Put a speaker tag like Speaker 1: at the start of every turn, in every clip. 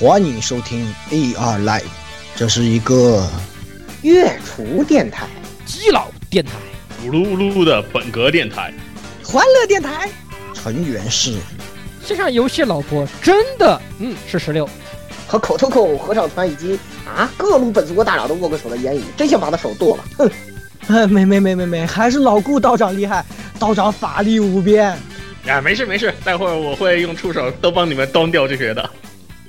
Speaker 1: 欢迎收听 AR Live，这是一个
Speaker 2: 月厨电台、
Speaker 3: 基佬电台、
Speaker 4: 咕噜咕噜的本格电台、
Speaker 2: 欢乐电台，
Speaker 1: 成员是
Speaker 3: 线上游戏老婆，真的，嗯，是十六，
Speaker 2: 和口头口合唱团以及啊各路本族国大佬都握过手的言语，真想把他手剁了。哼，
Speaker 5: 哎， 没没没没没，还是老顾道长厉害，道长法力无边。
Speaker 4: 啊，没事没事，待会儿我会用触手都帮你们端掉这些的。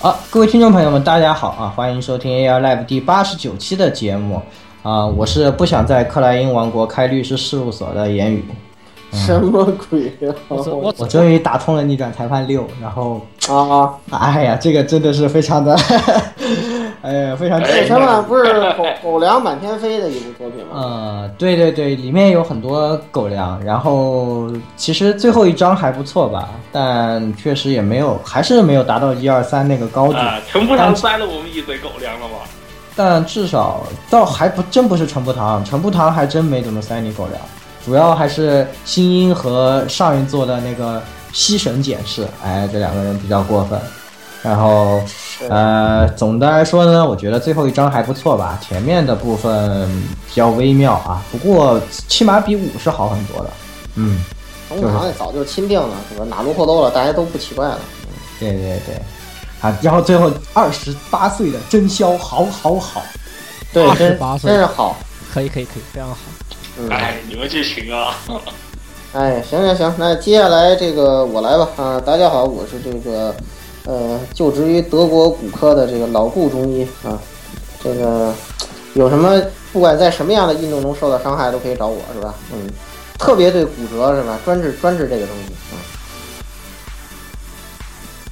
Speaker 6: 好，各位听众朋友们，大家好啊！欢迎收听 AR Live 第八十九期的节目啊、我是不想在克莱因王国开律师事务所的言语。
Speaker 2: 什么鬼啊！
Speaker 3: 我怎我
Speaker 6: 我终于打通了逆转裁判六，然后，
Speaker 2: 啊，
Speaker 6: 哎呀，这个真的是非常的， 哎呀，非常
Speaker 2: 这个成本不是狗狗粮满天飞的一部作品吗？
Speaker 6: 呃，对对对，里面有很多狗粮，然后其实最后一章还不错吧，但确实也没有，还是没有达到一二三那个高度。
Speaker 4: 啊，程部长塞了我们一嘴狗粮了吧？
Speaker 6: 但至少倒还不真不是陈步堂，陈步堂还真没怎么塞你狗粮，主要还是新英和上一座的那个西神检视，哎，这两个人比较过分。然后，呃，总的来说呢，我觉得最后一章还不错吧，前面的部分比较微妙啊，不过起码比五是好很多的。嗯，
Speaker 2: 同堂也早就钦定了，是吧？哪路货兜了，大家都不奇怪了。
Speaker 6: 对对对，啊，然后最后二十八岁的真宵，好好好，
Speaker 2: 对，
Speaker 3: 28
Speaker 2: 啊真
Speaker 3: 岁
Speaker 2: 真是好。
Speaker 3: 可以可以可以，非常好。
Speaker 2: 嗯，
Speaker 4: 哎，你们这群啊，
Speaker 2: 哎，行行行，那接下来这个我来吧啊！大家好，我是这个呃，就职于德国骨科的这个老顾中医啊。这个有什么不管在什么样的运动中受到伤害都可以找我是吧？嗯，特别对骨折是吧？专治专治这个东西啊。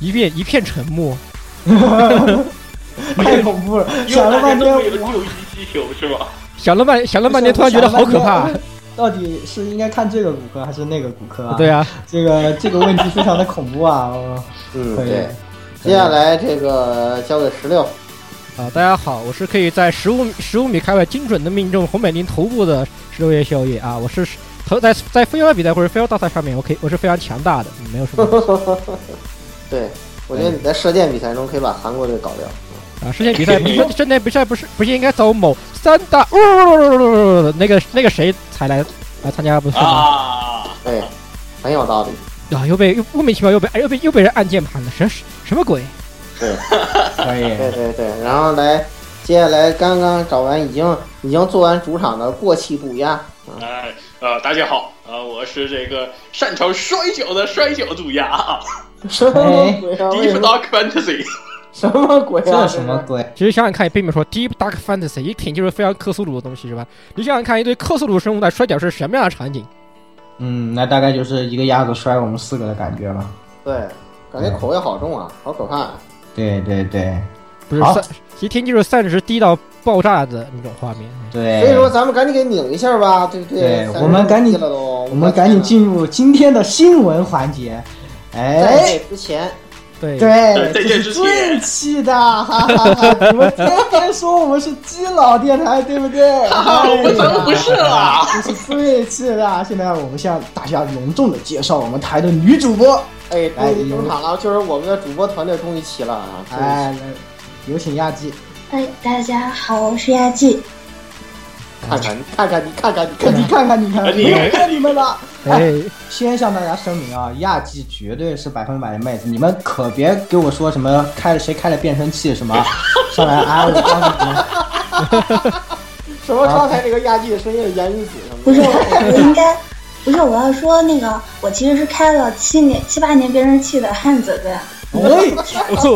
Speaker 3: 一片一片沉默，
Speaker 6: 太恐怖了，
Speaker 4: 因为
Speaker 6: 想
Speaker 4: 大
Speaker 6: 了
Speaker 4: 家
Speaker 6: 半
Speaker 4: 都
Speaker 6: 天
Speaker 4: 没有
Speaker 6: 我。
Speaker 4: 就医需求是吧？
Speaker 3: 想了半想了半天，突然觉得好可怕。。
Speaker 6: 到底是应该看这个骨科还是那个骨科啊？
Speaker 3: 对，啊，
Speaker 6: 这个这个问题非常的恐怖啊！ 哦
Speaker 2: 嗯，
Speaker 6: 可以
Speaker 2: 对。接下来这个交给十六，
Speaker 3: 啊，大家好，我是可以在十五十五米开外精准的命中红美玲头部的十六叶宵夜啊，我是头在在飞镖比赛或者飞镖大赛上面，我可以我是非常强大的，嗯没有什么
Speaker 2: 对我觉得你在射箭比赛中可以把韩国队搞掉。
Speaker 3: 啊。之前比赛不是之前比赛不是不是应该找某三大呜那个那个谁才来来参加不是吗？
Speaker 4: 啊，
Speaker 2: 对，很有道理。
Speaker 3: 啊，又被又莫名其妙又被哎又被又被人按键盘了，什什么鬼？
Speaker 2: 对。
Speaker 6: 可以，
Speaker 2: 对对对，然后来，接下来刚刚找完已经已经做完主场的过气渡鸦，
Speaker 4: 哎，呃，大家好，呃，我是这个擅长摔跤的摔跤主牙啊
Speaker 2: 什么
Speaker 6: 哎
Speaker 2: 鬼啊？为
Speaker 4: ，Deep
Speaker 2: 什么
Speaker 4: Dark Fantasy，
Speaker 2: 什么鬼啊？
Speaker 6: 这什么鬼？
Speaker 3: 其实想想看，也并没说 Deep Dark Fantasy 一听就是非常克苏鲁的东西，是吧？你想想看，一堆克苏鲁生物在摔跤是什么样的场景？
Speaker 6: 嗯，那大概就是一个鸭子摔我们四个的感觉吧。
Speaker 2: 对，感觉口味好重啊，好可怕啊！
Speaker 6: 对对对
Speaker 3: 不是
Speaker 5: 啊
Speaker 6: 好
Speaker 3: 散，一听就是散值低到爆炸的那种画面。
Speaker 2: 所以说
Speaker 6: 对，
Speaker 2: 咱们赶紧给拧一下吧，对不
Speaker 6: 对
Speaker 2: 三十
Speaker 6: 我们赶紧
Speaker 2: 多集了都，我
Speaker 6: 我们赶紧。进入今天的新闻环节。
Speaker 2: 在这
Speaker 6: 哎，
Speaker 2: 之前，
Speaker 3: 对，
Speaker 6: 对，
Speaker 4: 对
Speaker 6: 这
Speaker 4: 这
Speaker 6: 是
Speaker 4: 是
Speaker 6: 最气的，哈哈哈！你们天天说我们是基佬电台，对不对？哎
Speaker 4: 啊，我们咱们不是啦，
Speaker 6: 这是最气的！现在我们向大家隆重的介绍我们台的女主播，
Speaker 2: 哎，终
Speaker 6: 哎
Speaker 2: 于登场了，就是我们的主播团队终于齐了啊！终于齐了
Speaker 6: 哎，有请亚季。
Speaker 7: 嗨，哎大家好，我是亚季。
Speaker 2: 看看你看看你看看你看
Speaker 6: 你
Speaker 2: 看，
Speaker 6: 看看，你看看，
Speaker 4: 哎你
Speaker 6: 没有骗你们了。
Speaker 3: 哎，
Speaker 6: 先向大家声明啊，亚季绝对是百分百的妹子，你们可别给我说什么开谁开了变声器什么，上来啊，我告诉 你们，
Speaker 2: 什么刚才那个亚季的声音是言语子什么的？
Speaker 7: 不是我，我应该，不是，我要说那个，我其实是开了七年、七八年变声器的汉子对。
Speaker 5: 喂，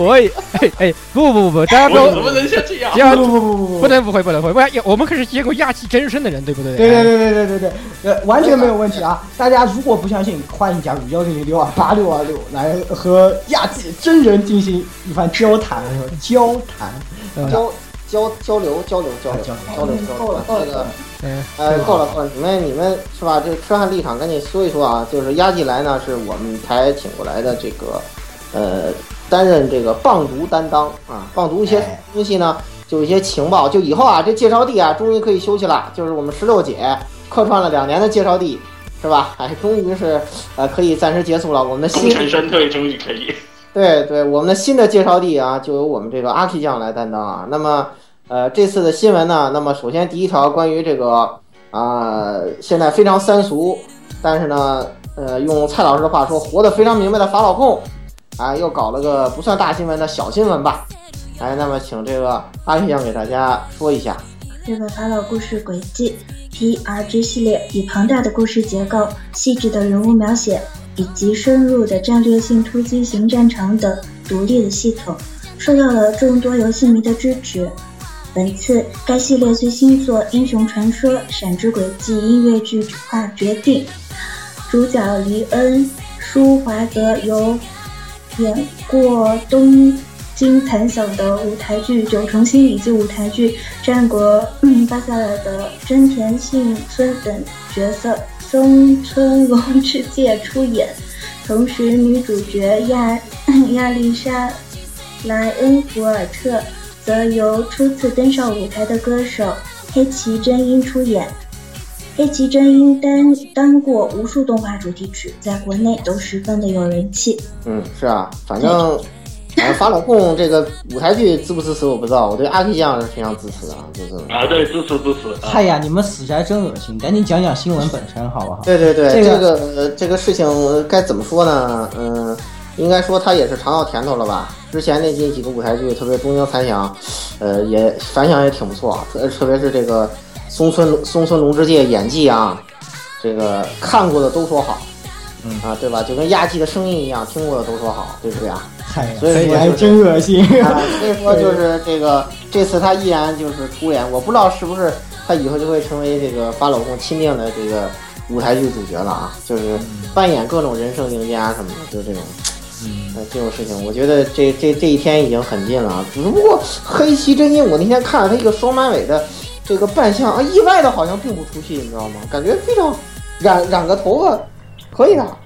Speaker 3: 喂，哎哎，不不不不，大家不
Speaker 4: 我
Speaker 3: 要
Speaker 4: 怎么能像这样
Speaker 3: 不？要
Speaker 5: 不不不不
Speaker 3: 不能不会不能不会，不然我们可是见过压气真身的人，对不对？
Speaker 5: 对对对对对对对，呃，完全没有问题啊！大家如果不相信，欢迎加入幺零零六二八六二六来和亚季真人进行一番交谈，交谈，
Speaker 2: 交交交流交流交流
Speaker 5: 交流
Speaker 2: 嗯啊交流
Speaker 7: 嗯
Speaker 2: 交
Speaker 7: 够
Speaker 2: 流
Speaker 7: 了，够了
Speaker 2: 这个
Speaker 3: 嗯，
Speaker 2: 哎，够了够了，你们你们是吧？这吃饭立场赶紧说一说啊！就是压进来呢，是我们台请过来的这个，呃，担任这个棒读担当啊。棒读一些
Speaker 5: 哎
Speaker 2: 东西呢，就一些情报。就以后啊，这介绍地啊，终于可以休息了。就是我们石榴姐客串了两年的介绍地，是吧？哎，终于是呃，可以暂时结束了。我们的
Speaker 4: 功
Speaker 2: 新
Speaker 4: 成身退终于可以。
Speaker 2: 对对，我们的新的介绍地啊，就由我们这个阿 K 酱来担当啊。那么，呃，这次的新闻呢，那么首先第一条关于这个啊、现在非常三俗，但是呢，呃，用蔡老师的话说，活得非常明白的法老控，啊、又搞了个不算大新闻的小新闻吧。哎，那么请这个阿 K 酱给大家说一下。
Speaker 7: 日本法老故事轨迹 PRG 系列以庞大的故事结构、细致的人物描写以及深入的战略性突击型战场等独立的系统，受到了众多游戏迷的支持。本次该系列最新作《英雄传说：闪之轨迹》音乐剧化决定，主角黎恩·舒华德由演过东京弹晓的舞台剧《九重星》以及舞台剧《战国、嗯、巴塞尔》的真田幸村等角色，松村龙之介出演。同时，女主角亚 亚历莎莱恩福尔特则由初次登上舞台的歌手黑崎真音出演。黑崎真音担当过无数动画主题曲，在国内都十分的有人气。
Speaker 2: 嗯，是啊，反正。反正法老控这个舞台剧支不支持我不知道，我对阿 K 酱是非常支持的啊，就是
Speaker 4: 啊，对，支持支持啊！
Speaker 5: 哎呀，你们死宅真恶心，赶紧讲讲新闻本身好不好？
Speaker 2: 对对对，
Speaker 5: 这
Speaker 2: 这
Speaker 5: 个
Speaker 2: 个、呃这个事情呃该怎么说呢？嗯、应该说他也是尝到甜头了吧？之前那几几个舞台剧，特别《东京残响》，呃，也反响也挺不错，啊特特别是这个松村松村龙之介演技啊，这个看过的都说好，
Speaker 5: 嗯
Speaker 2: 啊，对吧？就跟亚季的声音一样，听过的都说好，对不对啊？
Speaker 5: 哎呀，
Speaker 2: 所以
Speaker 5: 死
Speaker 2: 说
Speaker 5: 宅
Speaker 2: 就是
Speaker 5: 真恶心。
Speaker 2: 啊，所以说就是这个，这次他依然就是出演，我不知道是不是他以后就会成为这个八老公钦定的这个舞台剧主角了啊，就是扮演各种人生赢家什么的，就这种。
Speaker 5: 嗯
Speaker 2: 呃，这种事情，我觉得这这这一天已经很近了啊。只不过黑崎真音，我那天看了他一个双马尾的这个扮相啊，意外的好像并不出戏，你知道吗？感觉非常染染个头发可以的。啊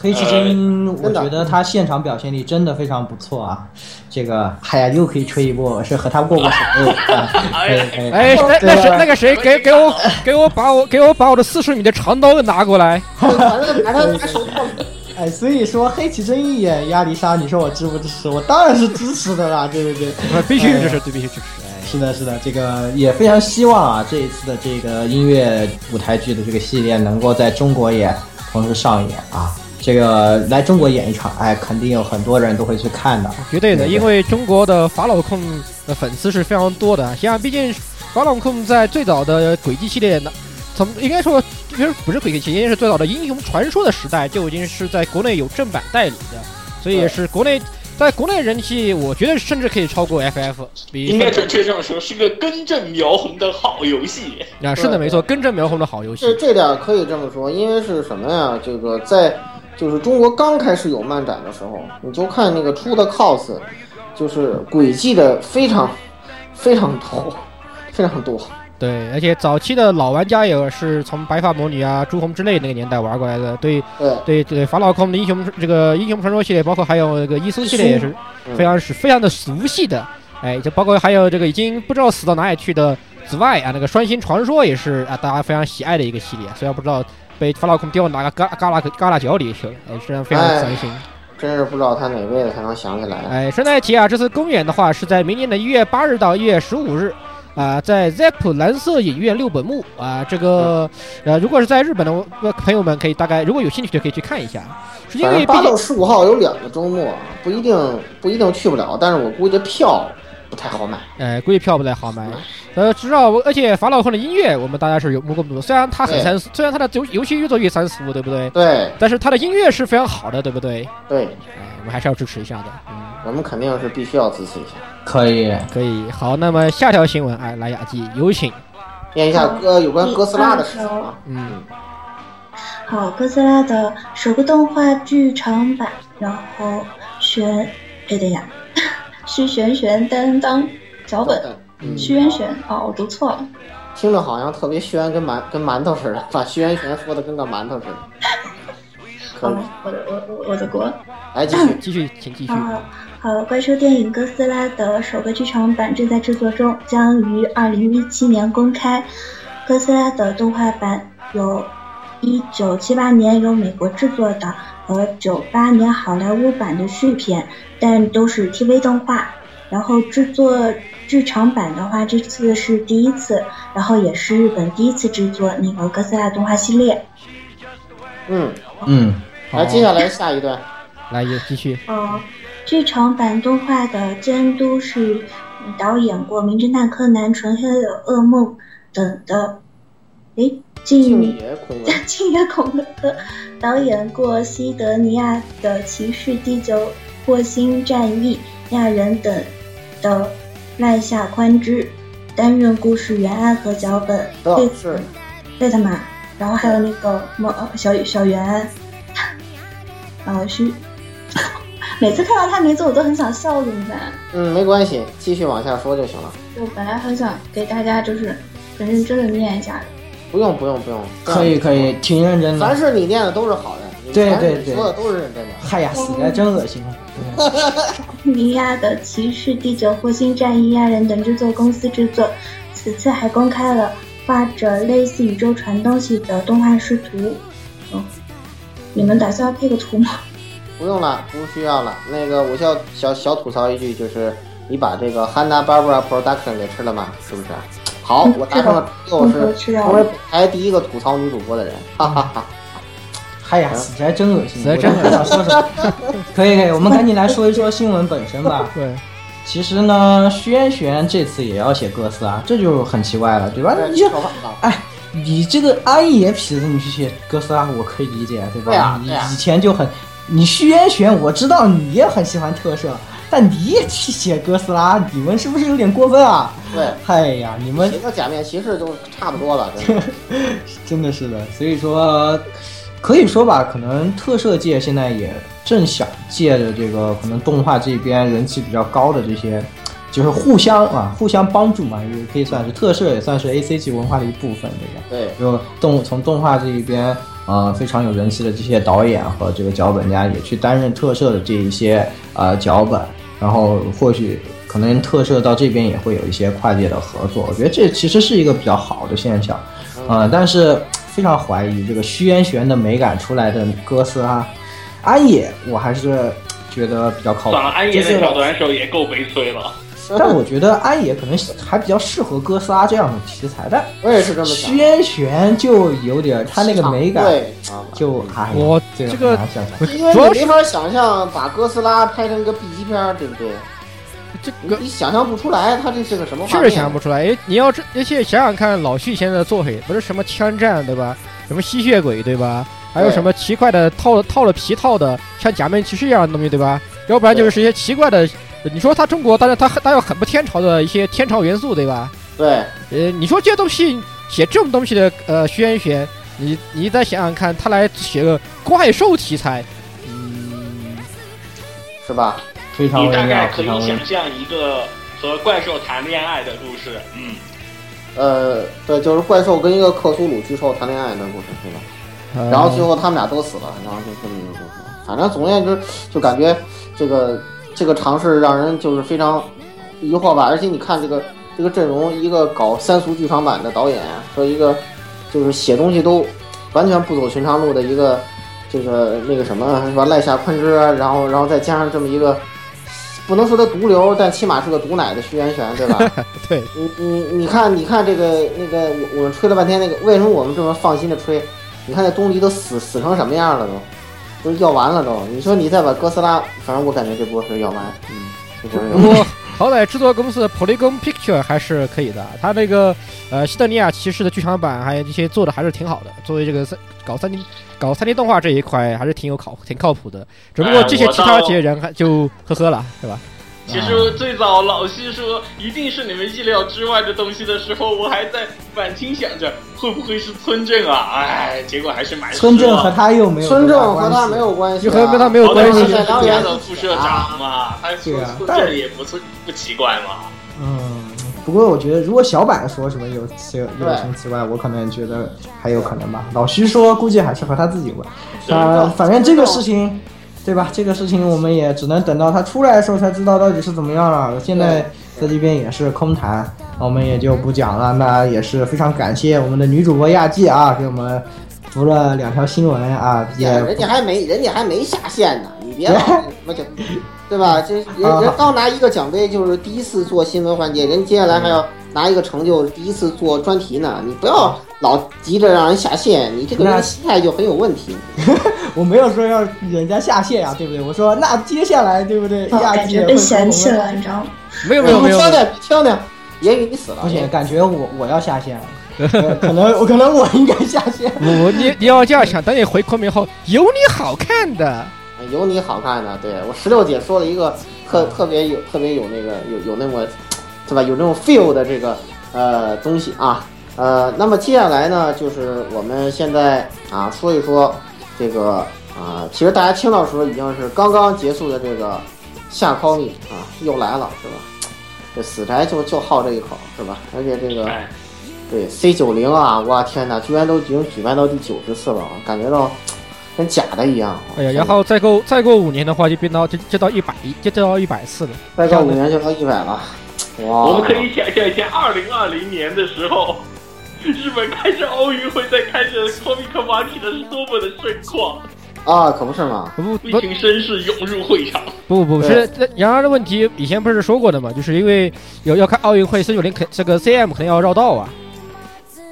Speaker 5: 黑崎呃真音，我觉得他现场表现力真的非常不错啊！这个，哎呀，又可以吹一波，我是和他握过手。 哎哎哎
Speaker 3: 哎，那那谁
Speaker 5: 对吧
Speaker 3: 那个谁给给我给我把我给我把我的四十米的长刀拿过来，
Speaker 2: 反正拿他拿手套，
Speaker 5: 哎，所以说黑崎真一演亚历莎，你说我支不支持？我当然是支持的啦，对不对？
Speaker 3: 啊必须支持，对，必须支持。
Speaker 5: 是的，是的，这个也非常希望啊，这一次的这个音乐舞台剧的这个系列能够在中国也同时上演啊。这个来中国演一场，哎，肯定有很多人都会去看的。
Speaker 3: 绝对的，
Speaker 5: 对
Speaker 3: 因为中国的法老控的粉丝是非常多的。像毕竟法老控在最早的轨迹系列呢，从应该说其实不是轨迹系列，应该是最早的英雄传说的时代就已经是在国内有正版代理的，所以也是国内在国内人气，我觉得甚至可以超过 FF 比。
Speaker 4: 应该准确这么说，是个根正苗红的好游戏。
Speaker 3: 啊，是的，没错，根正苗红的好游戏
Speaker 2: 这。这点儿可以这么说，因为是什么呀？这个在就是中国刚开始有漫展的时候，你就看那个出的 cos，就是轨迹的非常非常多，非常多。
Speaker 3: 对，而且早期的老玩家也是从白发魔女啊、朱红之泪那个年代玩过来的，对
Speaker 2: 对，
Speaker 3: 对对，法老控的英雄这个英雄传说系列，包括还有那个伊苏系列也是
Speaker 2: 嗯
Speaker 3: 非常是非常的俗系的，哎，就包括还有这个已经不知道死到哪里去的紫外啊，那个双星传说也是啊大家非常喜爱的一个系列，虽然不知道被法老控掉哪个旮旮旯旮旯角里去了，哎，虽然非常的伤
Speaker 2: 嗯
Speaker 3: 心。
Speaker 2: 真是不知道他哪位才能想起来。
Speaker 3: 哎，顺带一提啊，这次公演的话是在明年的一月八日到一月十五日。啊、在 ZEP 蓝色影院六本木啊、这个
Speaker 2: 嗯
Speaker 3: 呃，如果是在日本的呃朋友们，可以大概如果有兴趣就可以去看一下，是因
Speaker 2: 反
Speaker 3: 为
Speaker 2: 正
Speaker 3: 毕
Speaker 2: 八
Speaker 3: 竟
Speaker 2: 到十五号有两个周末，不一定不一定去不了，但是我估计这票不太好买。
Speaker 3: 哎，估计票不太好买。呃，知道，而且法老克的音乐我们大家是有目共睹的，虽然他很三，虽然他的游游戏越做越三俗，对不对？
Speaker 2: 对
Speaker 3: 但是他的音乐是非常好的，对不对？
Speaker 2: 对，
Speaker 3: 哎，我们还是要支持一下的。
Speaker 2: 我们肯定是必须要支持一下。
Speaker 6: 可以，
Speaker 3: 可以，好，那么下条新闻，哎，来雅姬，有请。
Speaker 2: 念一下哥有关哥斯拉的事情啊。
Speaker 3: 嗯，
Speaker 7: 好，哥斯拉的首个动画剧场版，然后玄，哎等一下， 是玄玄担当脚本，徐元玄，哦，我读错了，
Speaker 2: 听着好像特别轩，跟馒跟馒头似的，把徐元玄说的跟个馒 头似的。可以
Speaker 7: 哦，，我的我我我的国。
Speaker 2: 来继 续。
Speaker 3: 继续，请继续。
Speaker 7: 好好，怪兽电影《哥斯拉》的首个剧场版正在制作中，将于二零一七年公开。哥斯拉的动画版有一九七八年由美国制作的和九八年好莱坞版的续篇，但都是 TV 动画。然后制作剧场版的话，这次是第一次，然后也是日本第一次制作那个哥斯拉动画系列。
Speaker 2: 嗯，
Speaker 6: 嗯，
Speaker 3: 好
Speaker 2: 来接下来下一段。
Speaker 3: 来也继续。
Speaker 7: 呃，剧场版动画的监督是嗯导演过《名侦探柯南》《纯黑的噩梦》等的，诶，
Speaker 2: 静
Speaker 7: 静
Speaker 2: 野孔 文，
Speaker 7: 静野孔文科导演过《西德尼亚的骑士》《第九火星战役》《亚人》等的赖下宽之担任故事原案和脚本，
Speaker 2: 的
Speaker 7: 贝
Speaker 2: 哦是
Speaker 7: 贝特玛，然后还有那个猫哦小小圆安，呃虚， 每次看到他名字我都很想笑，怎么办？
Speaker 2: 嗯，没关系，继续往下说就行了。
Speaker 7: 我本来很想给大家就是很认真的念一下，
Speaker 2: 不用不用不用，
Speaker 6: 可以可以，挺认真
Speaker 2: 凡
Speaker 6: 的。
Speaker 2: 是你念的都是好的，你
Speaker 6: 对
Speaker 2: 凡是
Speaker 6: 对
Speaker 2: 你
Speaker 6: 对
Speaker 2: 说的都是认真的。
Speaker 6: 嗨哎呀，死的真恶心啊！嗯
Speaker 7: 尼亚的《骑士》《第九火星战役》《亚人》等制作公司制作。此次还公开了画着类似宇宙船东西的动画视图。哦，你们打算要配个图吗？
Speaker 2: 不用了，不需要了。那个，我要小小吐槽一句，就是你把这个 Hanna Barbera Production 给吃了吗？是不是？好，我达 成了，又
Speaker 7: 嗯
Speaker 2: 是
Speaker 7: 吃了
Speaker 2: 成为本台第一个吐槽女主播的人，哈哈哈。
Speaker 6: 嗨哎呀，死宅真恶心，
Speaker 3: 死宅
Speaker 6: 我
Speaker 3: 真恶心
Speaker 6: 真不想说什么。可以可以，我们赶紧来说一说新闻本身 吧。
Speaker 3: 对，
Speaker 6: 其实呢，轩轩这次也要写哥斯拉，这就很奇怪了，对吧？你就
Speaker 2: 说吧啊
Speaker 6: 哎，你这个 E 安野痞子，你去写哥斯拉，我可以理解，对吧？
Speaker 2: 对啊
Speaker 6: 你
Speaker 2: 对啊
Speaker 6: 以前就很，你轩轩，我知道你也很喜欢特摄，但你也去写哥斯拉，你们是不是有点过分啊？
Speaker 2: 对，
Speaker 6: 嗨呀，你们
Speaker 2: 谁叫假面骑士都差不多了，真 的。
Speaker 6: 真的是的，所以说可以说吧，可能特摄界现在也正想借着这个可能动画这边人气比较高的这些，就是互相啊互相帮助嘛，也可以算是特摄，也算是 A C G 文化的一部分，对吧？
Speaker 2: 对，
Speaker 6: 就动从动画这一边，呃，非常有人气的这些导演和这个脚本家也去担任特摄的这一些呃脚本，然后或许可能特摄到这边也会有一些跨界的合作，我觉得这其实是一个比较好的现象，呃，但是非常怀疑这个虚渊玄的美感出来的哥斯拉，安野我还是觉得比较靠谱
Speaker 4: 算了，，安
Speaker 6: 就
Speaker 4: 野
Speaker 6: 是
Speaker 4: 那小短手也够悲催了。
Speaker 6: 但我觉得安野可能还比较适合哥斯拉这样的题材，但
Speaker 2: 我也是这么想
Speaker 6: 虚。渊玄就有点他那个美感。
Speaker 2: 对啊，
Speaker 6: 就哎呀，
Speaker 3: 我
Speaker 6: 这
Speaker 3: 这个
Speaker 6: 很难想象
Speaker 2: 因为
Speaker 3: 主要
Speaker 2: 你没
Speaker 3: 是
Speaker 2: 法想象把哥斯拉拍成个 B 级片儿，对不对？
Speaker 3: 这
Speaker 2: 你
Speaker 3: 个
Speaker 2: 你想象不出来，它这是个什么画
Speaker 3: 确
Speaker 2: 面？
Speaker 3: 实想象不出来。哎，你要这，而且想想看，老旭现在的作品不是什么枪战对吧？什么吸血鬼对吧？还有
Speaker 2: 对
Speaker 3: 什么奇怪的套套了皮套的，像假面骑士一样的东西对吧？要不然就是一些奇怪的。你说他中国，但是他他有很不天朝的一些天朝元素对吧？
Speaker 2: 对，
Speaker 3: 呃，你说这些东西写这种东西的呃徐元玄，你你再想想看，他来写个怪兽题材，嗯，
Speaker 2: 是吧？
Speaker 6: 非常
Speaker 4: 你
Speaker 6: 微
Speaker 4: 大概
Speaker 6: 妙，
Speaker 4: 可
Speaker 6: 非
Speaker 4: 以
Speaker 6: 常微妙
Speaker 4: 想。象一个和怪兽谈恋爱的故事，嗯，
Speaker 2: 呃，对，就是怪兽跟一个克苏鲁巨兽谈恋爱的故事，是吧？
Speaker 3: 呃
Speaker 2: 然后最后他们俩都死了，然后就这么一个故事。反正总而言之，就感觉这个这个尝试让人就是非常疑惑吧。而且你看这个这个阵容，一个搞三俗剧场版的导演和一个就是写东西都完全不走寻常路的一个这个那个什么是吧？赖下宽之，啊然后然后再加上这么一个不能说他毒瘤，但起码是个毒奶的徐元玄，对吧？
Speaker 3: 对，
Speaker 2: 你你你看，你看这个那个，我我们吹了半天那个，为什么我们这么放心的吹？你看那东篱都死死成什么样了都，都要完了都。你说你再把哥斯拉，反正我感觉这波是要完，嗯，这波是要
Speaker 3: 不
Speaker 2: 完。
Speaker 3: 过好歹制作公司的 Polygon Picture 还是可以的，它那个呃《西德尼亚骑士》的剧场版还有这些做的还是挺好的。作为这个三搞三 D 搞三 D 动画这一块还是挺有靠挺靠谱的，只不过
Speaker 4: 哎
Speaker 3: 这些
Speaker 4: 我
Speaker 3: 其他
Speaker 4: 到
Speaker 3: 这些人还就呵呵了，对吧？
Speaker 4: 其实最早老西说一定是你们意料之外的东西的时候，我还在反倾想着会不会是村正啊？哎，结果还是买
Speaker 5: 村正和他又没有
Speaker 2: 村
Speaker 5: 多
Speaker 2: 正和
Speaker 5: 大关
Speaker 2: 他
Speaker 5: 系
Speaker 2: 没有关系、
Speaker 3: 就
Speaker 2: 啊，
Speaker 3: 和跟他没有
Speaker 4: 好
Speaker 3: 关
Speaker 4: 歹
Speaker 3: 系
Speaker 4: 是
Speaker 2: 在梁
Speaker 4: 家
Speaker 2: 园
Speaker 4: 的副社长嘛，他说
Speaker 5: 对啊
Speaker 4: 村
Speaker 5: 但
Speaker 4: 正也不是不奇怪嘛。
Speaker 5: 嗯，不过我觉得，如果小板说什么有有有
Speaker 2: 对
Speaker 5: 什么奇怪，我可能觉得还有可能吧。老徐说，估计还是和他自己有关。
Speaker 4: 对
Speaker 5: 呃，反正这个事情，对吧？这个事情我们也只能等到他出来的时候才知道到底是怎么样了。现在在这边也是空谈，我们也就不讲了。那也是非常感谢我们的女主播亚季啊，给我们读了两条新闻 啊，也
Speaker 2: 人家还没人家还没下线呢，你别老什么就，对吧？这
Speaker 5: 啊
Speaker 2: 人人刚拿一个奖杯，就是第一次做新闻环节，人接下来还要拿一个成就，第一次做专题呢。你不要老急着让人下线，你这个
Speaker 5: 那
Speaker 2: 人心态就很有问题。
Speaker 5: 我没有说要人家下线啊呀、对不对？我说那接下来对不对？
Speaker 7: 哦，
Speaker 5: 亚
Speaker 7: 感
Speaker 5: 季
Speaker 7: 觉
Speaker 5: 会说
Speaker 7: 被
Speaker 5: 我
Speaker 7: 嫌
Speaker 5: 们
Speaker 7: 弃了，你知 道吗？
Speaker 3: 没有没 有没有，
Speaker 2: 挑挑挑挑，言语你死了。
Speaker 5: 不行，感觉我我要下线了， 呃可能我可能我应该下线。
Speaker 3: 我你你要这样想，等你回昆明后有你好看的。
Speaker 2: 哎有你好看的，对我十六姐说了一个特
Speaker 5: 嗯
Speaker 2: 特别有特别有那个有有那么，对吧？有那种 feel 的这个呃东西啊，呃，那么接下来呢，就是我们现在啊说一说这个啊、其实大家听到的时候已经是刚刚结束的这个夏 c a 啊又来了，是吧？这死宅就就好这一口，是吧？而且这个
Speaker 4: 哎，
Speaker 2: 对 C 九零啊，我天哪，居然都已经举办到第九十次了，啊感觉到跟假的一样。啊
Speaker 3: 哎呀，然后再过再过五年的话，就变到就就到一百一，就到一百四了。
Speaker 2: 再过五年就到一百了，哇！
Speaker 4: 我们可以想象一下，二零二零年的时候，日本开始奥运会，再开始 Comic Party 的是多么的盛况，
Speaker 2: 啊，可不是嘛，
Speaker 3: 不
Speaker 4: 一
Speaker 3: 不
Speaker 4: 群绅士涌入会场。
Speaker 3: 不不不是，那然而的问题以前不是说过的嘛，就是因为有要看奥运会，C 九零肯这个 CM 肯定要绕道啊，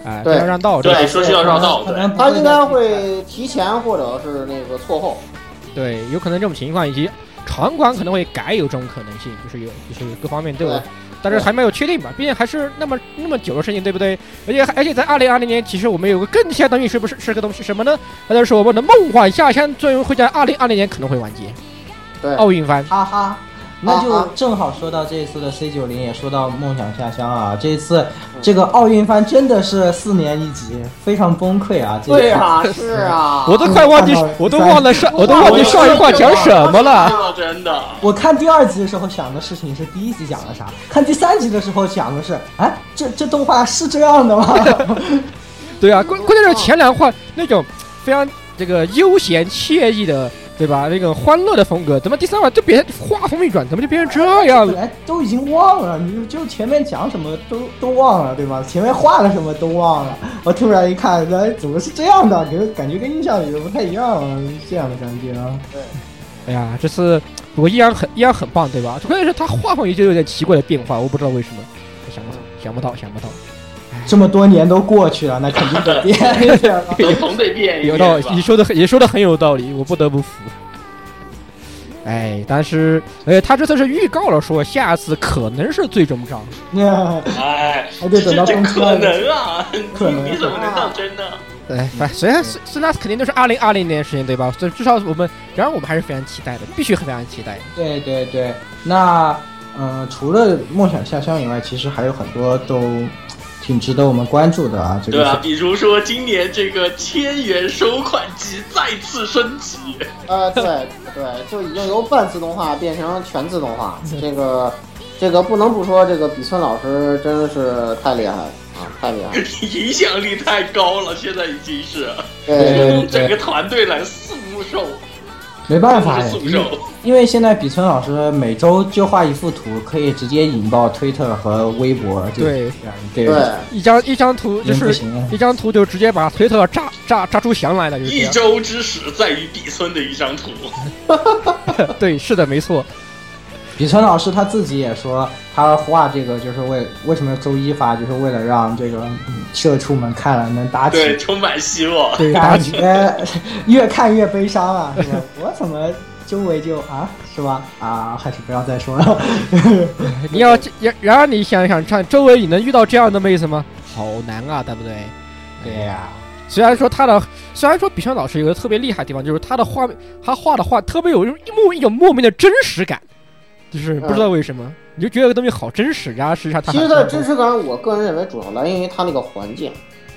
Speaker 3: 哎，
Speaker 2: 对
Speaker 3: 要让道这
Speaker 4: 对，说是要绕道，
Speaker 5: 可
Speaker 4: 对。
Speaker 5: 能不
Speaker 2: 他应该
Speaker 5: 在
Speaker 2: 会提前或者是那个错后。
Speaker 3: 对，有可能这种情况，以及场馆可能会改，有这种可能性，就是有就是各方面都有
Speaker 2: 对，
Speaker 3: 但是还没有确定吧，毕竟还是那么那么久的事情，对不对？而且而且在二零二零年，其实我们有个更相当于是不是是个东西什么呢？那就是我们的梦幻下乡最终会在二零二零年可能会完结，
Speaker 2: 对
Speaker 3: 奥运番。
Speaker 5: 哈哈。那
Speaker 2: 啊
Speaker 5: 就
Speaker 2: 啊
Speaker 5: 正好说到这一次的 C 九零，也说到梦想下乡啊。这一次这个奥运番真的是四年一集，非常崩溃啊！这一次
Speaker 2: 对啊，是啊，
Speaker 3: 我都快忘记
Speaker 5: 看到了，
Speaker 3: 我都忘了上，我都忘记上一话讲什么了。
Speaker 4: 啊，真的，
Speaker 5: 我看第二集的时候想的事情是第一集讲了啥，看第三集的时候想的是，哎，这这动画是这样的吗？
Speaker 3: 对啊，关关键是前两话那种非常这个悠闲惬意的，对吧？那个欢乐的风格，怎么第三话就变画风一转，怎么就变成这样
Speaker 5: 本
Speaker 3: 了？
Speaker 5: 来都已经忘了，你就前面讲什么都都忘了，对吧？前面画了什么都忘了，我突然一看，哎，怎么是这样的？感觉感觉跟印象里的不太一样，这样的感觉啊。
Speaker 3: 哎呀，这次不过依然很依然很棒，对吧？关键是他画风也就有点奇怪的变化，我不知道为什么，想不到，想不到，想不到，
Speaker 5: 这么多年都过去了，那肯定得变一下了。
Speaker 4: 总总得变一
Speaker 3: 有
Speaker 4: 变
Speaker 3: 道
Speaker 4: 吧。
Speaker 3: 理，你说的很也说的很有道理，我不得不服。哎，但是，哎，他这次是预告了，说下次可能是最终章，
Speaker 5: 那
Speaker 4: 哎，
Speaker 5: 还得等到
Speaker 4: 这
Speaker 5: 冬
Speaker 4: 可
Speaker 5: 天了。
Speaker 4: 能啊，你
Speaker 5: 可能
Speaker 4: 你怎么能当真呢？
Speaker 3: 哎，反虽然是是那肯定都是二零二零年的事情，对吧？所以至少我们，然而我们还是非常期待的，必须非常期待。
Speaker 5: 对对对，那嗯、呃除了梦想下乡以外，其实还有很多都挺值得我们关注的啊。这
Speaker 4: 对
Speaker 5: 个
Speaker 4: 啊
Speaker 5: 是，
Speaker 4: 比如说今年这个千元收款机再次升级，
Speaker 2: 呃，对对，就已经由半自动化变成全自动化，这个这个不能不说，这个比村老师真是太厉害了啊，太厉害 了！
Speaker 4: 影响力太高了，现在已经是
Speaker 2: 对
Speaker 5: 对
Speaker 4: 整个团队来速售，
Speaker 5: 没办法呀，
Speaker 4: 速
Speaker 5: 因为
Speaker 4: 售。
Speaker 5: 因为现在比村老师每周就画一幅图，可以直接引爆推特和微博。这
Speaker 3: 对
Speaker 5: 这样对
Speaker 2: 对，
Speaker 3: 一张一张图就
Speaker 5: 人不
Speaker 3: 是
Speaker 5: 行啊
Speaker 3: 一张图就直接把推特炸炸炸出翔来了，就是这
Speaker 4: 一
Speaker 3: 样。
Speaker 4: 周之始在于比村的一张图，
Speaker 3: 对，是的，没错。
Speaker 5: 比村老师他自己也说，他画这个就是为为什么周一发，就是为了让这个嗯社畜们看了能 打
Speaker 4: 对，
Speaker 5: 起，
Speaker 4: 充满希望。
Speaker 3: 对，打
Speaker 5: 感觉越看越悲伤啊，是吧？我怎么周围就啊，是吧？啊，还是不要再说了。
Speaker 3: 你要然然而你想想看，周围你能遇到这样的妹子吗？好难啊，对不对？
Speaker 5: 对哎呀、
Speaker 3: 虽然说他的，虽然说笔川老师有个特别厉害的地方，就是他的画面，他画的画特别有一种一莫一种莫名的真实感，就是不知
Speaker 5: 嗯
Speaker 3: 道为什么，你就觉得这个东西好真实，然后实际上他
Speaker 2: 其实它的真实感，我个人认为主要来源于它那个环境，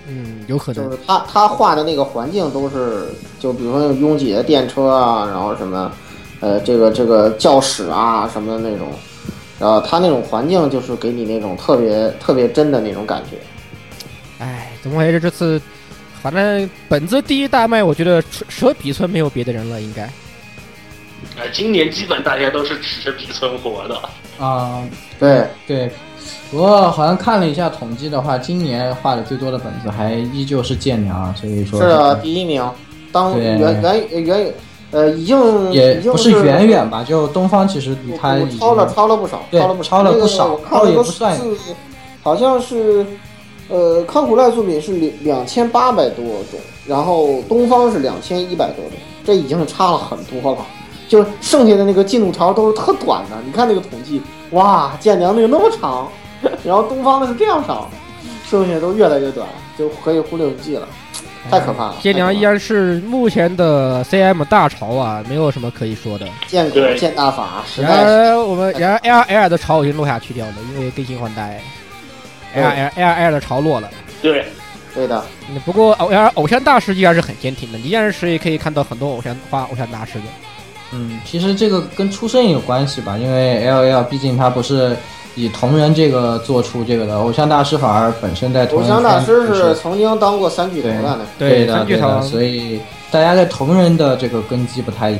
Speaker 3: 嗯，有可
Speaker 2: 就
Speaker 3: 能
Speaker 2: 是他他画的那个环境都是，就比如说拥挤的电车啊，然后什么，呃，这个这个教室啊什么的那种，然后他那种环境就是给你那种特别特别真的那种感觉。
Speaker 3: 哎，怎么回事？这次，反正本子第一大卖，我觉得除除了比村没有别的人了，应
Speaker 2: 啊
Speaker 3: 该。
Speaker 4: 呃，今年基本大家都是指着比村活的。
Speaker 5: 啊，啊、
Speaker 2: 对，
Speaker 5: 对。不过好像看了一下统计的话，今年画的最多的本子还依旧是剑娘，所以说
Speaker 2: 是啊，第一名，当
Speaker 5: 嗯对
Speaker 2: 远远远呃，已经
Speaker 5: 也
Speaker 2: 已经
Speaker 5: 不是远远吧，就东方其实比他
Speaker 2: 我
Speaker 5: 已经
Speaker 2: 超了超了不少，
Speaker 5: 对
Speaker 2: 超了不
Speaker 5: 超了
Speaker 2: 那
Speaker 5: 不
Speaker 2: 个
Speaker 5: 少
Speaker 2: 我看了
Speaker 5: 倒也
Speaker 2: 个
Speaker 5: 不
Speaker 2: 数
Speaker 5: 算
Speaker 2: 字，好像是，呃，康古赖作品是两两千八百多种，然后东方是两千一百多种，这已经差了很多了。就是剩下的那个进度条都是特短的，你看那个统计，哇，建良那个那么长， 然后东方的是这样长，剩下都越来越短，就可以忽略不计了，太可怕了。
Speaker 3: 剑娘
Speaker 2: 太可怕了
Speaker 3: 依然是目前的 CM 大潮啊，没有什么可以说的。
Speaker 2: 见鬼
Speaker 4: 对
Speaker 2: 见大法，实在
Speaker 3: 然
Speaker 2: 是
Speaker 3: 而我们，然而 L L 的潮已经落下去掉了，因为更新换代
Speaker 2: 对
Speaker 3: ，L L L L 的潮落了。
Speaker 4: 对，
Speaker 2: 对的。
Speaker 3: 嗯不过偶然而偶像大师依然是很坚挺的，依然是可以看到很多偶像画偶像大师的。
Speaker 5: 嗯，其实这个跟出身有关系吧，因为 L L 毕竟它不是以同人这个做出这个的，偶像大师反而本身在同
Speaker 2: 偶
Speaker 5: 人
Speaker 2: 像大
Speaker 5: 圈
Speaker 2: 师
Speaker 5: 就是
Speaker 2: 曾经当过三巨头
Speaker 5: 对
Speaker 2: 的，
Speaker 5: 对的
Speaker 3: 三
Speaker 5: 对
Speaker 3: 巨
Speaker 5: 的，
Speaker 3: 头
Speaker 5: 所以大家在同人的这个根基不太
Speaker 3: 是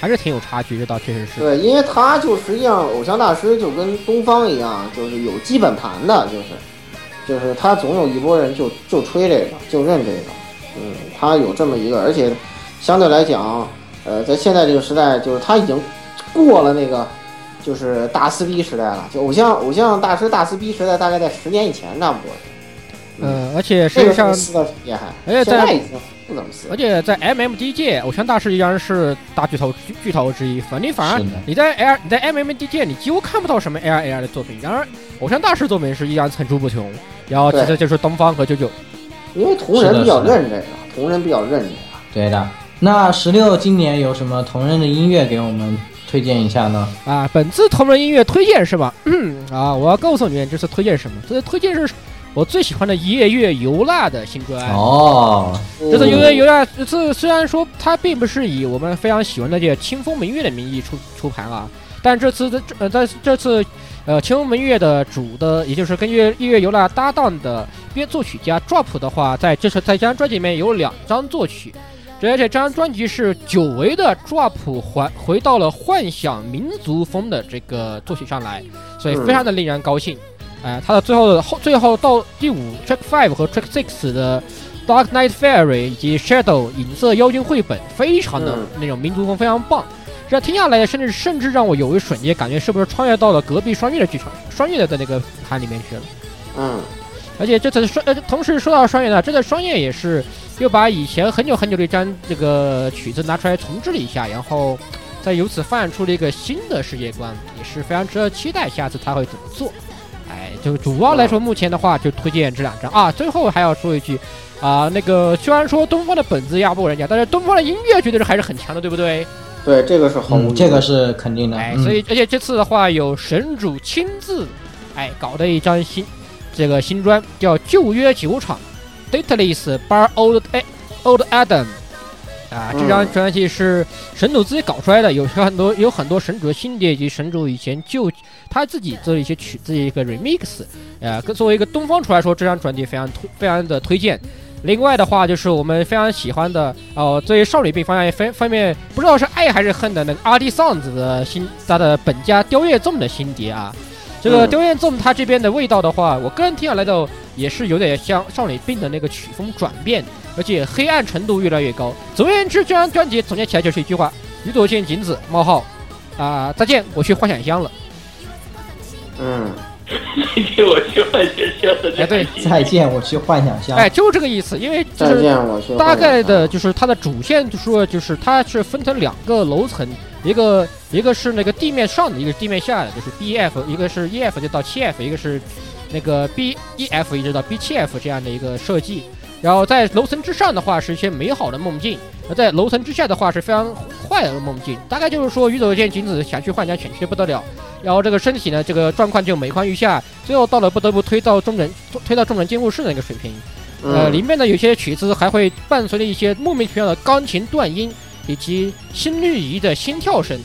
Speaker 3: 还是挺有差距，这倒确实是。
Speaker 2: 对，因为他就实际上偶像大师就跟东方一样，就是有基本盘的，就是就是他总有一波人就就吹这个，就认这个，嗯，他有这么一个，而且相对来讲，呃，在现在这个时代，就是他已经过了那个就是大撕逼时代了，就偶像偶像大师大撕逼时代大概在十年以前差不多，
Speaker 3: 嗯，而且实
Speaker 2: 这
Speaker 3: 际
Speaker 2: 个时候
Speaker 3: 上，哎
Speaker 2: 撕的挺厉害，
Speaker 3: 而且
Speaker 2: 现
Speaker 3: 在
Speaker 2: 在已经不怎么撕了
Speaker 3: 而。且在 MMD 界，偶像大师依然是大巨头巨巨头之一。反正反而
Speaker 5: 是的
Speaker 3: 你在 L 你在 MMD 界，你几乎看不到什么 L L 的作品。然而，偶像大师作品是依然层出不穷。然后其次就是东方和九九，
Speaker 2: 因为同人比较认这个，同人比较认这个。
Speaker 5: 对的。那十六今年有什么同人的音乐给我们推荐一下呢？
Speaker 3: 啊，本次同人音乐推荐是吧？嗯啊，我要告诉你们这次推荐什么。这次推荐是我最喜欢的夜月游蜡的新啊专。
Speaker 5: 哦，
Speaker 3: 这次
Speaker 2: 因
Speaker 3: 因
Speaker 2: 为
Speaker 3: 为有点，这次虽然说它并不是以我们非常喜欢的这个清风明月的名义出出盘啊，但这次的这呃，在这次呃清风明月的主的，也就是跟月月游啦搭档的编作曲家 Drop 的话，在这次在这张专辑里面有两张作曲。而且这张专辑是久违的 drop 还回到了幻想民族风的这个作曲上来，所以非常的令人高兴。哎、他的最后的后最后到第五 track five 和 track six 的 Dark Knight Fairy 以及 Shadow 影色妖精绘本，非常的
Speaker 2: 嗯
Speaker 3: 那种民族风非常棒。这听下来，甚至甚至让我有一瞬间感觉是不是穿越到了隔壁穿越的剧场，穿越的那个盘里面去了。
Speaker 2: 嗯，
Speaker 3: 而且这次双呃，同时说到双叶呢，这次双叶也是又把以前很久很久的一张这个曲子拿出来重置了一下，然后再由此发展出了一个新的世界观，也是非常值得期待下次他会怎么做。哎，就主要来说，目前的话就推荐这两张啊。最后还要说一句。啊、那个虽然说东方的本子压不过人家，但是东方的音乐绝对是还是很强的，对不对？
Speaker 2: 对，这个是毫无疑问、
Speaker 5: 嗯，这个是肯定的。
Speaker 3: 哎，
Speaker 5: 嗯
Speaker 3: 所以而且这次的话有神主亲自哎搞的一张新这个新专叫《旧约酒厂 Dateless Bar Old A- Old Adam》啊，这张
Speaker 2: 嗯
Speaker 3: 专辑是神主自己搞出来的，有很多有很多神主的新碟以及神主以前旧他自己做的一些曲子的一个 remix，呃，跟作为一个东方厨来说，这张专辑非常推非常的推荐。另外的话，就是我们非常喜欢的，哦，作为少女病方向方方面，不知道是爱还是恨的那个 R D Sounds 的新他的本家雕月纵的新碟啊。这个
Speaker 2: 嗯
Speaker 3: 雕月纵它这边的味道的话，我个人听下来的也是有点像少女病的那个曲风转变，而且黑暗程度越来越高。总而言之，这张专辑总结起来就是一句话：宇佐见景子冒号啊、再见，我去幻想乡了。
Speaker 2: 嗯，
Speaker 4: 给我去换学校的
Speaker 3: 哎，对，
Speaker 5: 再见，我去幻想乡。
Speaker 3: 哎，就是这个意思，因为就
Speaker 2: 啊再
Speaker 3: 是
Speaker 2: 见，我去。
Speaker 3: 大概的，就是它的主线，就说就是它是分成两个楼层，一个一个是那个地面上的，一个是地面下的，就是 B F，一个是 E F 就到七 F，一个是那个 B E F 一直到 B 七 F 这样的一个设计。然后在楼层之上的话是一些美好的梦境，而在楼层之下的话是非常坏的梦境。大概就是说，宇佐见景子想去幻想，想去不得了，然后这个身体呢，这个状况就每况愈下，最后到了不得不推到众人推到众人监护室的那个水平。呃，
Speaker 2: 嗯
Speaker 3: 里面的有些曲子还会伴随着一些莫名其妙的钢琴断音以及心率仪的心跳声，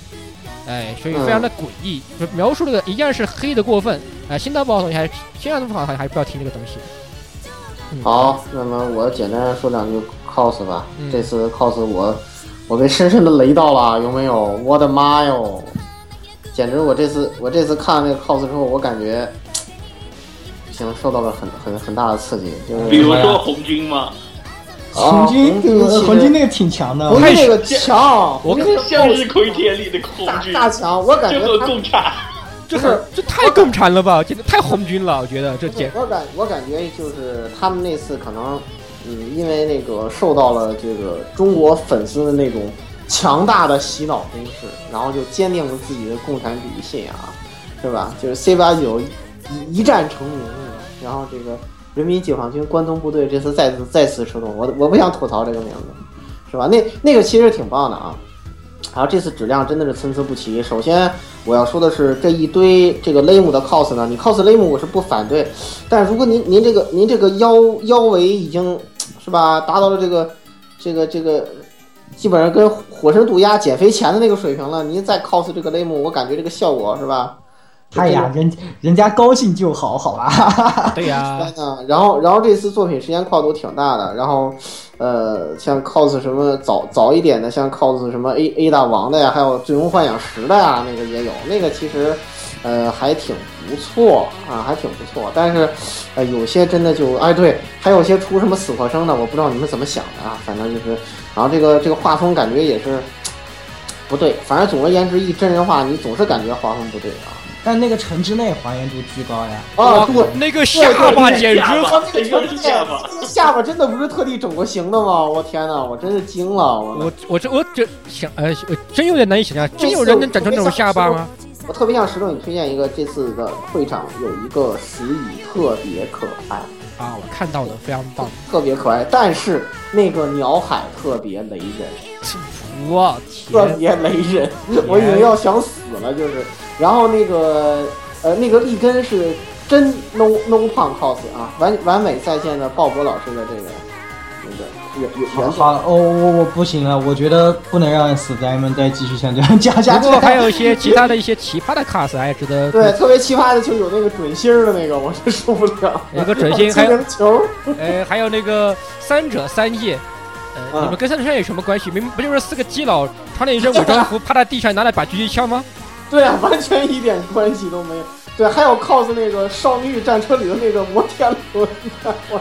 Speaker 3: 哎，所以非常的诡异。就描述这个一样是黑的过分，哎，新大宝同学还是新大宝好像还不要听这个东西。嗯，
Speaker 2: 好，那么我简单说两句 cos 吧。
Speaker 3: 嗯
Speaker 2: 这次 cos 我，我被深深的雷到了，有没有？我的妈哟！简直我这次我这次看那个 cos 之后，我感觉，行，受到了很很很大的刺激。就是
Speaker 4: 比如说红军嘛，
Speaker 2: 啊
Speaker 5: 红军，呃红军
Speaker 2: 那
Speaker 5: 那个挺强的，
Speaker 2: 红军那个强，红
Speaker 3: 我
Speaker 2: 军
Speaker 4: 向日葵田里的红
Speaker 2: 大
Speaker 4: 军，
Speaker 2: 大强，我感
Speaker 4: 就
Speaker 2: 觉
Speaker 4: 和
Speaker 2: 他
Speaker 4: 共产。
Speaker 3: 这
Speaker 2: 不是
Speaker 3: 这太共产了吧？简直太红军了，我觉得这简
Speaker 2: 我感我感觉就是他们那次可能，嗯，因为那个受到了这个中国粉丝的那种强大的洗脑攻势，然后就坚定了自己的共产主义信仰，是吧？就是 C 八九一一战成名，然后这个人民解放军关东部队这次再次再次出动，我我不想吐槽这个名字，是吧？那那个其实挺棒的啊。然后这次质量真的是参差不齐。首先我要说的是，这一堆这个 lame 的 cos 呢，你 cos lame 我是不反对，但如果您您这个您这个腰腰围已经是吧达到了这个这个这个基本上跟火神渡鸦减肥前的那个水平了，您再 cos 这个 lame，我感觉这个效果是吧？
Speaker 5: 哎呀，人人家高兴就好，好吧。
Speaker 3: 对呀、
Speaker 2: 嗯，然后然后这次作品时间跨度挺大的，然后，呃，像 cos 什么早早一点的，像 cos 什么 A A 大王的呀，还有最终幻想十的呀，那个也有，那个其实，呃，还挺不错啊，还挺不错，但是，呃，有些真的就哎对，还有些出什么死活生的，我不知道你们怎么想的啊，反正就是，然后这个这个画风感觉也是。不对，反正总而言之，一真人化你总是感觉画风不对啊。
Speaker 5: 但那个城之内还原度巨高呀，
Speaker 2: 啊，对，
Speaker 3: 那个下巴简直
Speaker 4: 下
Speaker 2: 他
Speaker 4: 巴，
Speaker 2: 这
Speaker 4: 一
Speaker 2: 个
Speaker 4: 个是下巴。
Speaker 2: 这个下巴真的不是特地整过型的吗？我天哪，我真是惊了！我
Speaker 3: 我我这我这想呃，我真有点难以想象，真有人能长成这种下巴吗？
Speaker 2: 我特别向石头你推荐一个，这次的会场有一个石椅特别可爱，
Speaker 3: 啊，我看到了，非常棒！
Speaker 2: 特别可爱，但是那个鸟海特别雷人，
Speaker 3: 我
Speaker 2: 特
Speaker 3: 天，
Speaker 2: 别雷人，我已经要想死了，就是。然后那个呃，那个立根是真 no no 胖 cos 啊，完完美再现了鲍勃老师的这个那个原原
Speaker 5: 好
Speaker 2: 原
Speaker 5: 好了，哦，我我不行了，我觉得不能让死宅们再继续像这样 加下
Speaker 3: 不
Speaker 5: 去
Speaker 3: 过
Speaker 5: 了。
Speaker 3: 还有一些其他的一些奇葩的 cos 还值 得
Speaker 2: 对，特别奇葩的就有那个准星儿的那个， 我真受不了。
Speaker 3: 有个准星哎 还有
Speaker 2: 精灵球，
Speaker 3: 呃，还有那个三者三夜，呃，
Speaker 5: 嗯
Speaker 2: 啊
Speaker 3: 你们跟三者三夜有什么关系？明明不就是四个基佬穿了一身伪装 服，趴在地上拿了把狙击枪吗？
Speaker 2: 对啊， 完全一点关系都没有。对，还有 cos 那个少女与战车里的那个摩天轮，我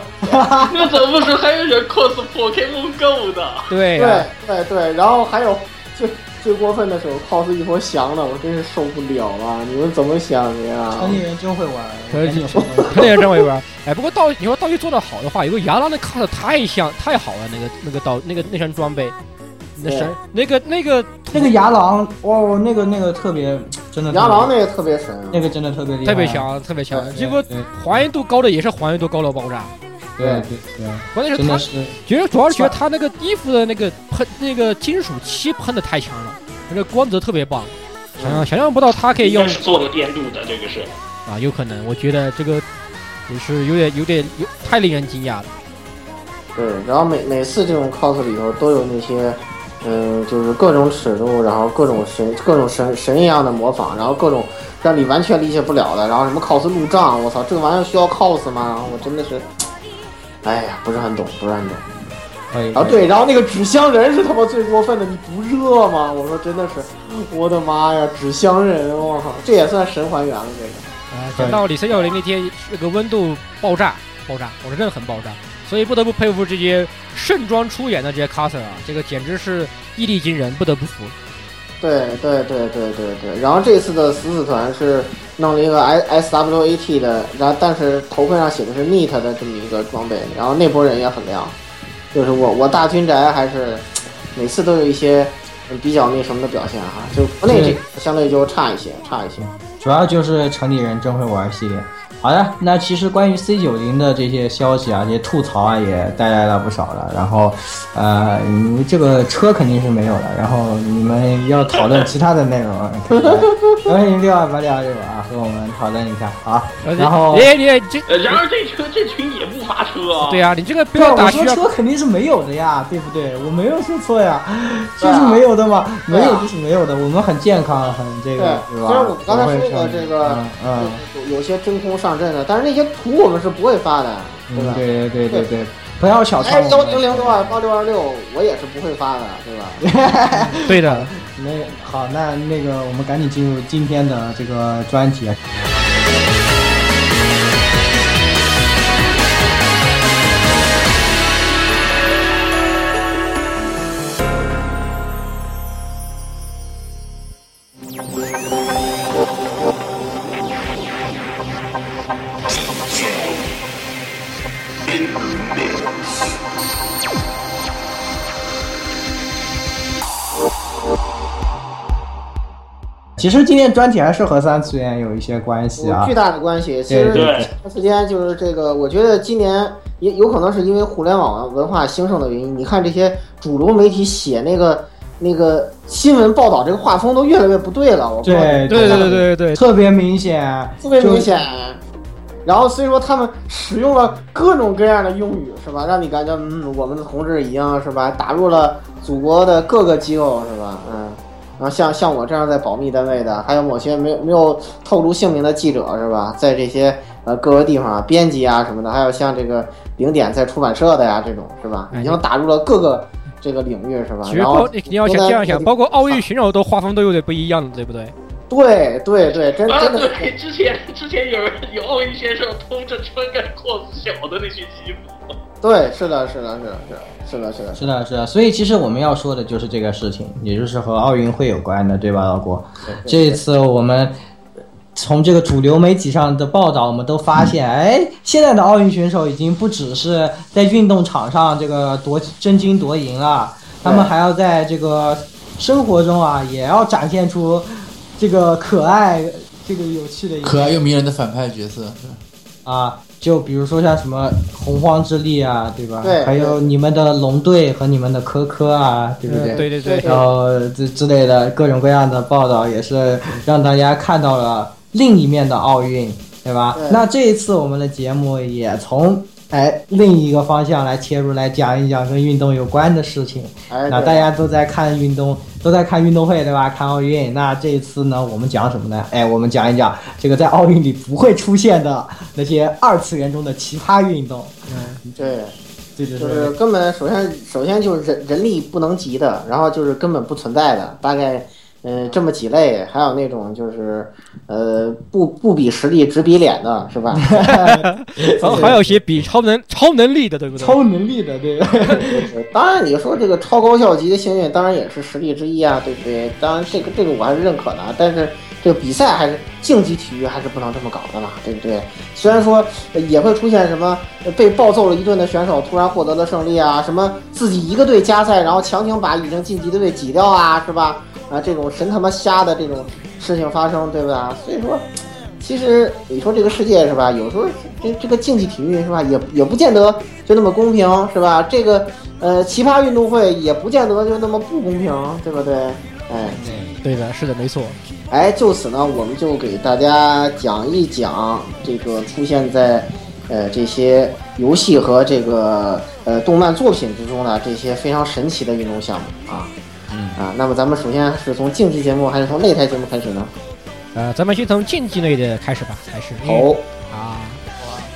Speaker 4: 那怎么说还有人 cos Pokemon Go 的？
Speaker 3: 对哎啊呀、
Speaker 2: 对对对，然后还有最最过分的时候 cos 一坨翔的，我真是受不了了。你们怎么想的呀？
Speaker 3: 哎
Speaker 5: 城里人真会玩，
Speaker 3: 可以
Speaker 5: 赶紧说吧
Speaker 3: 他那个真伪装。 哎，不过道你说道具做的好的话，有个牙狼的 cos 太像太好了，那个那个道那个那身装备，那
Speaker 2: 对
Speaker 3: 身那个那个
Speaker 5: 那个牙狼，哇、哦，那个那个特别，真的特别
Speaker 2: 牙狼那个特别神啊，
Speaker 5: 那个真的特别厉害，
Speaker 3: 特别强，特别强
Speaker 5: 对。
Speaker 3: 结果
Speaker 5: 对
Speaker 3: 还原度高的也是还原度高到爆炸，
Speaker 5: 对对对，
Speaker 3: 关键是
Speaker 5: 真
Speaker 3: 他
Speaker 5: 的是
Speaker 3: 觉得主要是觉得他那个衣服的那个喷那个金属漆喷的太强了，那个光泽特别棒，想象想象不到他可以
Speaker 4: 应
Speaker 3: 用
Speaker 4: 该是做了电路的，这个是。
Speaker 3: 啊，有可能，我觉得这个也是有点有点有太令人惊讶了。
Speaker 2: 对，然后每每次这种 cos 里头都有那些，嗯，就是各种尺度，然后各种神各种神神一样的模仿，然后各种让你完全理解不了的，然后什么 cos 路障，我操，这个玩意儿需要 cos 吗？我真的是，哎呀，不是很懂，不是很懂。
Speaker 5: 可以
Speaker 2: 啊，对，然后那个纸箱人是他妈最过分的，你不热吗？我说真的是，我的妈呀，纸箱人，我靠，这也算神还原了这个。
Speaker 3: 啊，讲到李三幺零那天那个温度爆炸爆炸，我说真的很爆炸，所以不得不佩服这些盛装出演的这些 coser 啊，这个简直是毅力惊人，不得不服。
Speaker 2: 对对对对对对。然后这次的死死团是弄了一个 S S W A T 的，然后但是头盔上写的是 Neat 的这么一个装备，然后那波人也很亮。就是我我大军宅还是每次都有一些比较那什么的表现哈、就国内这个相对就差一些，差一些。
Speaker 5: 主要就是城里人真会玩系列。好的，那其实关于 C 九零的这些消息啊，这些吐槽啊，也带来了不少了。然后，呃，你这个车肯定是没有了。然后你们要讨论其他的内容， 可以来幺零六二八六二六啊，和我们讨论一下啊。然后，
Speaker 3: 哎你这
Speaker 4: 呃然而这车这群也不发车啊。
Speaker 3: 对啊，你这个不
Speaker 5: 对啊，
Speaker 3: 要打
Speaker 5: 我
Speaker 3: 需
Speaker 5: 说
Speaker 3: 要
Speaker 5: 车肯定是没有的呀，对不对？我没有说错呀，
Speaker 2: 啊
Speaker 5: 就是没有的嘛，没有就是没有的。我们很健康，很这个，
Speaker 2: 对
Speaker 5: 吧？
Speaker 2: 虽然我们刚才说过
Speaker 5: 不会
Speaker 2: 这个
Speaker 5: 嗯嗯
Speaker 2: 有有些真空上阵的，但是那些图我们是不会发的，对
Speaker 5: 嗯
Speaker 2: 吧？
Speaker 5: 对对对对，不要小看
Speaker 2: 哎，幺
Speaker 5: 我们
Speaker 2: 零零六二八六二六，我也是不会发的，对吧？
Speaker 3: 对的。
Speaker 5: 那好，那那个我们赶紧进入今天的这个专题。其实今天专题还是和三次元有一些关系
Speaker 2: 有
Speaker 5: 啊
Speaker 2: 巨。大的关系。其
Speaker 5: 对
Speaker 2: 实
Speaker 5: 对
Speaker 4: 对
Speaker 2: 这段时间就是这个，我觉得今年也有可能是因为互联网文化兴盛的原因，你看这些主流媒体写那个那个新闻报道这个画风都越来越不对了。我不知道
Speaker 5: 对
Speaker 3: 对对对对对，
Speaker 5: 特别明显，
Speaker 2: 特别明
Speaker 5: 就
Speaker 2: 显。然后虽说他们使用了各种各样的用语，是吧？让你感觉嗯，我们的同志一样，是吧？打入了祖国的各个机构，是吧？嗯。然后像像我这样在保密单位的，还有某些没有没有透露姓名的记者，是吧？在这些呃各个地方啊，编辑啊什么的，还有像这个零点在出版社的呀，这种是吧？
Speaker 3: 哎
Speaker 2: 已经打入了各个这个领域，是吧？
Speaker 3: 其实
Speaker 2: 啊然
Speaker 3: 包
Speaker 2: 后
Speaker 3: 你你要想
Speaker 2: 都在
Speaker 3: 这样想，包括奥
Speaker 2: 啊
Speaker 3: 运巡游都画风都有点不一样的，对不对？
Speaker 2: 对对对，真
Speaker 4: 啊，
Speaker 2: 真的是这样
Speaker 4: 对，之前之前有人有奥运选手偷着穿个阔子小的那些衣服，
Speaker 2: 对，是的，是的，是的，是的，是的，是的。
Speaker 5: 是的，是的，所以其实我们要说的就是这个事情，也就是和奥运会有关的，对吧，老郭？这一次我们从这个主流媒体上的报道，我们都发现，哎，现在的奥运选手已经不只是在运动场上这个夺争金夺银了，他们
Speaker 2: 对
Speaker 5: 还要在这个生活中啊，也要展现出这个可爱、这个有趣的一面
Speaker 6: 可爱又迷人的反派角色，是吧
Speaker 5: 啊，就比如说像什么洪荒之力啊，对吧？
Speaker 2: 对
Speaker 5: 还有你们的龙队和你们的科科啊，对不对？
Speaker 3: 嗯对对对
Speaker 2: 对
Speaker 5: 然后之之类的各种各样的报道，也是让大家看到了另一面的奥运，对吧？
Speaker 2: 对
Speaker 5: 那这一次我们的节目也从哎另一个方向来切入，来讲一讲跟运动有关的事情。
Speaker 2: 哎，
Speaker 5: 那
Speaker 2: 对
Speaker 5: 大家都在看运动，都在看运动会，对吧？看奥运。那这一次呢，我们讲什么呢？哎，我们讲一讲这个在奥运里不会出现的那些二次元中的奇葩运动。
Speaker 2: 对，
Speaker 5: 对对
Speaker 2: 就
Speaker 5: 对，
Speaker 2: 是根本首先首先就是人人力不能及的，然后就是根本不存在的，大概嗯、呃这么几类，还有那种就是呃不不比实力只比脸的是吧？
Speaker 3: 然后还有些比超能超能力的，对不对？
Speaker 5: 超能力的，对吧？
Speaker 2: 当然你说这个超高效级的幸运，当然也是实力之一啊，对不对？当然这个这个我还是认可的啊，但是这个比赛还是竞技体育还是不能这么搞的嘛，对不对？虽然说呃也会出现什么呃被暴揍了一顿的选手突然获得了胜利啊，什么自己一个队加赛，然后强行把已经晋级的队挤掉啊，是吧？啊，这种神他妈瞎的这种事情发生，对不对啊？所以说。其实你说这个世界是吧？有时候这这个竞技体育是吧，也也不见得就那么公平是吧？这个呃奇葩运动会也不见得就那么不公平，对不对？哎
Speaker 3: 对的，是的，没错。
Speaker 2: 哎，就此呢，我们就给大家讲一讲这个出现在呃这些游戏和这个呃动漫作品之中的这些非常神奇的运动项目啊。
Speaker 6: 嗯
Speaker 2: 啊，那么咱们首先是从竞技节目还是从擂台节目开始呢？
Speaker 3: 呃，咱们先从竞技类的开始吧，还是因为
Speaker 2: 好，
Speaker 3: 啊。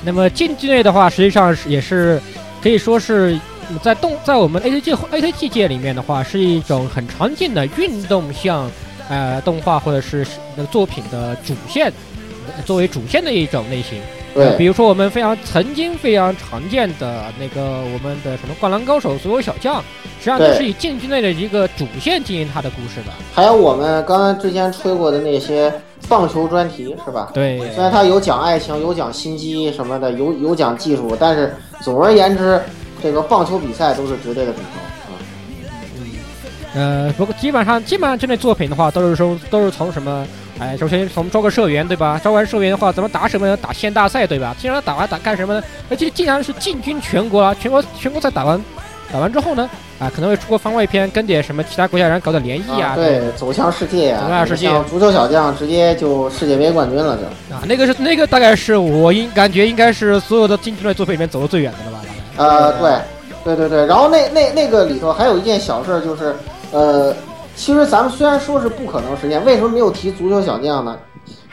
Speaker 3: 那么竞技类的话，实际上是也是可以说是在动在我们 A C G A C G 界里面的话，是一种很常见的运动向呃动画或者是呃作品的主线、呃作为主线的一种类型。
Speaker 2: 对
Speaker 3: 比如说我们非常曾经非常常见的那个我们的什么《灌篮高手》《所有小将》，实际上都
Speaker 2: 对
Speaker 3: 是以进军内的一个主线进行它的故事的。
Speaker 2: 还有我们刚刚之前吹过的那些棒球专题是吧？
Speaker 3: 对，
Speaker 2: 虽然它有讲爱情，有讲心机什么的，有有讲技术，但是总而言之，这个棒球比赛都是值得的比赛啊。
Speaker 3: 呃，不过基本上基本上这类作品的话，都是说都是从什么？哎，首先从招个社员对吧？招完社员的话，咱们打什么呢？打县大赛对吧？经常打完打干什么呢？而且竟然是进军全国啊！全国全国赛打完，打完之后呢，啊，可能会出个番外篇，跟点什么其他国家人搞点联谊啊，
Speaker 2: 对，走向世界呀、
Speaker 3: 走向世界
Speaker 2: 像足球小将直接就世界杯冠军了就。
Speaker 3: 啊，那个是那个大概是我应感觉应该是所有的进军类作品里面走的最远的了吧？
Speaker 2: 呃，对，对对对。然后那那那个里头还有一件小事儿，就是呃，其实咱们虽然说是不可能实现，为什么没有提足球小将呢？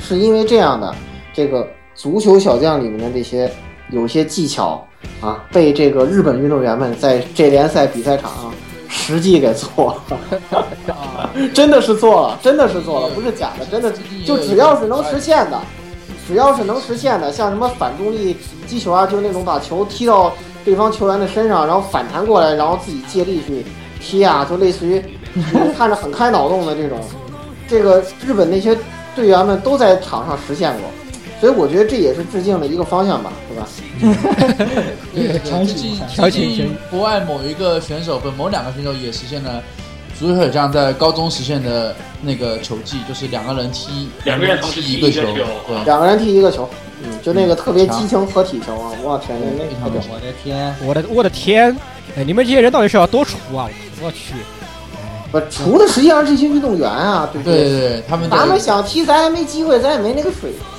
Speaker 2: 是因为这样的，这个足球小将里面的这些有些技巧啊，被这个日本运动员们在这联赛比赛场上实际给 做了，真的是做了，真的是做了，不是假的，真的是就只要是能实现的。只要是能实现的，像什么反重力击球啊，就是那种把球踢到对方球员的身上，然后反弹过来，然后自己借力去踢啊，就类似 于看着很开脑洞的这种。这个日本那些队员们都在场上实现过，所以我觉得这也是致敬的一个方向吧，是吧？
Speaker 6: 最近
Speaker 3: 强行
Speaker 6: 最近国外某一个选手，不，某两个选手也实现了足球小将在高中实现的那个球技，就是两个人踢
Speaker 4: 两个人同时
Speaker 6: 踢
Speaker 4: 踢
Speaker 6: 一
Speaker 4: 一
Speaker 6: 个
Speaker 4: 个
Speaker 6: 球
Speaker 4: 球，
Speaker 6: 对，
Speaker 2: 两个人踢一个球，嗯，就那个特别激情合体球啊，我天，那那个
Speaker 5: 我的天，
Speaker 3: 我的我的天！哎，你们这些人到底是要多除啊！我去，
Speaker 2: 不除的实际上是这些运动员啊，对不
Speaker 6: 对对对，他们
Speaker 2: 咱们
Speaker 6: 的
Speaker 2: 想踢，咱也没机会，咱也没那个水平。啊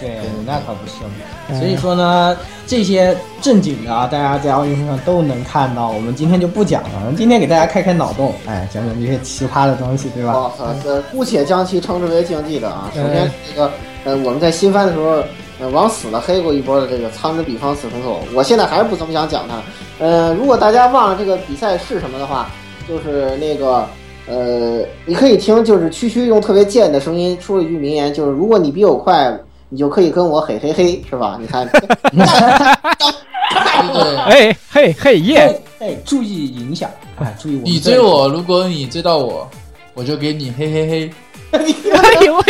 Speaker 5: 对，那可不是嘛。所以说呢，这些正经的啊，大家在奥运会上都能看到，我们今天就不讲了，我们今天给大家开开脑洞，哎，讲讲这些奇葩的东西，对吧？
Speaker 2: 我操，这哦呃姑且将其称之为竞技的啊。首
Speaker 5: 嗯
Speaker 2: 先，这个呃，我们在新番的时候，呃，往死了黑过一波的这个苍之比方死神手，我现在还是不怎么想讲它。呃，如果大家忘了这个比赛是什么的话，就是那个呃，你可以听，就是区区用特别贱的声音说了一句名言，就是如果你比我快，你就可以跟我嘿嘿嘿，是吧？你 看，
Speaker 3: 哎嘿嘿耶！
Speaker 5: 哎，注意影响，哎，注意我们
Speaker 6: 你追我，如果你追到我，我就给你嘿嘿嘿。
Speaker 3: 哎呦喂！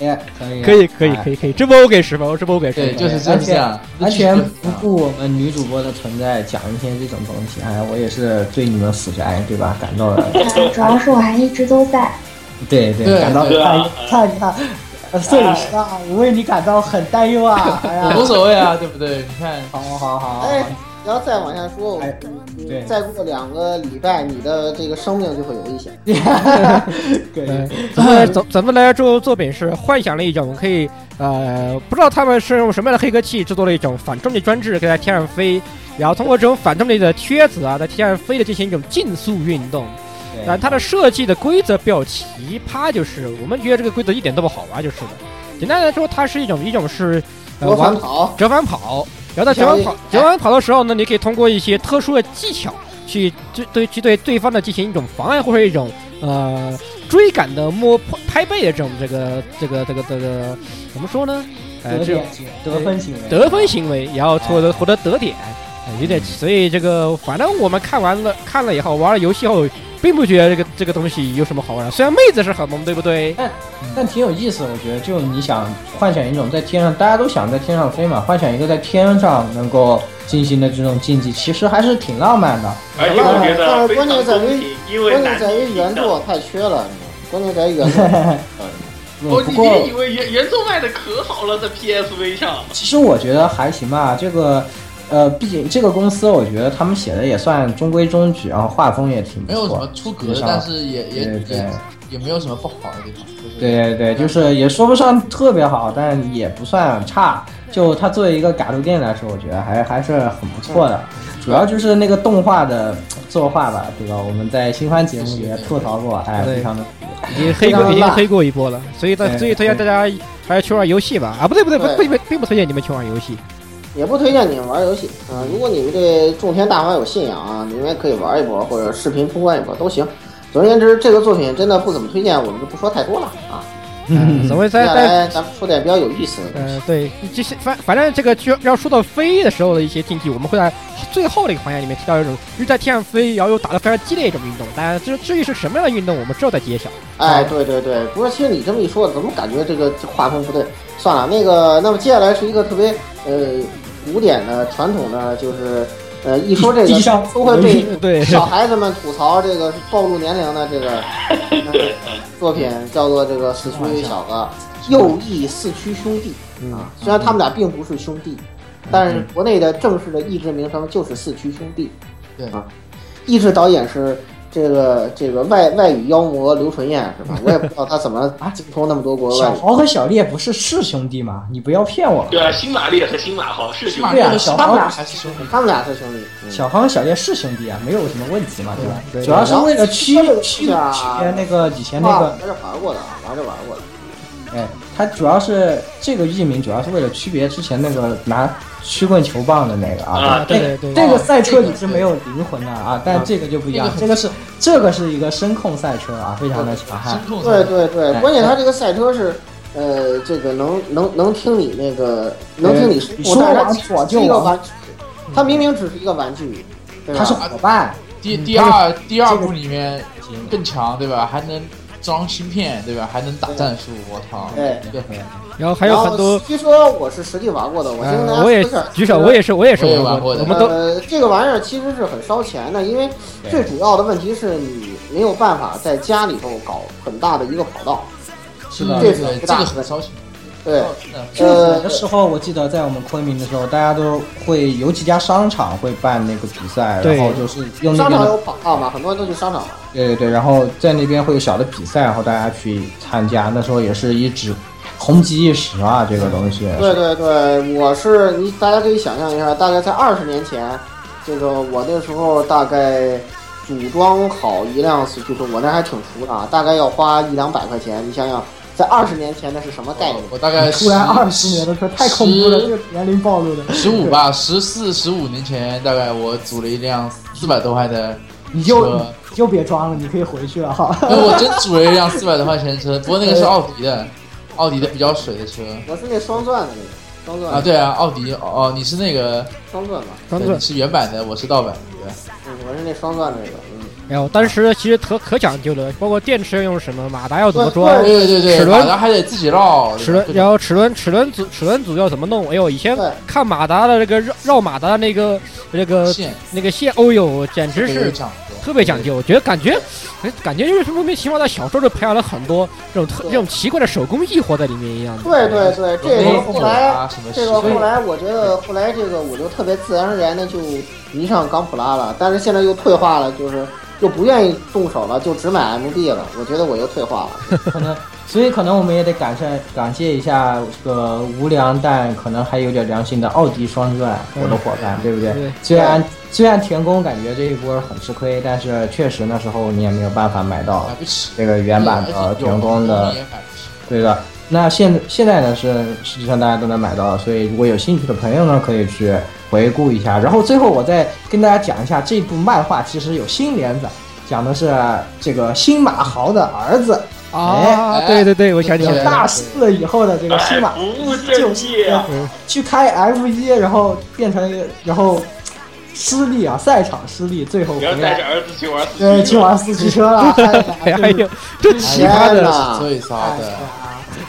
Speaker 5: 哎，可以，
Speaker 3: 可以可以
Speaker 5: 哎
Speaker 3: 可以可以，这波我给十分，我这波我给十分。
Speaker 6: 对，就是
Speaker 5: 而
Speaker 6: 真
Speaker 5: 且
Speaker 6: 相，
Speaker 5: 完全不顾我们女主播的存在，讲一些这种东西，哎，我也是对你们死宅，对吧？感到了，
Speaker 7: 主要是我还一直都在。
Speaker 5: 对对，
Speaker 6: 对
Speaker 5: 感到
Speaker 4: 对啊
Speaker 5: 看看看，呃摄影师啊，我为你感到很担忧啊，哎呀
Speaker 6: 我，无所谓啊，对不对？你看，
Speaker 5: 好好好好，
Speaker 2: 哎，你要再往下说，我
Speaker 5: 哎对
Speaker 2: 再过两个礼拜，你的这个生命就会有危险。
Speaker 5: 可以，
Speaker 3: 呃咱们咱咱们来做作品是幻想了一种可以呃，不知道他们是用什么样的黑科技制作了一种反重力装置，可以在天上飞，然后通过这种反重力的靴子啊，在天上飞的进行一种竞速运动。
Speaker 5: 对
Speaker 3: 但它的设计的规则比较奇葩，就是我们觉得这个规则一点都不好玩，就是的。简单来说，它是一种一种是呃
Speaker 2: 我
Speaker 3: 玩
Speaker 2: 环跑，
Speaker 3: 折返跑，然后在折返跑
Speaker 2: 哎
Speaker 3: 折返跑的时候呢，你可以通过一些特殊的技巧去对对去对对方的进行一种妨碍或者一种呃追赶的摸拍背的这种这个这个这个这个怎么说呢？呃，
Speaker 5: 得
Speaker 3: 这种
Speaker 5: 点啊得分行为，
Speaker 3: 得分行为，然后获得获得得点，呃有
Speaker 5: 嗯
Speaker 3: 点所以这个反正我们看完了看了以后玩了游戏后，并不觉得这个这个东西有什么好玩的，虽然妹子是很萌，对不对？
Speaker 5: 但挺有意思，我觉得，就你想幻想一种在天上，大家都想在天上飞嘛，幻想一个在天上能够进行的这种竞技，其实还是挺浪漫的。
Speaker 4: 而且我觉得非常公平，因为
Speaker 2: 关
Speaker 4: 男
Speaker 2: 键在于原作太缺了，关键在于原作。
Speaker 5: 嗯
Speaker 4: 哦，
Speaker 5: 不
Speaker 4: 你
Speaker 5: 过
Speaker 4: 别以为原原作卖的可好了，在 PSV 上。
Speaker 5: 其实我觉得还行吧，这个，呃，毕竟这个公司，我觉得他们写的也算中规中矩，然后画风也挺不
Speaker 6: 没有什么
Speaker 5: 错。
Speaker 6: 出格
Speaker 5: 至
Speaker 6: 的，
Speaker 5: 少
Speaker 6: 但是也也
Speaker 5: 对对
Speaker 6: 也也没有什么不好的地方。就是
Speaker 5: 对对对，就是也说不上特别好，但也不算差。就它作为一个嘎鲁店来说，我觉得还还是很不错的。
Speaker 6: 嗯
Speaker 5: 主要就是那个动画的呃作画吧，对吧？我们在新番节目里也吐槽过，哎，
Speaker 3: 对
Speaker 5: 非常的
Speaker 3: 已经黑过，
Speaker 2: 非常
Speaker 3: 已经
Speaker 2: 烂
Speaker 3: 黑过一波了，所以大，
Speaker 6: 哎
Speaker 5: 对
Speaker 3: 所以推荐大家还是去玩游戏吧。啊，不对不对，不
Speaker 2: 对
Speaker 3: 并不并不推荐你们去玩游戏。
Speaker 2: 也不推荐你们玩游戏啊、如果你们对种田大法有信仰啊，你们也可以玩一波，或者视频通关一波都行。总而言之，这个作品真的不怎么推荐，我们就不说太多了啊。
Speaker 3: 嗯，所谓在
Speaker 2: 接下来
Speaker 3: 在
Speaker 2: 咱们说点比较有意思的
Speaker 5: 嗯
Speaker 2: 东西
Speaker 3: 呃，对，这些反反正这个就要说到飞的时候的一些竞技，我们会在最后的一个环节里面提到一种，就是在天上飞，然后又打得非常激烈一种运动。当然，至至于是什么样的运动，我们之后再揭晓。
Speaker 2: 哎，对对对，不过其实你这么一说，怎么感觉这个这画风不对？算了，那个，那么接下来是一个特别呃古典的传统的，就是呃一说这
Speaker 5: 地
Speaker 2: 个
Speaker 5: 上
Speaker 2: 都会被
Speaker 6: 嗯
Speaker 3: 对
Speaker 2: 小孩子们吐槽这个是暴露年龄的这个、呃作品，叫做这个四驱小子右翼四驱兄弟
Speaker 5: 嗯
Speaker 2: 啊。虽然他们俩并不是兄弟，但是国内的正式的译制名称就是四驱兄弟。
Speaker 6: 对
Speaker 2: 啊，译制导演是这个这个外外语妖魔刘纯燕是 吧？我也不知道他怎么啊精通那么多国外
Speaker 5: 小
Speaker 2: 语。
Speaker 5: 豪和小烈不是是兄弟吗？你不要骗我。
Speaker 4: 对啊，新马力和新马豪是兄弟
Speaker 5: 对。啊，小
Speaker 6: 他们
Speaker 5: 豪
Speaker 6: 俩还是兄弟，
Speaker 2: 他们俩是兄弟，嗯
Speaker 5: 小豪和小烈是兄弟啊，没有什么问题嘛，对吧？
Speaker 3: 对
Speaker 5: 主要是为了区
Speaker 2: 然后
Speaker 5: 区区
Speaker 2: 是啊
Speaker 5: 别那个以前那
Speaker 2: 啊
Speaker 5: 个，
Speaker 2: 还是玩过的，啊，还是玩过的。
Speaker 5: 哎，他主要是这个译名主要是为了区别之前那个拿曲棍球棒的那个啊
Speaker 4: 啊，
Speaker 5: 对
Speaker 3: 对对对
Speaker 5: 这个赛车你是没有灵魂的啊，但这个就不一样
Speaker 6: 这，个
Speaker 5: 这个是这个是一个声控赛车啊，非常的强悍
Speaker 6: 声。控
Speaker 2: 对对对，
Speaker 5: 哎
Speaker 2: 关键他这个赛车是，呃，这个能能能听你那个，能听你
Speaker 5: 你
Speaker 2: 说
Speaker 5: 说，
Speaker 2: 但
Speaker 5: 完
Speaker 2: 是它
Speaker 5: 我就是
Speaker 2: 一个
Speaker 5: 完
Speaker 2: 玩具，
Speaker 3: 嗯
Speaker 2: 它明明只是一个玩具，对吧？
Speaker 5: 他是伙伴，
Speaker 6: 第
Speaker 5: 嗯
Speaker 6: 第
Speaker 5: 这个
Speaker 6: 二第二
Speaker 5: 这个
Speaker 6: 部里面更强，对吧？还能装芯片，对吧？还能打战术，我操！
Speaker 2: 对
Speaker 6: 对，
Speaker 3: 然后还有很 多，
Speaker 2: 据说我是实际玩过的，我先跟大家
Speaker 3: 呃，
Speaker 2: 说
Speaker 3: 我也
Speaker 2: 一下。
Speaker 3: 举手，我也是，我也是，
Speaker 6: 我也
Speaker 3: 我
Speaker 6: 玩过的
Speaker 3: 我们都
Speaker 2: 呃，这个玩意儿其实是很烧钱的，因为最主要的问题是你没有办法在家里头搞很大的一个跑道。
Speaker 5: 是的。
Speaker 2: 对
Speaker 6: 嗯这个这个很烧钱，
Speaker 2: 对，
Speaker 3: 哦
Speaker 6: 真
Speaker 5: 就
Speaker 6: 的
Speaker 5: 是有
Speaker 2: 呃
Speaker 5: 的，时候，我记得在我们昆明的时候，大家都会有几家商场会办那个比赛，
Speaker 3: 对
Speaker 5: 然后就是用那
Speaker 2: 商
Speaker 5: 边
Speaker 2: 场有
Speaker 5: 的，
Speaker 2: 跑道嘛，很多人都去商场玩。
Speaker 5: 对对对，然后在那边会有小的比赛，然后大家去参加。那时候也是一直红极一时啊，这个东西。
Speaker 2: 对对对，我是你，大家可以想象一下，大概在二十年前，这个我那时候大概组装好一辆四驱车，我那还挺熟的啊，大概要花一两百块钱。你想想，在二十年前那是什么概念？
Speaker 6: 我大概
Speaker 5: 突然二十年
Speaker 6: 十
Speaker 5: 的车太恐怖了，
Speaker 6: 十
Speaker 5: 这个年龄暴露的。
Speaker 6: 十五吧，十四十五年前，大概我组了一辆四百多块的。
Speaker 5: 你就
Speaker 6: 车
Speaker 5: 你就别装了，你可以回去了哈。
Speaker 6: 因为我真组了一辆四百多块钱的 车，不过那个是奥迪的，奥迪的比较水的车
Speaker 2: 我是那双钻的啊那个，双钻
Speaker 6: 啊，对啊，奥迪哦，你是那个，
Speaker 2: 双钻吧，
Speaker 3: 刚
Speaker 6: 对
Speaker 3: 才
Speaker 6: 你是原版的，我是盗版的，
Speaker 2: 嗯，我是那双钻那个，嗯，
Speaker 3: 然后当时其实可可讲究了，包括电池要用什么，马达要怎么装，
Speaker 6: 对对对对
Speaker 3: 齿
Speaker 6: 对，
Speaker 3: 轮
Speaker 6: 马达还得自己绕，
Speaker 3: 齿轮，
Speaker 6: 对吧
Speaker 3: 然后齿轮齿轮组齿轮组要怎么弄？哎呦，以前
Speaker 2: 对
Speaker 3: 看马达的这个绕绕马达的那个那个
Speaker 6: 线
Speaker 3: 那个线，哦呦，简直
Speaker 6: 对有
Speaker 3: 是
Speaker 6: 讲究，
Speaker 3: 特别讲究。我觉得感觉，哎感觉就是莫名其妙在小时候就培养了很多这种特
Speaker 2: 对
Speaker 3: 这种奇怪的手工艺活在里面一样的。
Speaker 2: 对对对，这
Speaker 6: 有
Speaker 2: 个
Speaker 6: 后
Speaker 2: 后来。啊
Speaker 6: 什么
Speaker 2: 这个后来，我觉得后来这个我就特别自然而然的就迷上钢普拉了，但是现在又退化了，就是又不愿意动手了，就只买 MD 了。我觉得我又退 化了。
Speaker 5: 可能，所以可能我们也得感谢感谢一下这个无良但可能还有点良心的奥迪双钻，我的伙伴，对不对？
Speaker 3: 对
Speaker 5: 虽然虽然田工感觉这一波很吃亏，但是确实那时候你也没有办法买到
Speaker 6: 买不起
Speaker 5: 这个原版的田工的，对的。那现现在呢是实际上大家都能买到，所以如果有兴趣的朋友呢，可以去回顾一下。然后最后我再跟大家讲一下，这部漫画其实有新连载，讲的是这个新马豪的儿子。
Speaker 3: 啊，
Speaker 6: 哎
Speaker 3: 对对对，我想起
Speaker 6: 对
Speaker 3: 来了。
Speaker 5: 有
Speaker 6: 对对嗯
Speaker 5: 大四了以后的这个新
Speaker 4: 哎，
Speaker 5: 马
Speaker 4: 不务正业啊！
Speaker 5: 去开 F 一，然后变成一个，然后失利啊，赛场失利，最后
Speaker 4: 你
Speaker 5: 回
Speaker 4: 要带着
Speaker 5: 来
Speaker 4: 儿子去玩四驱车，
Speaker 5: 对去玩四驱车了。哎呀
Speaker 3: 哎呦，这奇葩
Speaker 2: 天
Speaker 3: 的
Speaker 2: 呐，
Speaker 6: 最骚
Speaker 5: 哎
Speaker 6: 的，
Speaker 5: 呀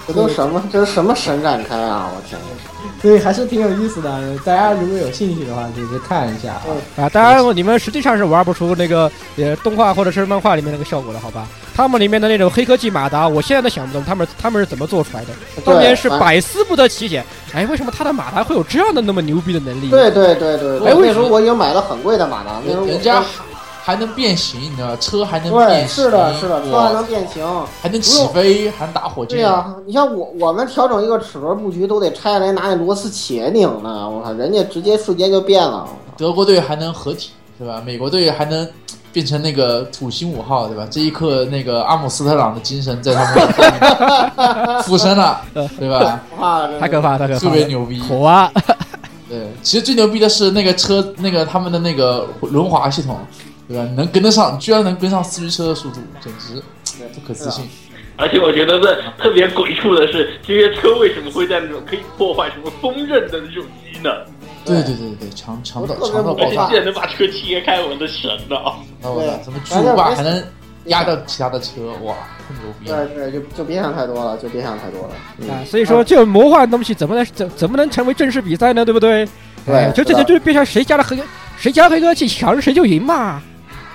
Speaker 2: 这都什么？这是什么神展开啊！我天，
Speaker 6: 嗯
Speaker 5: 所以还是挺有意思的，大家如果有兴趣的话，可以去看一下
Speaker 4: 哦
Speaker 5: 啊。
Speaker 3: 啊！当然，你们实际上是玩不出那个呃动画或者是漫画里面那个效果了，好吧？他们里面的那种黑科技马达，我现在都想不懂他们他们是怎么做出来的。当年是
Speaker 2: 对啊
Speaker 3: 百思不得其解，哎，为什么他的马达会有这样的那么牛逼的能力？
Speaker 2: 对对对对
Speaker 6: 哎
Speaker 2: 对，
Speaker 6: 为
Speaker 2: 那时候
Speaker 6: 什么
Speaker 2: 我已经买了很贵的马达，那时候我
Speaker 6: 人家还能变形，你知道吧？车还能
Speaker 2: 哎对
Speaker 6: 变形，
Speaker 2: 是的是的，车还能
Speaker 6: 哇
Speaker 2: 变形。
Speaker 6: 还能起飞，还能打火箭，
Speaker 2: 对呀、你像我我们调整一个齿轮布局都得拆下来拿那螺丝钳拧呢，我靠，人家直接瞬间就变了。
Speaker 6: 德国队还能合体，对吧？美国队还能变成那个土星五号，对吧？这一刻，那个阿姆斯特朗的精神在他 们附身了，对吧？
Speaker 2: 哇，这
Speaker 3: 太可怕，太可
Speaker 6: 特
Speaker 3: 怕
Speaker 6: 别
Speaker 3: 了！
Speaker 6: 牛逼。
Speaker 3: 火啊！
Speaker 6: 对，其实最牛逼的是那个车，那个他们的那个轮滑系统，对吧？能跟得上，居然能跟上四驱车的速度，简直不可置信。
Speaker 4: 而且我觉得这特别鬼畜的是，这些车为什么会在那种可以破坏什么风刃的那种机呢？
Speaker 6: 对对对对，长长到
Speaker 4: 而
Speaker 6: 长到爆
Speaker 4: 且
Speaker 6: 炸
Speaker 4: 竟，然能把车切开，我的神呐！
Speaker 6: 那我操，怎么巨无霸还能压到其他的车？哇，太牛逼啊了！
Speaker 2: 对对，就就别想太多了，就别想太多了。嗯
Speaker 3: 啊，所以说这魔幻的东西怎么能怎怎么能成为正式比赛呢？对不对？
Speaker 2: 对啊
Speaker 3: 哎就这
Speaker 2: 是
Speaker 3: 就
Speaker 2: 的
Speaker 3: 就变成谁家的黑谁家黑科技强谁就赢嘛。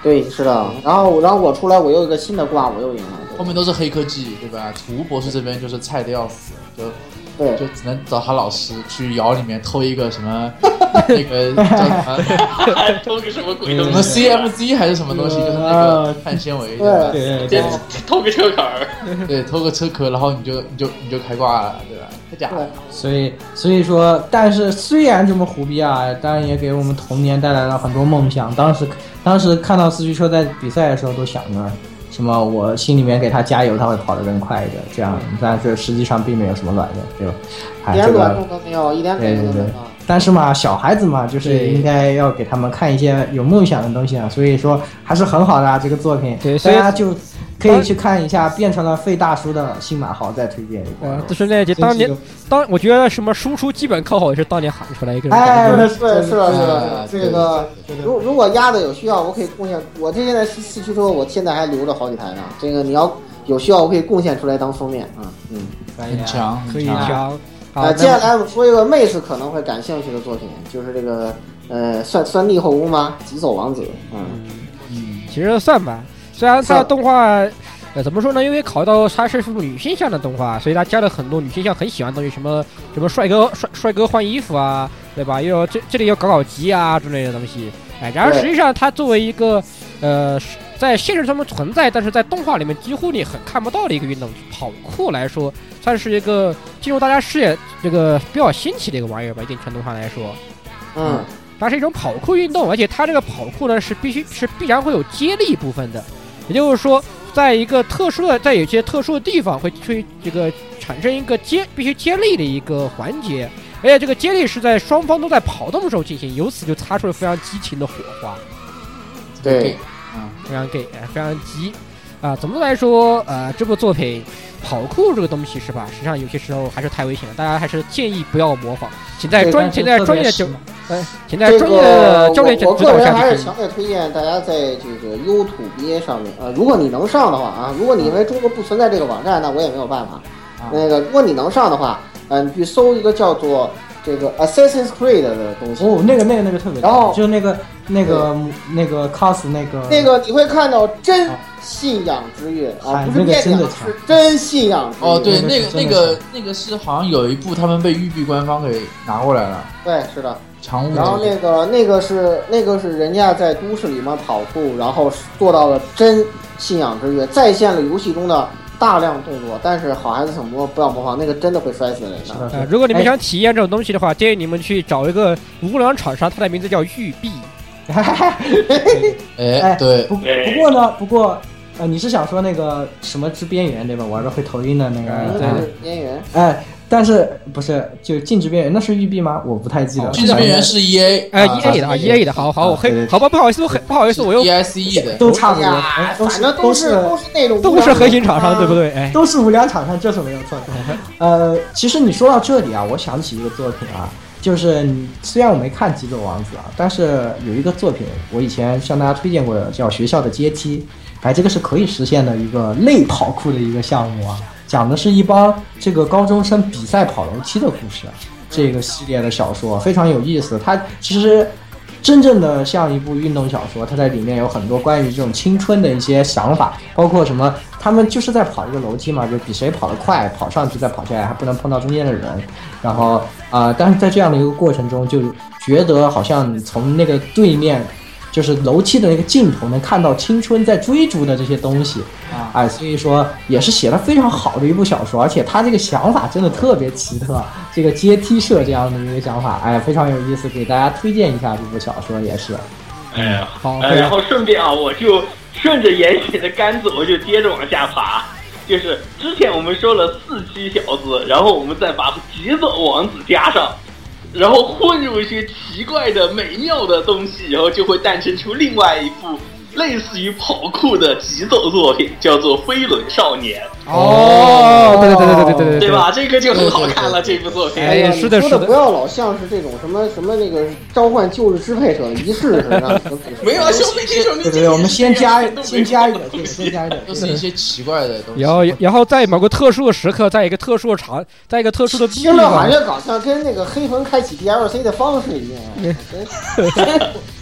Speaker 2: 对，是的。然后然后我出来，我又一个新的挂，我又赢了。
Speaker 6: 后面都是黑科技，对吧？图博士这边就是菜的要死，就
Speaker 2: 对
Speaker 6: 就只能找他老师去窑里面偷一个什么那个叫什么
Speaker 4: 偷个什么鬼
Speaker 6: 什
Speaker 4: 东
Speaker 6: 么
Speaker 4: 西？
Speaker 6: CMZ 还是什么东西，就是那个碳纤维，吧
Speaker 5: 对
Speaker 4: 对偷个车杆儿。
Speaker 6: 对，偷个车壳，然后你就你就你就开挂了，对吧？太假了，
Speaker 5: 所以所以说，但是虽然这么胡逼啊，当然也给我们童年带来了很多梦想。当时当时看到四驱车在比赛的时候，都想着啊什么，我心里面给他加油，他会跑得更快一点，这样。但是实际上并没有什么卵用，对吧？
Speaker 2: 一
Speaker 5: 哎，
Speaker 2: 点
Speaker 5: 这
Speaker 2: 卵
Speaker 5: 个
Speaker 2: 用都没有，一点卵
Speaker 5: 对
Speaker 2: 用
Speaker 5: 对
Speaker 2: 都没
Speaker 5: 对
Speaker 2: 有。。
Speaker 5: 但是嘛，小孩子嘛，就是
Speaker 3: 对
Speaker 5: 应该要给他们看一些有梦想的东西啊，所以说还是很好的啊，这个作品，
Speaker 3: 对
Speaker 5: 大
Speaker 3: 所以
Speaker 5: 家就可以去看一下，变成了费大叔的新马豪再推荐一波。
Speaker 3: 呃，就是那些
Speaker 5: 真
Speaker 3: 当
Speaker 5: 是
Speaker 3: 年
Speaker 5: 个
Speaker 3: 当我觉得什么输出基本靠好也是当年喊出来一个人。
Speaker 5: 哎，
Speaker 2: 对，
Speaker 5: 对
Speaker 2: 是的，是的，是
Speaker 6: 哎
Speaker 2: 的，这个。如如果压的有需要，我可以贡献。我这现在四四驱车，我现在还留着好几台呢。这个你要有需要，我可以贡献出来当封面啊。嗯，
Speaker 6: 很强，
Speaker 3: 可
Speaker 6: 很
Speaker 3: 以
Speaker 6: 强。
Speaker 3: 强。好，
Speaker 2: 啊，
Speaker 3: 那
Speaker 2: 接下来我说一个妹是可能会感兴趣的作品，就是这个呃，算算逆后宫吗？极走王子，嗯，
Speaker 3: 其实算吧，虽然它的
Speaker 2: 算
Speaker 3: 动画，呃，怎么说呢？因为考虑到它是女性向的动画，所以它加了很多女性向很喜欢的东西，什么什么帅哥帅帅哥换衣服啊，对吧？又有这这里有搞搞基啊之类的东西。哎，然而
Speaker 2: 对
Speaker 3: 实际上它作为一个呃是在现实中的存在，但是在动画里面几乎你很看不到的一个运动跑酷来说，算是一个进入大家视野这个比较新奇的一个玩意儿吧，一定程度上来说。
Speaker 2: 嗯，
Speaker 3: 它是一种跑酷运动，而且它这个跑酷呢是必须是必然会有接力部分的，也就是说，在一个特殊的在有些特殊的地方会去这个产生一个接必须接力的一个环节，而且这个接力是在双方都在跑动的时候进行，由此就擦出了非常激情的火花，
Speaker 2: 对，
Speaker 3: 非常给呃非常激。啊，总的来说，呃，这部作品跑酷这个东西是吧？实际上有些时候还是太危险了，大家还是建议不要模仿，请在专请在专业的教，呃，请在
Speaker 2: 这
Speaker 3: 专
Speaker 2: 个
Speaker 3: 业的教练指
Speaker 2: 我我
Speaker 3: 指
Speaker 2: 个
Speaker 3: 导
Speaker 2: 人
Speaker 3: 下
Speaker 2: 还
Speaker 3: 进
Speaker 2: 是
Speaker 3: 行。
Speaker 2: 强烈推荐大家在这个优土 BA 上面，呃，如果你能上的话啊，如果你因为中国不存在这个网站，那我也没有办法。
Speaker 3: 啊
Speaker 2: 那个，如果你能上的话，嗯、你去搜一个叫做这个 Assassin's Creed 的东西，
Speaker 5: 哦，那个那个那个特别大，
Speaker 2: 然后
Speaker 5: 就是那个那个那个 cos 那个
Speaker 2: 那个你会看到真
Speaker 3: 哦
Speaker 2: 信仰之月啊
Speaker 5: 哎，
Speaker 2: 不是
Speaker 5: 那个
Speaker 2: 念
Speaker 5: 真
Speaker 2: 想，
Speaker 5: 的强
Speaker 2: 是真信仰之月。
Speaker 6: 哦，对，
Speaker 5: 那个
Speaker 6: 那个
Speaker 5: 是
Speaker 6: 那
Speaker 5: 真的
Speaker 6: 个那个是好像有一部他们被育碧官方给拿过来了，
Speaker 2: 对，是的。
Speaker 6: 常务
Speaker 2: 然后那个那个是那个是人家在都市里面跑酷，然后做到了真信仰之跃，再现了游戏中的大量动作。但是好孩子请模不要模仿，那个真的会摔死人的。
Speaker 3: 呃，如果你们想体验这种东西的话，建议你们去找一个无良厂商，它的名字叫育碧。
Speaker 6: 哎，对，
Speaker 5: 不不过呢，不过呃，你是想说那个什么之边缘对吧？玩的会头晕的那
Speaker 3: 嗯
Speaker 5: 个，
Speaker 3: 对
Speaker 5: 哎
Speaker 2: 边缘，
Speaker 5: 哎，但是不是就禁止边缘？那是育碧吗？我不太记得。
Speaker 6: 去哦这边缘是 E A，
Speaker 3: 哎，E A 的啊，E A 的，好好，我黑，好吧，不好意思，我很不好意思， 我又
Speaker 6: E I C E 的，
Speaker 5: 都差不
Speaker 2: 哎
Speaker 5: 多，
Speaker 2: 呀
Speaker 5: 哎，都
Speaker 2: 反
Speaker 5: 是
Speaker 2: 正
Speaker 5: 都
Speaker 2: 都是都是那种
Speaker 3: 都是核心厂
Speaker 2: 无良
Speaker 3: 商，
Speaker 2: 的啊
Speaker 3: 对不？对？哎，
Speaker 5: 都是无良厂商，这是没有错的。呃，其实你说到这里啊，我想起一个作品啊，就是你虽然我没看《极走王子》啊，但是有一个作品我以前向大家推荐过的，叫《学校的阶梯》。哎，这个是可以实现的一个类跑酷的一个项目啊，讲的是一帮这个高中生比赛跑楼梯的故事。啊这个系列的小说非常有意思，它其实真正的像一部运动小说，它在里面有很多关于这种青春的一些想法，包括什么，他们就是在跑一个楼梯嘛，就比谁跑得快，跑上去再跑下来，还不能碰到中间的人。然后啊、呃但是在这样的一个过程中，就觉得好像从那个对面。就是楼梯的那个尽头能看到青春在追逐的这些东西，哎，所以说也是写的非常好的一部小说，而且他这个想法真的特别奇特，这个阶梯社这样的一个想法，哎，非常有意思，给大家推荐一下这部小说也是。
Speaker 4: 哎呀，
Speaker 3: 好，
Speaker 4: 呃，然后顺便啊，我就顺着严姐的杆子，我就接着往下爬。就是之前我们说了四期小子，然后我们再把极左王子加上，然后混入一些奇怪的、美妙的东西，然后就会诞生出另外一部类似于跑酷的极左作品，叫做《飞轮少年》。
Speaker 3: 哦，对对对对对对对
Speaker 4: 对吧？这个就很好看了，这部作品。
Speaker 2: 哎呀，你说的不要老像是这种什么什么那个召唤旧日支配者的仪式似 的。
Speaker 4: 没有啊，兄弟弟兄弟，
Speaker 5: 对对，我们先加先加一点这个，先加一点，
Speaker 6: 都是一些奇怪的东西。
Speaker 3: 然后，然后在某个特殊的时刻，在一个特殊的场，在一个特殊的地
Speaker 2: 听着好
Speaker 3: 方，
Speaker 2: 像搞像跟那个黑魂开启 DLC 的方式一样。啊
Speaker 3: 嗯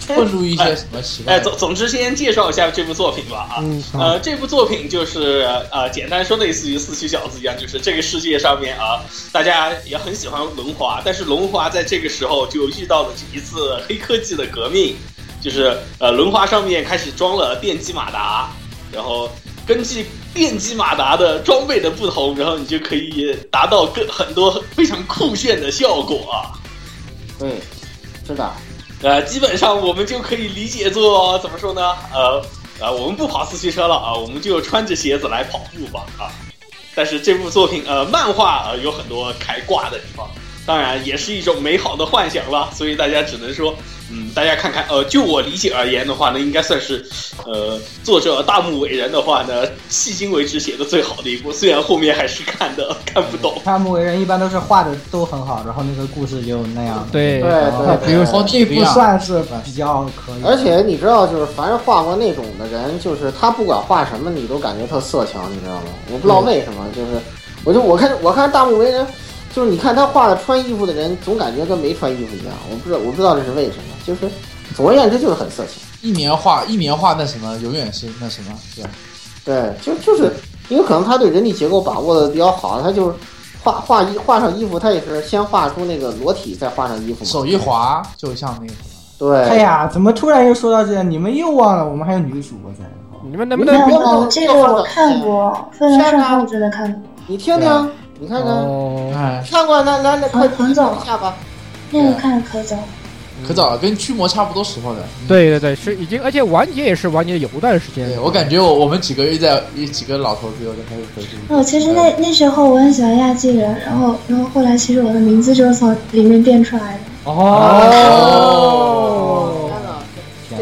Speaker 6: 混入一些什么奇怪
Speaker 4: 哎，
Speaker 6: 的？
Speaker 4: 总总之先介绍一下这部作品吧啊，
Speaker 3: 嗯
Speaker 4: 呃，这部作品就是呃，简单说类似于四驱小子一样，就是这个世界上面啊，大家也很喜欢龙华，但是龙华在这个时候就遇到了一次黑科技的革命，就是呃，轮滑上面开始装了电击马达，然后根据电击马达的装备的不同，然后你就可以达到更很多非常酷炫的效果啊。
Speaker 2: 对，是的。
Speaker 4: 呃，基本上我们就可以理解作怎么说呢？呃，呃，我们不跑四驱车了啊，我们就穿着鞋子来跑步吧啊。但是这部作品呃，漫画呃有很多开挂的地方，当然也是一种美好的幻想了，所以大家只能说，嗯，大家看看，呃，就我理解而言的话呢，应该算是，呃，作者大木伟人的话呢，迄今为止写的最好的一部，虽然后面还是看的看不懂。
Speaker 5: 他们为人一般都是画的都很好，然后那个故事就那样。
Speaker 3: 对啊
Speaker 2: 对对
Speaker 5: 然后
Speaker 2: 对
Speaker 6: 对
Speaker 5: 这部算是比较可以。
Speaker 2: 而且你知道，就是凡是画过那种的人，就是他不管画什么，你都感觉特色情，你知道吗？我不知道为什么，就是我就我看我看大木为人，就是你看他画的穿衣服的人，总感觉跟没穿衣服一样。我不知道我不知道这是为什么，就是总而言之就是很色情。
Speaker 6: 一年画一年画那什么，永远是那什么，对吧？
Speaker 2: 对，就就是因为可能他对人体结构把握的比较好，他就是画画衣画上衣服，他也是先画出那个裸体，再画上衣服嘛。
Speaker 6: 手一滑就像那个什么，
Speaker 2: 对，
Speaker 5: 哎呀，怎么突然又说到这？你们又忘了我们还有女主啊播在。
Speaker 3: 你们能不
Speaker 2: 对
Speaker 3: 能
Speaker 2: 对对
Speaker 7: 哦，这个我看过，《飞轮上后》真的看过。
Speaker 2: 你听
Speaker 6: 对啊
Speaker 2: 听，你看看。
Speaker 3: 哦，
Speaker 6: 哎，
Speaker 2: 看过，来来来，快
Speaker 7: 啊彭总
Speaker 2: 一下吧。
Speaker 7: 那个看着可早，
Speaker 6: 可早了，跟驱魔差不多时候的。嗯
Speaker 3: 对对对，是已经，而且完结也是完结有一段时间
Speaker 6: 对，，我感觉我我们几个又在一几个老头子又在开始哎回顾。
Speaker 7: 哦，其实
Speaker 3: 哎
Speaker 7: 那那时候我很喜欢亚纪人，然后然后后来其实我的名字就是从里面变出来的。
Speaker 3: 哦，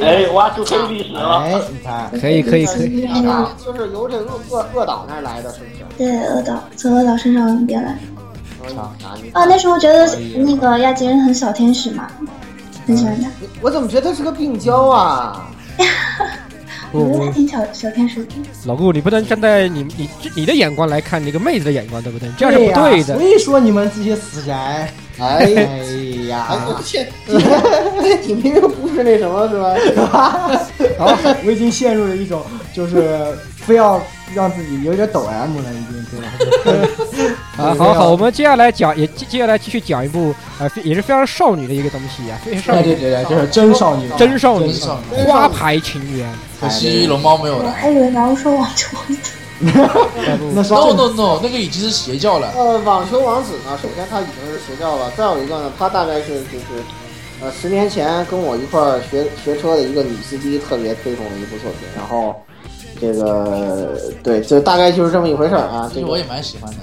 Speaker 4: 哎，挖出黑历史
Speaker 2: 啊
Speaker 4: 了。
Speaker 5: 哎，你看，
Speaker 3: 可以可以可以，
Speaker 7: 就是那个
Speaker 2: 就是由这个恶恶恶导那儿来的，是不是？
Speaker 7: 对恶导从恶导身上变来的。
Speaker 2: 啊，
Speaker 7: 哦，那时候我觉得那个亚纪人很小天使嘛，很喜欢他，
Speaker 2: 你我怎么觉得是个病娇啊？
Speaker 3: 不
Speaker 7: 我觉
Speaker 3: 不
Speaker 7: 得他，挺小小天使的。
Speaker 3: 老顾，你不能站在你你你的眼光来看那个妹子的眼光，对不对？这样是
Speaker 5: 对
Speaker 3: 不
Speaker 5: 呀
Speaker 3: 对的
Speaker 5: 所。以说你们这些死宅，
Speaker 2: 哎呀，
Speaker 5: 哎
Speaker 2: 哎
Speaker 5: 呀，
Speaker 2: 我去，你明明不是那什么，是吧？
Speaker 5: 好，我已经陷入了一种就是非要让自己有点抖 M 了，已经对吧？
Speaker 3: 啊，好好，我们接下来讲，也接接下来继续讲一部啊，非也是非常少女的一个东西啊，非常少女，
Speaker 5: 对 对对对，这是真少女，
Speaker 3: 真少女
Speaker 6: 真，少女，
Speaker 3: 花牌情缘。
Speaker 6: 可惜龙猫没有
Speaker 7: 我
Speaker 6: 来。
Speaker 3: 哎
Speaker 7: 还以为拿乌说网球王子，
Speaker 5: 那是
Speaker 6: No no no，那个已经是邪教了。
Speaker 2: 呃，网球王子呢，首先他已经是学校了，再有一个呢，他大概是就是，呃，十年前跟我一块儿学学车的一个女司机特别推崇的一部作品，然后这个对，就大概就是这么一回事儿啊。
Speaker 6: 其
Speaker 2: 这
Speaker 6: 实
Speaker 2: 个
Speaker 6: 我也蛮喜欢的，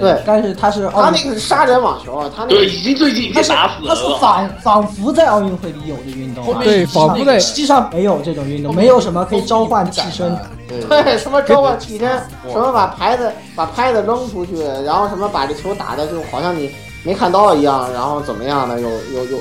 Speaker 2: 对
Speaker 5: 但是她是
Speaker 2: 他
Speaker 5: 奥
Speaker 2: 那
Speaker 5: 运，
Speaker 2: 个是杀人网球啊，他那
Speaker 4: 对，
Speaker 2: 个
Speaker 4: 已经最近已
Speaker 5: 她
Speaker 4: 经
Speaker 5: 是
Speaker 4: 打死
Speaker 5: 她
Speaker 4: 人
Speaker 5: 是
Speaker 4: 了。
Speaker 5: 仿仿佛在奥运会里有的运动
Speaker 6: 后
Speaker 5: 啊，
Speaker 6: 面
Speaker 3: 对
Speaker 6: 是
Speaker 3: 仿佛
Speaker 6: 那个
Speaker 3: 在
Speaker 5: 实际上没有这种运动，没有什么可以召唤替身。
Speaker 6: 对，
Speaker 2: 对，什么召唤替身，什么把牌子把拍子扔出去，然后什么把这球打的就好像你没看到一样，然后怎么样的，又又又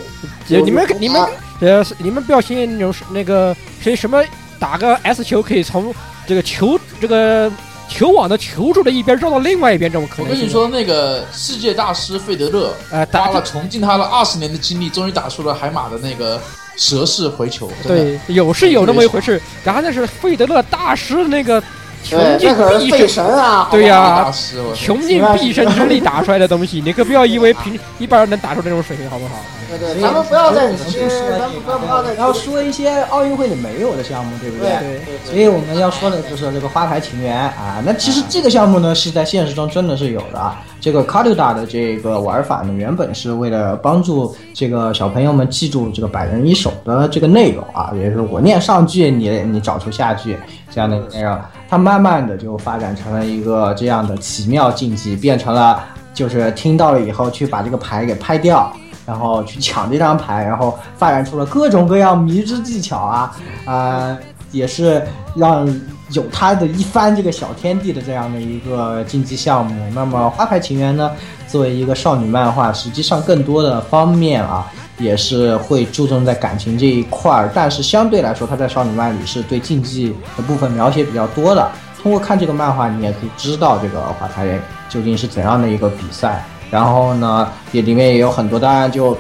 Speaker 3: 也
Speaker 2: 有
Speaker 3: 你们
Speaker 2: 有啊
Speaker 3: 你们呃，你们不要信那种那个谁什么打个 S 球可以从这个球这个球网的球柱的一边绕到另外一边这种可
Speaker 6: 我
Speaker 3: 能
Speaker 6: 跟
Speaker 3: 性。
Speaker 6: 你，说，那个世界大师费德勒
Speaker 3: 呃，
Speaker 6: 花
Speaker 3: 打
Speaker 6: 了穷尽他了二十年的精力，终于打出了海马的那个蛇式回球。真的，
Speaker 3: 对有是有那么一回事，然后那是费德勒大师那个穷
Speaker 2: 对，
Speaker 3: 尽
Speaker 2: 那可
Speaker 3: 毕
Speaker 2: 是
Speaker 3: 生
Speaker 2: 费，神啊！
Speaker 3: 对
Speaker 6: 海
Speaker 3: 呀、
Speaker 6: 马大师，我
Speaker 3: 穷尽毕生之力打出来的东西，你可不要以为平一般人能打出这种水平，好不好？
Speaker 2: 对对，咱们不要再提，咱们不要不要再
Speaker 5: 然后说一些奥运会里没有的项目，对不
Speaker 2: 对
Speaker 5: 对？
Speaker 2: 对对
Speaker 5: 所以我们要说的就是这个花牌情缘啊。那其实这个项目呢是在现实中真的是有的啊。这个 c a r d u d a 的这个玩法呢，原本是为了帮助这个小朋友们记住这个百人一首的这个内容啊，也就是我念上句，你你找出下句这样的内容。它慢慢的就发展成了一个这样的奇妙竞技，变成了就是听到了以后去把这个牌给拍掉。然后去抢这张牌，然后呃发展出了各种各样迷之技巧啊，啊、也是让有他的一番这个小天地的这样的一个竞技项目。那么《花牌情缘》呢，作为一个少女漫画，实际上更多的方面啊，也是会注重在感情这一块儿，但是相对来说，它在少女漫里是对竞技的部分描写比较多的。通过看这个漫画，你也可以知道这个花牌究竟是怎样的一个比赛。然后呢，也里面也有很多，当然就，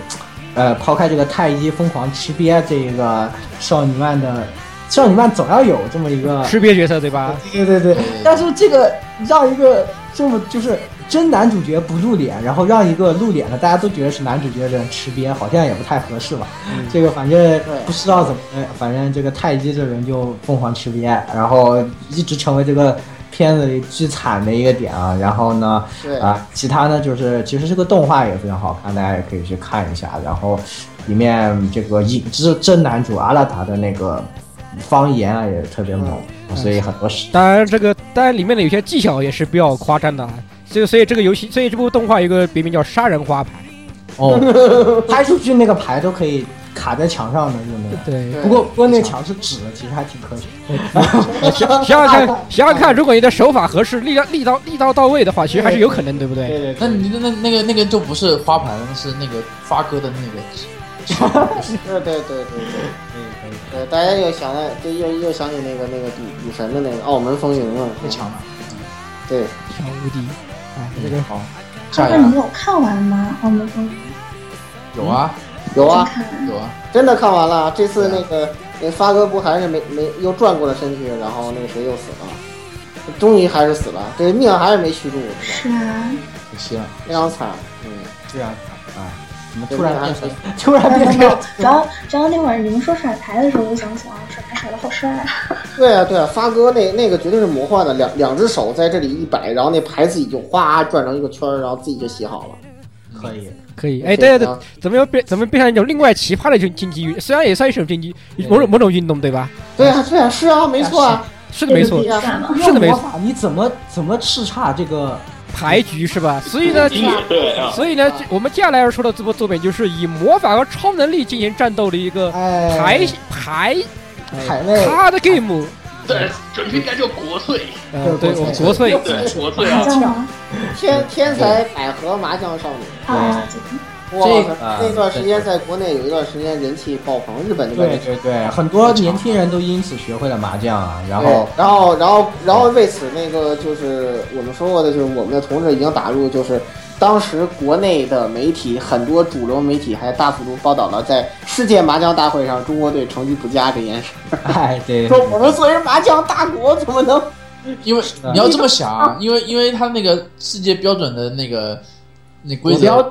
Speaker 5: 呃，抛开这个太医疯狂吃瘪这一个少女漫的，少女漫总要有这么一
Speaker 2: 啊
Speaker 5: 个
Speaker 3: 识别角色对吧？
Speaker 5: 对对对，但是这个让一个这么就是真男主角不露脸，然后让一个露脸的大家都觉得是男主角的人吃瘪，好像也不太合适吧？这个反正不知道怎么，哎反正这个太医这人就疯狂吃瘪，然后一直成为这个片子里巨惨的一个点啊。然后呢
Speaker 2: 对，
Speaker 5: 啊，其他呢就是其实这个动画也非常好看，大家也可以去看一下。然后里面这个影之真男主阿拉达的那个方言啊也特别猛，所以很多时
Speaker 3: 当然，这个当然里面的有些技巧也是比较夸张的，啊。所以所以这个游戏，所以这部动画有个别名叫“杀人花牌
Speaker 5: 哦，拍出去那个牌都可以卡在墙上的，就那个。”。
Speaker 3: 对，
Speaker 5: 不过不过那墙是纸的，其实还挺科学。
Speaker 3: 想想看，
Speaker 5: 啊
Speaker 3: 想想看，如果你的手法合适，力量力道力道到位的话，其实还是有可能，对不对？
Speaker 6: 那你那那那个那个就不是花盘，那是那个发哥的那个纸。
Speaker 2: 对对对对对，呃，大家又想到，就又又想起那个那个赌赌神的那个澳门风云了，太强了。对，
Speaker 3: 强无敌。哎，
Speaker 6: 这个好。
Speaker 7: 浩啊哥，你们有看完吗？澳门风云
Speaker 6: 有啊，
Speaker 2: 有啊，
Speaker 6: 有啊，
Speaker 2: 真的看完了。这次那个那发哥不还是没没又转过了身去，然后那个谁又死了，终于还是死了，这命还是没续住，
Speaker 7: 是啊，
Speaker 6: 可惜了。
Speaker 2: 非常惨。嗯，
Speaker 5: 对啊，啊，怎么
Speaker 2: 对
Speaker 5: 突然
Speaker 2: 那还
Speaker 5: 变
Speaker 2: 是
Speaker 5: 成突然变成
Speaker 7: 然后然后那会儿你们说甩牌的时候，我想想啊，甩牌甩的好帅啊，
Speaker 2: 对啊对啊，发哥那那个绝对是魔幻的，两两只手在这里一摆，然后那牌自己就哗转成一个圈儿，然后自己就写好了。
Speaker 5: 可以？
Speaker 3: 可以，哎，
Speaker 2: 啊
Speaker 3: 对对，对怎么又变怎么变成一种另外奇葩的一种竞技运？虽然也算一种竞技某种某种运动，对吧？
Speaker 2: 对啊对啊，是啊，没错啊，
Speaker 3: 是的，没错
Speaker 2: 对，对对啊
Speaker 3: 是的，没
Speaker 5: 魔
Speaker 3: 错，
Speaker 5: 法你怎么怎么叱咤这个？
Speaker 3: 牌局是吧？所以呢，
Speaker 4: 对啊，
Speaker 3: 所以呢，这我们接下来要说的这部作品就是以魔法和超能力进行战斗的一个
Speaker 5: 哎，
Speaker 3: 牌牌啊
Speaker 5: 海类，
Speaker 3: card game。
Speaker 4: 对，准确应该叫国粹，
Speaker 3: 呃，对，我
Speaker 5: 国粹
Speaker 3: 国粹
Speaker 4: 对，国粹
Speaker 7: 麻
Speaker 4: 啊，
Speaker 7: 将吗？
Speaker 2: 天天才百合麻将少女。
Speaker 7: 啊，这个
Speaker 2: 哇
Speaker 5: 这个，
Speaker 2: 那段时
Speaker 3: 啊
Speaker 2: 间在国内有一段时间人气爆棚，日本那边
Speaker 5: 对对对，很多年轻人都因此学会了麻将啊，然后
Speaker 2: 对然后，然后，然后为此，那个就是我们说过的，就是我们的同志已经打入，就是当时国内的媒体很多主流媒体还大幅度报道了在世界麻将大会上中国队成绩不佳这件事，
Speaker 5: 哎对，
Speaker 2: 说我们作为麻将大国怎么能
Speaker 6: 因为
Speaker 5: 的
Speaker 6: 你要这么想啊，因为因为他那个世界标准的那个那规
Speaker 5: 国标
Speaker 6: 则，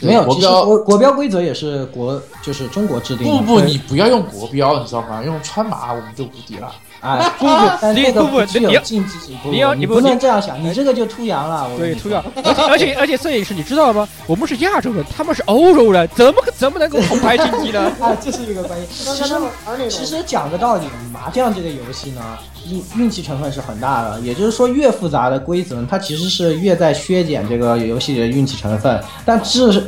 Speaker 6: 对
Speaker 5: 没有，
Speaker 6: 国
Speaker 5: 其实
Speaker 6: 标
Speaker 5: 国国标规则也是国就是中国制定的。
Speaker 6: 不不，
Speaker 5: 对
Speaker 6: 你不要用国标，你知道吗？用川麻我们就无敌了。
Speaker 5: 啊，不不，但
Speaker 3: 你
Speaker 5: 这个
Speaker 3: 不不
Speaker 5: 具
Speaker 3: 你
Speaker 5: 有
Speaker 3: 要
Speaker 5: 竞技性，不
Speaker 3: 你要
Speaker 5: 不
Speaker 3: 你
Speaker 5: 你
Speaker 3: 不
Speaker 5: 不
Speaker 3: 你
Speaker 5: 能这样想，你这个就突洋了。我跟
Speaker 3: 对，
Speaker 5: 你
Speaker 3: 出
Speaker 5: 说
Speaker 3: 掉，而且而且而且，摄影师，你知道吗？我们是亚洲人，他们是欧洲人，怎么怎么能够红牌晋级呢？
Speaker 5: 啊，这是一个关系。其实
Speaker 2: 玩那种
Speaker 5: 其实讲个道理，麻将这个游戏呢，运运气成分是很大的。也就是说，越复杂的规则，它其实是越在削减这个游戏里的运气成分。但至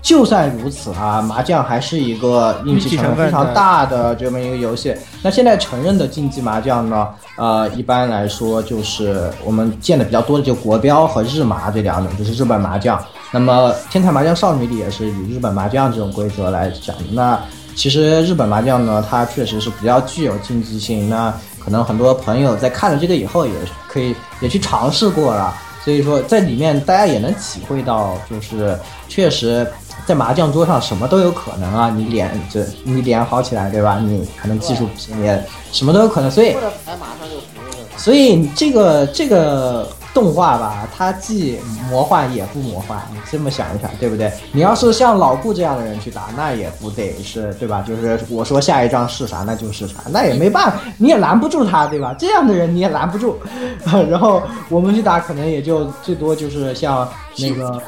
Speaker 5: 就算如此啊，麻将还是一个运气成分非常大的这么一个游戏。那现在承认的竞技麻将呢，呃，一般来说就是我们见的比较多的就国标和日麻这两种，就是日本麻将。那么《天才麻将少女》里也是以日本麻将这种规则来讲。那其实日本麻将呢，它确实是比较具有竞技性。那可能很多朋友在看了这个以后，也可以也去尝试过了。所以说，在里面大家也能体会到，就是确实在麻将桌上什么都有可能啊！你脸这你脸好起来，对吧？你可能技术不行也什么都有可能。所以
Speaker 2: 或者牌马上就服了？
Speaker 5: 所以这个这个动画吧，它既魔幻也不魔幻，你这么想一想，对不对？你要是像老顾这样的人去打，那也不得是对吧？ 就是我说下一张是啥，那 就是啥，那也没办法，你也拦不住他，对吧？这样的人你也拦不住。 然后我们去打，可能也就最多就是像那个。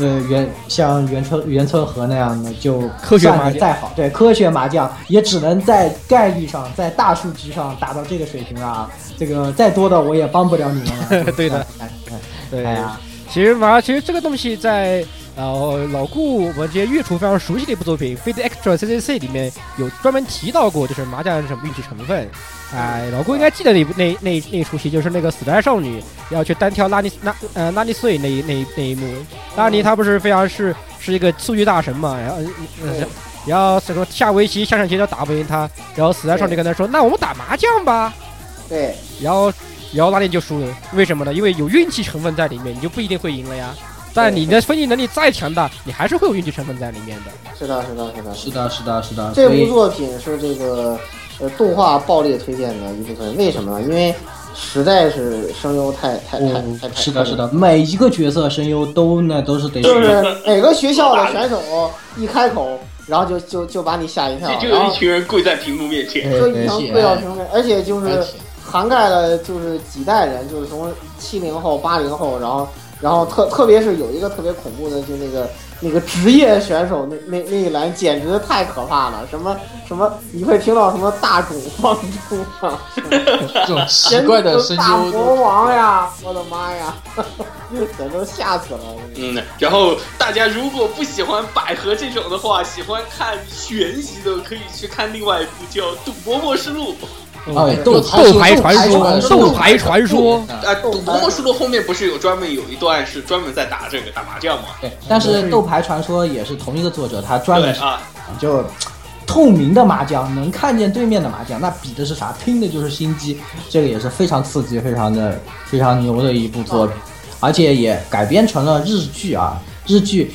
Speaker 5: 呃，原像原村原村河那样的，就
Speaker 3: 科学
Speaker 5: 算
Speaker 3: 麻
Speaker 5: 得
Speaker 3: 将
Speaker 5: 再好，对科学麻将也只能在概率上，在大数据上达到这个水平了啊！这个再多的我也帮不了你们 了。
Speaker 3: 对的
Speaker 5: 哎，
Speaker 3: 对
Speaker 5: 哎呀，
Speaker 3: 其实嘛，其实这个东西在然后老顾，我们这些乐厨非常熟悉的一部作品《Fate Extra CCC》里面有专门提到过，就是麻将什么运气成分。哎，老顾应该记得那部那那那一出戏，就是那个死宅少女要去单挑拉尼拉呃拉尼碎那一那一那一幕。拉尼他不是非常是是一个数据大神嘛，然后呃呃然后什么下围棋下象棋都打不赢他，然后死宅少女跟他说：“那我们打麻将吧。”
Speaker 2: 对，
Speaker 3: 然后然后拉丁就输了，为什么呢？因为有运气成分在里面，你就不一定会赢了呀。但你的分析能力再强大，你还是会有运气成分在里面的。
Speaker 2: 是的，是的，是的，
Speaker 5: 是的，是的，是的。
Speaker 2: 这
Speaker 5: 所以
Speaker 2: 部作品是这个呃动画爆裂推荐的一部分，为什么呢？因为实在是声优太太太太太
Speaker 5: 哦是的，是的，每一个角色声优都那都是得
Speaker 2: 就是哪个学校的选手一开口，然后就就就把你吓一跳，
Speaker 4: 就
Speaker 2: 然
Speaker 4: 有一
Speaker 2: 后
Speaker 4: 群人跪在屏幕面前，
Speaker 2: 就一层贵要成分，而且
Speaker 6: 哎
Speaker 2: 就是涵盖了就是几代人，就是从七零后、八零后，然后然后特特别是有一个特别恐怖的，就那个那个职业选手那那那一栏，简直太可怕了，什么什么你会听到什么大种帮助啊，
Speaker 6: 这种奇怪的声
Speaker 2: 大
Speaker 6: 优
Speaker 2: 魔王呀，我的妈呀， 简直吓死了。
Speaker 4: 嗯，然后大家如果不喜欢百合这种的话，喜欢看悬疑的，可以去看另外一部叫《赌博默示录》。
Speaker 6: 哎
Speaker 3: 斗
Speaker 6: 斗
Speaker 3: 斗牌
Speaker 6: 牌
Speaker 3: 传说，
Speaker 6: 传说
Speaker 3: 斗牌传说，
Speaker 4: 啊，《赌博默示录》后面不是有专门有一段是专门在打这个打麻将吗？
Speaker 5: 对，但是《斗牌传说》也是同一个作者，他专
Speaker 4: 对
Speaker 5: 门
Speaker 4: 啊，
Speaker 5: 就透明的麻将，能看见对面的麻将，那比的是啥？拼的就是心机，这个也是非常刺激、非常的非常牛的一部作品，而且也改编成了日剧啊，日剧。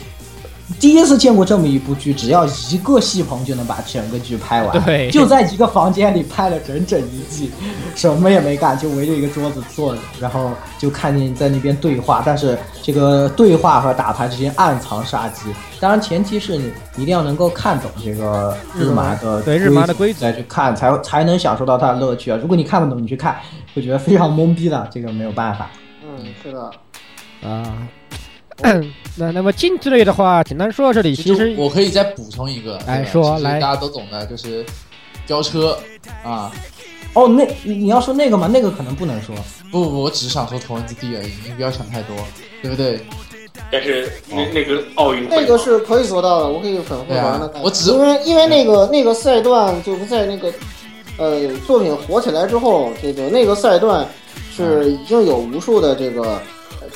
Speaker 5: 第一次见过这么一部剧，只要一个戏棚就能把整个剧 拍完，
Speaker 3: 对
Speaker 5: 就在一个房间里拍了整整一季， 什么也没干，就围着一个桌子坐着，然后就看见在那边对话，但是这个对话和打牌之间暗藏杀机。当然，前提是你一定要能够看懂这个嗯日麻的
Speaker 3: 对日麻的规
Speaker 5: 则再去看，才才能享受到它的乐趣啊！如果你看不懂，你去看会觉得非常懵逼的，这个没有办法。
Speaker 2: 嗯，是的，
Speaker 3: 啊。那那么竞技类的话，简单说到这里，其
Speaker 6: 就
Speaker 3: 实
Speaker 6: 我可以再补充一个，对吧
Speaker 3: 哎说
Speaker 6: 其实
Speaker 3: 来
Speaker 6: 大家都懂的，就是飙车啊，
Speaker 5: 哦，那你你要说那个嘛，那个可能不能说。
Speaker 6: 不不，不，我只是想说头文字 D 而已，你不要想太多，对不对？
Speaker 4: 但是那那个奥运
Speaker 2: 那
Speaker 4: 会
Speaker 2: 个是可以做到的，我可以很会
Speaker 6: 对
Speaker 2: 玩的
Speaker 6: 啊
Speaker 2: 感觉。，
Speaker 6: 我只是
Speaker 2: 因为因为那个那个赛段就是在那个呃作品火起来之后，这个那个赛段是已经有无数的这个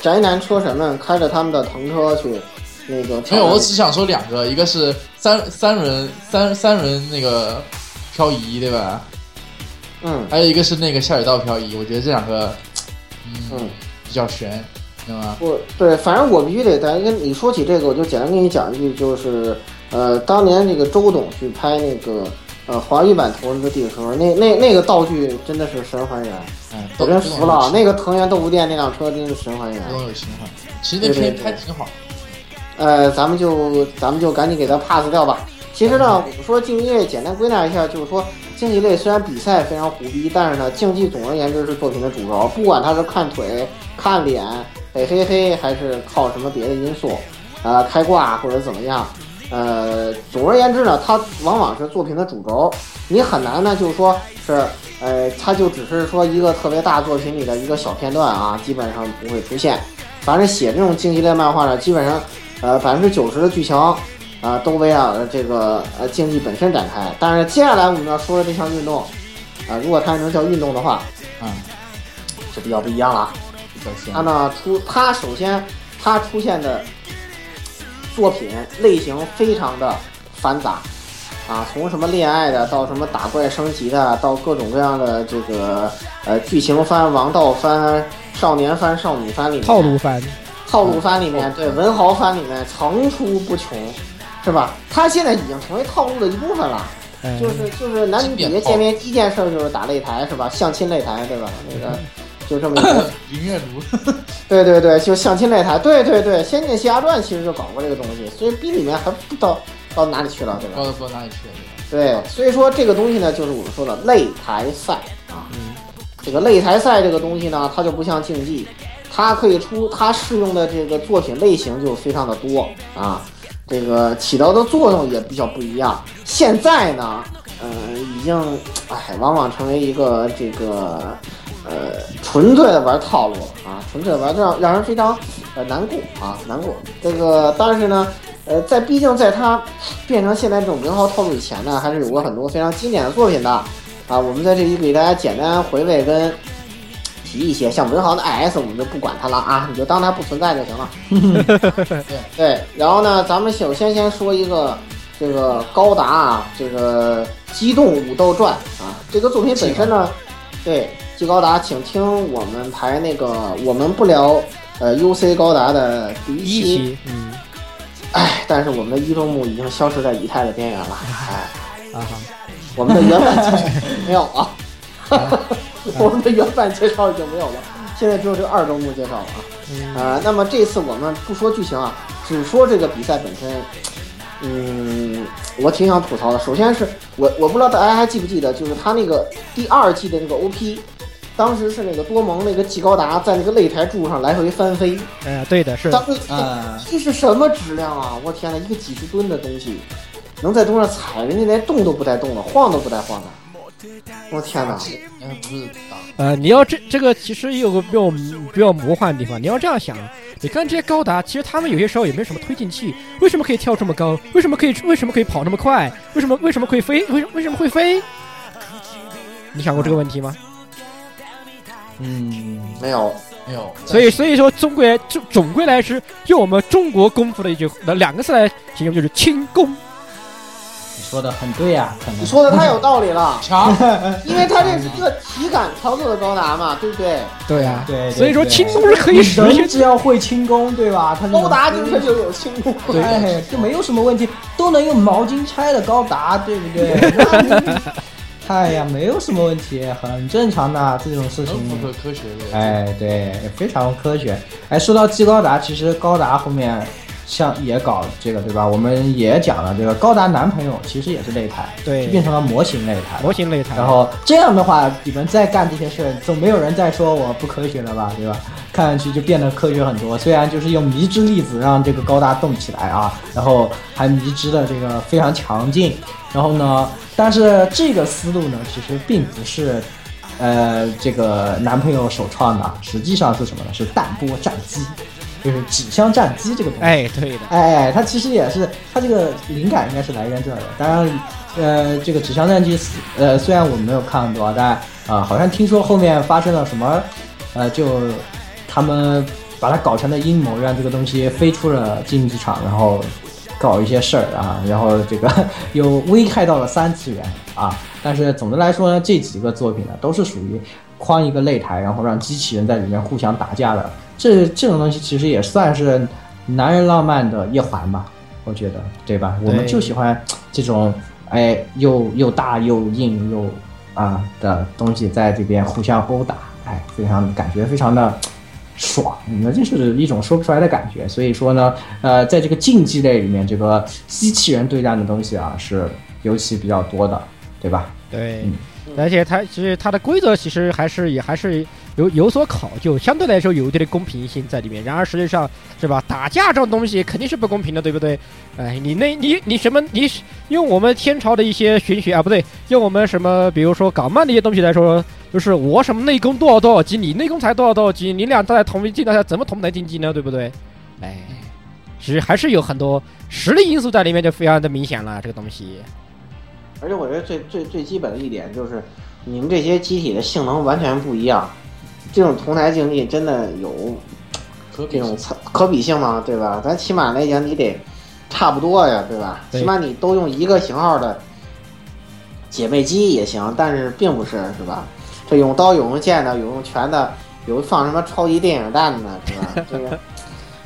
Speaker 2: 宅男车神们开着他们的藤车去那个挑战。
Speaker 6: 没有，我只想说两个，一个是三三轮三三轮那个漂移，对吧？
Speaker 2: 嗯
Speaker 6: 还有一个是那个下水道漂移，我觉得这两个，嗯，
Speaker 2: 嗯，
Speaker 6: 比较悬，知道吗？
Speaker 2: 我对，反正我必须得咱跟你说起这个，我就简单跟你讲一句，就是呃，当年那个周董去拍那个呃华语版《头文字 D》的时候，那那那个道具真的是神还原。
Speaker 6: 哎，
Speaker 2: 我
Speaker 6: 都
Speaker 2: 真服了，
Speaker 6: 那
Speaker 2: 那个藤原豆腐店那辆车真是神还原。
Speaker 6: 都有情怀。其实
Speaker 2: 对
Speaker 6: 那
Speaker 2: 对
Speaker 6: 片
Speaker 2: 对
Speaker 6: 拍挺好，
Speaker 2: 呃，咱们就咱们就赶紧给它 pass 掉吧。其实呢，我们说竞技类简单归纳一下，就是说竞技类虽然比赛非常虎逼，但是呢，竞技总而言之是作品的主轴，不管它是看腿、看脸、嘿嘿嘿，还是靠什么别的因素，呃，开挂或者怎么样，呃，总而言之呢，它往往是作品的主轴，你很难呢，就是说是，呃，它就只是说一个特别大作品里的一个小片段啊，基本上不会出现。反正写这种竞技类漫画呢，基本上，呃，百分之九十的剧情，啊、都围绕着这个呃竞技本身展开。但是接下来我们要说的这项运动，啊、如果它还能叫运动的话，
Speaker 6: 嗯，
Speaker 2: 就比较不一样了啊。
Speaker 6: 比较
Speaker 2: 它
Speaker 6: 悬。
Speaker 2: 呢出，它首先它出现的作品类型非常的繁杂啊，从什么恋爱的到什么打怪升级的，到各种各样的这个呃剧情番、王道番、少年番、少女番里面
Speaker 3: 套路番，
Speaker 2: 套路番里面，对文豪番里面层出不穷，是吧？它现在已经成为套路的一部分了。
Speaker 3: 嗯
Speaker 2: 就是就是男女比
Speaker 6: 经典
Speaker 2: 例
Speaker 6: 套
Speaker 2: 见面第一件事就是打擂台是吧？相亲擂台对吧？那个就这么一 个，
Speaker 6: 林月如，
Speaker 2: 对对对，就相亲擂台，对对对，《仙剑奇侠传》其实就搞过这个东西，所以比里面还不到到哪里去了，对
Speaker 6: 高
Speaker 2: 吧？
Speaker 6: 的不知道哪里去了，对吧
Speaker 2: 对，所以说这个东西呢，就是我们说的擂台赛啊，这个擂台赛这个东西呢，它就不像竞技，它可以出它适用的这个作品类型就非常的多啊，这个起到的作用也比较不一样。呃现在呢，嗯、已经哎，往往成为一个这个呃，纯粹的玩套路了啊，纯粹地玩让让人非常呃难过啊，难过。这个但是呢，呃，在毕竟在它变成现在这种名号套路以前呢，还是有过很多非常经典的作品的啊。我们在这里给大家简单回味跟提一些，像文豪的 IS 我们就不管它了啊，你就当它不存在就行了。 对，然后呢，咱们首先先说一个这个高达啊，这个《机动武斗传》啊，这个作品本身呢，对，季高达，请听我们排那个我们不聊呃 UC 高达的第一
Speaker 3: 一期，嗯，
Speaker 2: 唉，但是我们的一周目已经消失在仪态的边缘 了，唉，
Speaker 3: 啊哈，啊
Speaker 2: 我们的原版介绍没有了， 我们的原版介绍已经没有了，现在只有这个二周目介绍了啊。
Speaker 3: 嗯
Speaker 2: 呃，那么这次我们不说剧情啊，只说这个比赛本身。嗯，我挺想吐槽的。首先是我，我不知道大家还记不记得，就是他那个第二季的那个 OP，当时是那个多蒙那个季高达在那个擂台柱上来回翻飞，
Speaker 3: 哎、对的，是
Speaker 2: 咱们
Speaker 5: 啊
Speaker 2: 这是什么质量啊！我天哪，一个几十吨的东西，能在桌上踩，人家连动都不带动的，晃都不带晃的。我天哪！
Speaker 6: 嗯，不是打
Speaker 3: 呃，你要这这个其实也有个比较比较魔幻的地方，你要这样想，你看这些高达，其实他们有些时候也没什么推进器，为什么可以跳这么高？为什么可以为什么可以跑那么快？为什么为什么可以飞？为为什么会飞？你想过这个问题吗？
Speaker 5: 嗯，
Speaker 2: 没有，
Speaker 6: 没有，，
Speaker 3: 所以所以说，中国总总归来说，用我们中国功夫的一句两个字来形容，就是轻功。
Speaker 5: 你说的很对呀、可能
Speaker 2: 你说的太有道理了
Speaker 6: 强，
Speaker 2: 因为它这是一个体感操作的高达嘛，对不对？
Speaker 3: 对呀、
Speaker 5: 对，对啊
Speaker 3: 所以说
Speaker 5: 对
Speaker 3: 轻功是可以实
Speaker 5: 人
Speaker 3: 现。
Speaker 5: 只要会轻功，对吧？他
Speaker 2: 高达就是就有轻功。
Speaker 5: 对，哎这没有什么问题，都能用毛巾拆的高达，对不对？ 那你哎呀，没有什么问题，很正常的这种事
Speaker 6: 能符合
Speaker 5: 情。
Speaker 6: 科学的。
Speaker 5: 哎，对，非常科学。哎，说到技高达，其实高达后面像也搞这个，对吧？我们也讲了这个高达男朋友其实也是擂台，
Speaker 3: 对
Speaker 5: 就变成了模型擂台。
Speaker 3: 模型擂台，
Speaker 5: 然后这样的话，你们再干这些事儿，总没有人再说我不科学了吧，对吧？看上去就变得科学很多。虽然就是用迷之粒子让这个高达动起来啊，然后还迷之的这个非常强劲。然后呢，但是这个思路呢，其实并不是。呃，这个男朋友首创的，实际上是什么呢？是弹波战机，就是纸箱战机这个东西。
Speaker 3: 哎，对的，
Speaker 5: 哎，它其实也是，它这个灵感应该是来源这儿的。当然，呃，这个《纸箱战记》呃，虽然我没有看过，但啊、好像听说后面发生了什么，呃，就他们把它搞成了阴谋，让这个东西飞出了竞技场，然后搞一些事儿啊，然后这个 又危害到了三次元啊。但是总的来说呢，这几个作品呢，都是属于框一个擂台，然后让机器人在里面互相打架的。这这种东西其实也算是男人浪漫的一环吧，我觉得，对吧？我们就喜欢这种，哎，又又大又硬又啊的东西在这边互相殴打，哎，非常感觉非常的爽，你们这是一种说不出来的感觉。所以说呢，呃，在这个竞技类里面，这个机器人对战的东西啊是尤其比较多的，对吧？
Speaker 3: 对。
Speaker 5: 嗯
Speaker 3: 而且它其实它的规则其实还是也还是有有所考究，相对来说有一定的公平性在里面。然而实际上是吧，打架这种东西肯定是不公平的，对不对？哎，你那你你什么你用我们天朝的一些玄学啊，不对，用我们什么比如说港漫的一些东西来说，就是我什么内功多少多少级，你内功才多少多少级，你俩在同一竞赛怎么同台竞技呢？对不对？哎，其实还是有很多实力因素在里面，就非常的明显了这个东西。
Speaker 2: 而且我觉得最最最基本的一点就是，你们这些机体的性能完全不一样，这种同台竞技真的有
Speaker 6: 可
Speaker 2: 这
Speaker 6: 比
Speaker 2: 种参可比性吗？对吧？咱起码来讲，你得差不多呀，对吧？
Speaker 3: 对
Speaker 2: 起码你都用一个型号的姐妹机也行，但是并不是是吧？这有用刀，有用剑的，有用拳的，有放什么超级电影弹的，是吧？这个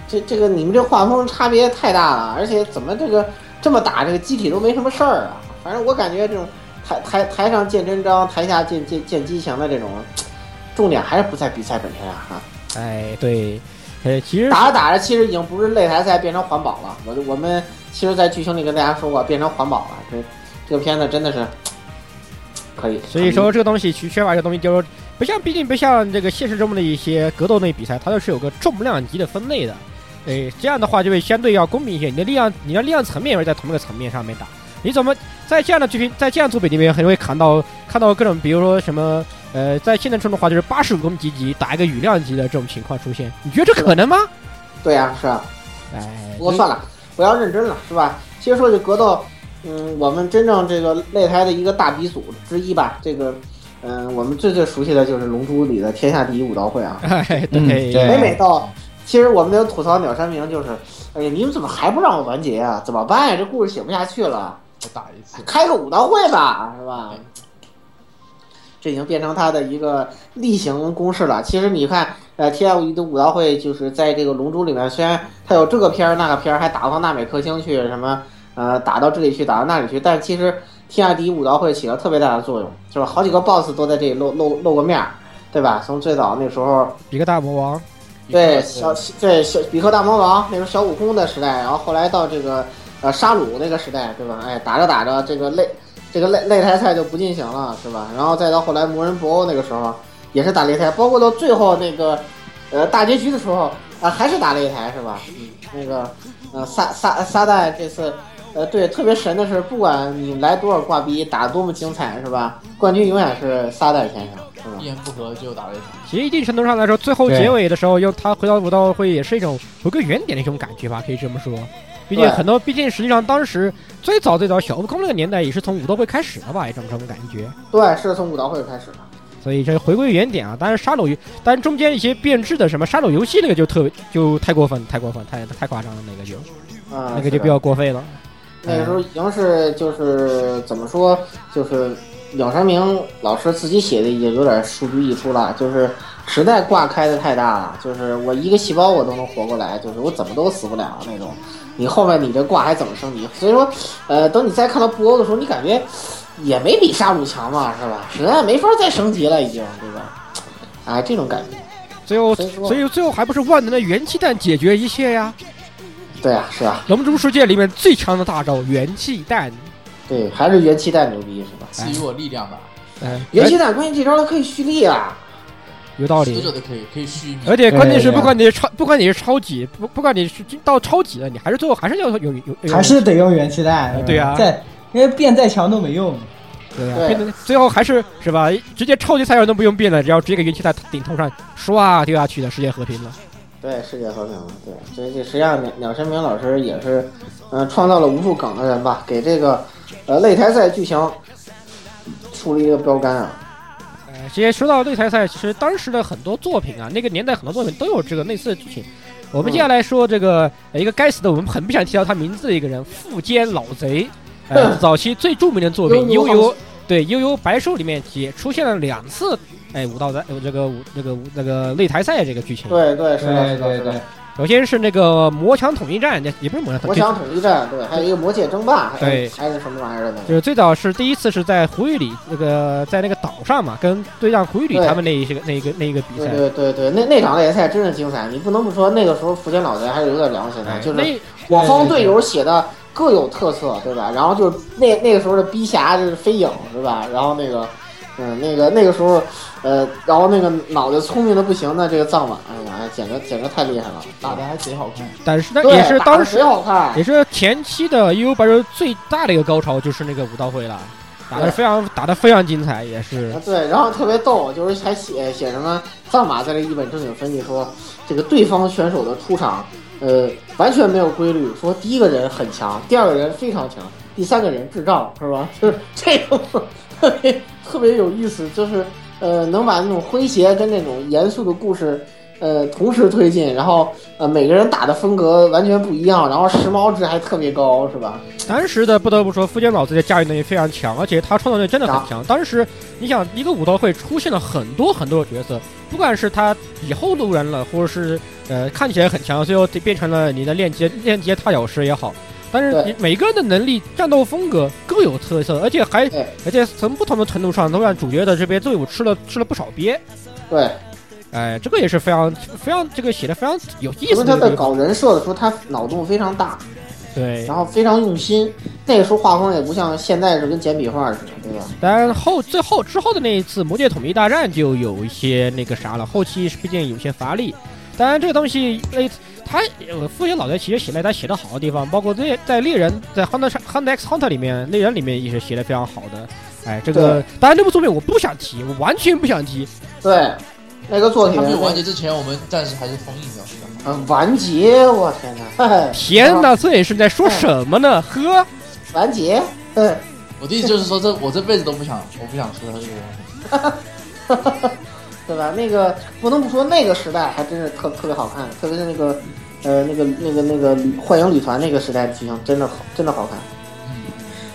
Speaker 2: 这这个你们这画风差别太大了，而且怎么这个这么打这个机体都没什么事儿啊？反正我感觉这种台台台上见真章，台下见见见激情的这种，重点还是不在比赛本身啊。啊
Speaker 3: 哎，对，呃，其实
Speaker 2: 打着打着，其实已经不是擂台赛，变成环保了。我我们其实，在剧情里跟大家说过，变成环保了。这这个片子真的是可以。
Speaker 3: 所以说这个东西其实缺乏一个东西，就是不像，毕竟不像这个现实中的一些格斗类比赛，它都是有个重量级的分类的。诶，这样的话就会相对要公平一些，你的力量，你的力量层面也会在同一个层面上面打。你怎么在这样的剧情，在这样作品里面，很容易看到看到各种，比如说什么呃，在现在中的话就是八十五攻击级打一个羽量级的这种情况出现，你觉得这可能吗？
Speaker 2: 对呀、是啊。
Speaker 3: 哎，
Speaker 2: 不过算了，不要认真了，是吧？其实说起格斗，嗯，我们真正这个擂台的一个大鼻祖之一吧，这个，嗯、我们最最熟悉的就是《龙珠》里的天下第一武道会啊。
Speaker 3: 哎，
Speaker 5: 嗯
Speaker 3: 对，
Speaker 5: 对
Speaker 2: 每每到，其实我们有吐槽鸟山明就是，哎呀，你们怎么还不让我完结啊？怎么办呀？这故事写不下去了，
Speaker 6: 我打一次，
Speaker 2: 开个武道会吧，是吧？这已经变成他的一个例行公事了。其实你看，呃，T F 一的武道会就是在这个《龙珠》里面，虽然他有这个片儿那个片儿，还打到纳美克星去，什么呃，打到这里去，打到那里去，但其实 T R 一武道会起了特别大的作用，是吧？好几个 BOSS 都在这里露露露过面儿，对吧？从最早那时候。
Speaker 3: 一个大魔王，
Speaker 2: 对小对小比克大魔王那时候小悟空的时代，然后后来到这个呃沙鲁那个时代，对吧？哎，打着打着这个擂这个擂擂台赛就不进行了，是吧？然后再到后来魔人布欧那个时候也是打擂台，包括到最后那个呃大结局的时候啊、还是打擂台，是吧？嗯，那个呃撒撒撒旦这次。呃，对，特别神的是，不管你来多少挂逼，打得多么精彩，是吧？冠军永远是撒旦先生，是吧
Speaker 6: 一？言不合就打了一场。
Speaker 3: 其实一定程度上来说，最后结尾的时候，用他回到武道会也是一种回归原点的一种感觉吧，可以这么说。毕竟
Speaker 2: 对
Speaker 3: 很多，毕竟实际上当时最早最早小悟空那个年代也是从武道会开始的吧，一种这种感觉。
Speaker 2: 对，是从武道会开始的。
Speaker 3: 所以这回归原点啊，当然沙漏游，当然中间一些变质的什么沙漏游戏那个就特别就太过分，太过分，太太夸张了，那个就
Speaker 2: 啊、
Speaker 3: 那个就比
Speaker 2: 是的
Speaker 3: 较过分了。
Speaker 2: 那个时候已经是就是怎么说，就是鸟山明老师自己写的也有点数据溢出了，就是实在挂开的太大了，就是我一个细胞我都能活过来，就是我怎么都死不了那种。你后面你这挂还怎么升级？所以说，呃，等你再看到布欧的时候，你感觉也没比沙鲁强嘛，是吧？实在没法再升级了，已经，对吧？哎，这种感觉，
Speaker 3: 最后，
Speaker 2: 所以说
Speaker 3: 所以最后还不是万能的元气弹解决一切呀？
Speaker 2: 对啊，是啊，
Speaker 3: 龙珠世界里面最强的大招元气弹，
Speaker 2: 对，还是元气弹牛逼，是吧？
Speaker 6: 赐予我力量吧，
Speaker 3: 哎，
Speaker 2: 元气弹关键这招它可以蓄力啊，
Speaker 3: 有道理
Speaker 6: 死。者的可以可以续命。
Speaker 3: 而且关键是，
Speaker 5: 对
Speaker 3: 不管你是超，不管你是超级，不不管你是到超级了，你还是最后还是要有有有，
Speaker 5: 还是得用元气弹。
Speaker 3: 哎对呀
Speaker 5: 再因为变再强都没用。
Speaker 3: 对呀、
Speaker 2: 对
Speaker 3: 变得最后还是是吧？直接超级赛亚人都不用变了，只要直接给元气弹顶头上唰掉下去的世界和平了。
Speaker 2: 对世界和平，对，所以这实际上鸟鸟山明老师也是，嗯、创造了无数梗的人吧，给这个呃擂台赛剧情树立一个标杆啊。
Speaker 3: 呃，其实说到擂台赛，其实当时的很多作品啊，那个年代很多作品都有这个类似的剧情。我们接下来说这个、呃一个该死的，我们很不想提到他名字的一个人，富坚老贼。呃，
Speaker 2: 哼
Speaker 3: 早期最著名的作品《
Speaker 2: 悠
Speaker 3: 悠
Speaker 2: 悠
Speaker 3: 悠》，对《悠悠白书》里面也出现了两次，哎，武道在呃这个武这个武那个擂台赛这个剧情。
Speaker 2: 对对，是的，
Speaker 5: 对
Speaker 2: 是的，
Speaker 5: 对
Speaker 2: 是
Speaker 5: 对
Speaker 2: 的。。
Speaker 3: 首先是那个魔墙统一战，也也不是魔墙统
Speaker 2: 魔
Speaker 3: 一战，
Speaker 2: 墙统一战，对，还有一个魔界争霸，还
Speaker 3: 对
Speaker 2: 还是什么玩意儿的那
Speaker 3: 就
Speaker 2: 个。
Speaker 3: 是最早是第一次是在胡玉里那个在那个岛上嘛，跟对战胡玉里
Speaker 2: 对
Speaker 3: 他们那一些个那一个那一个比
Speaker 2: 对
Speaker 3: 赛。
Speaker 2: 对对对，那那场擂台赛真是精彩，你不能不说那个时候福建老贼还是有点良心的，
Speaker 3: 哎
Speaker 2: 就是
Speaker 3: 那
Speaker 2: 我方队友写的各有特色，对吧？然后就是那那个时候的逼侠就是飞影，是吧？然后那个，嗯，那个那个时候，呃，然后那个脑袋聪明的不行的这个藏马，哎呀，简直简直太厉害了，
Speaker 6: 打的还贼好看，
Speaker 3: 但是那
Speaker 2: 对
Speaker 3: 也是
Speaker 2: 打得
Speaker 3: 当时
Speaker 2: 贼好看
Speaker 3: 也，是前期的 U 白人最大的一个高潮就是那个武道会了，打的
Speaker 2: 对
Speaker 3: 非常打的非常精彩，也是
Speaker 2: 啊对，然后特别逗，就是还写写什么藏马在这一本正经分析说，这个对方选手的出场，呃，完全没有规律，说第一个人很强，第二个人非常强，第三个人智障，是吧？ 就是这种特别特别有意思，就是呃，能把那种诙谐跟那种严肃的故事。呃，同时推进，然后呃，每个人打的风格完全不一样，然后时髦值还特别高，是吧？
Speaker 3: 当时的不得不说，福建老贼的驾驭能力非常强，而且他创造力真的很强。当时你想，一个武道会出现了很多很多的角色，不管是他以后路人了，或者是呃看起来很强，最后变成了你的链接链接踏脚石也好。但是
Speaker 2: 对
Speaker 3: 你每个人的能力、战斗风格各有特色，而且还
Speaker 2: 对
Speaker 3: 而且从不同的程度上都让主角的这边队伍吃了吃了不少鳖。
Speaker 2: 对，
Speaker 3: 哎，这个也是非常非常这个写的非常有意
Speaker 2: 因
Speaker 3: 思
Speaker 2: 为他
Speaker 3: 的一个
Speaker 2: 在
Speaker 3: 地方。
Speaker 2: 搞人设的时候，他脑洞非常大，
Speaker 3: 对，
Speaker 2: 然后非常用心。那个时候画风也不像现在是跟简笔画似的，对吧？
Speaker 3: 但后最后之后的那一次魔界统一大战就有一些那个啥了，后期是毕竟有些乏力。当然这个东西，呃，他呃，复写老贼其实写了他写的好的地方，包括猎在猎人在 Hunter Hunter X Hunter 里面，猎人里面也是写的非常好的。啊、哎，这个当然这部作品我不想提，我完全不想提。
Speaker 2: 对，那个作品
Speaker 6: 它没有完结之前，我们暂时还是封印掉，是吧？
Speaker 2: 啊，完结，我天哪！
Speaker 3: 天哪，这也是在说什么呢？
Speaker 2: 嗯
Speaker 3: 呵，
Speaker 2: 完结。
Speaker 6: 我的意思就是说，这我这辈子都不想，我不想说他这个
Speaker 3: 嗯
Speaker 2: 对吧？那个不能不说，那个时代还真是特特别好看，特别是那个呃那个那个那个旅幻影旅团那个时代的剧情真的好，真的好看。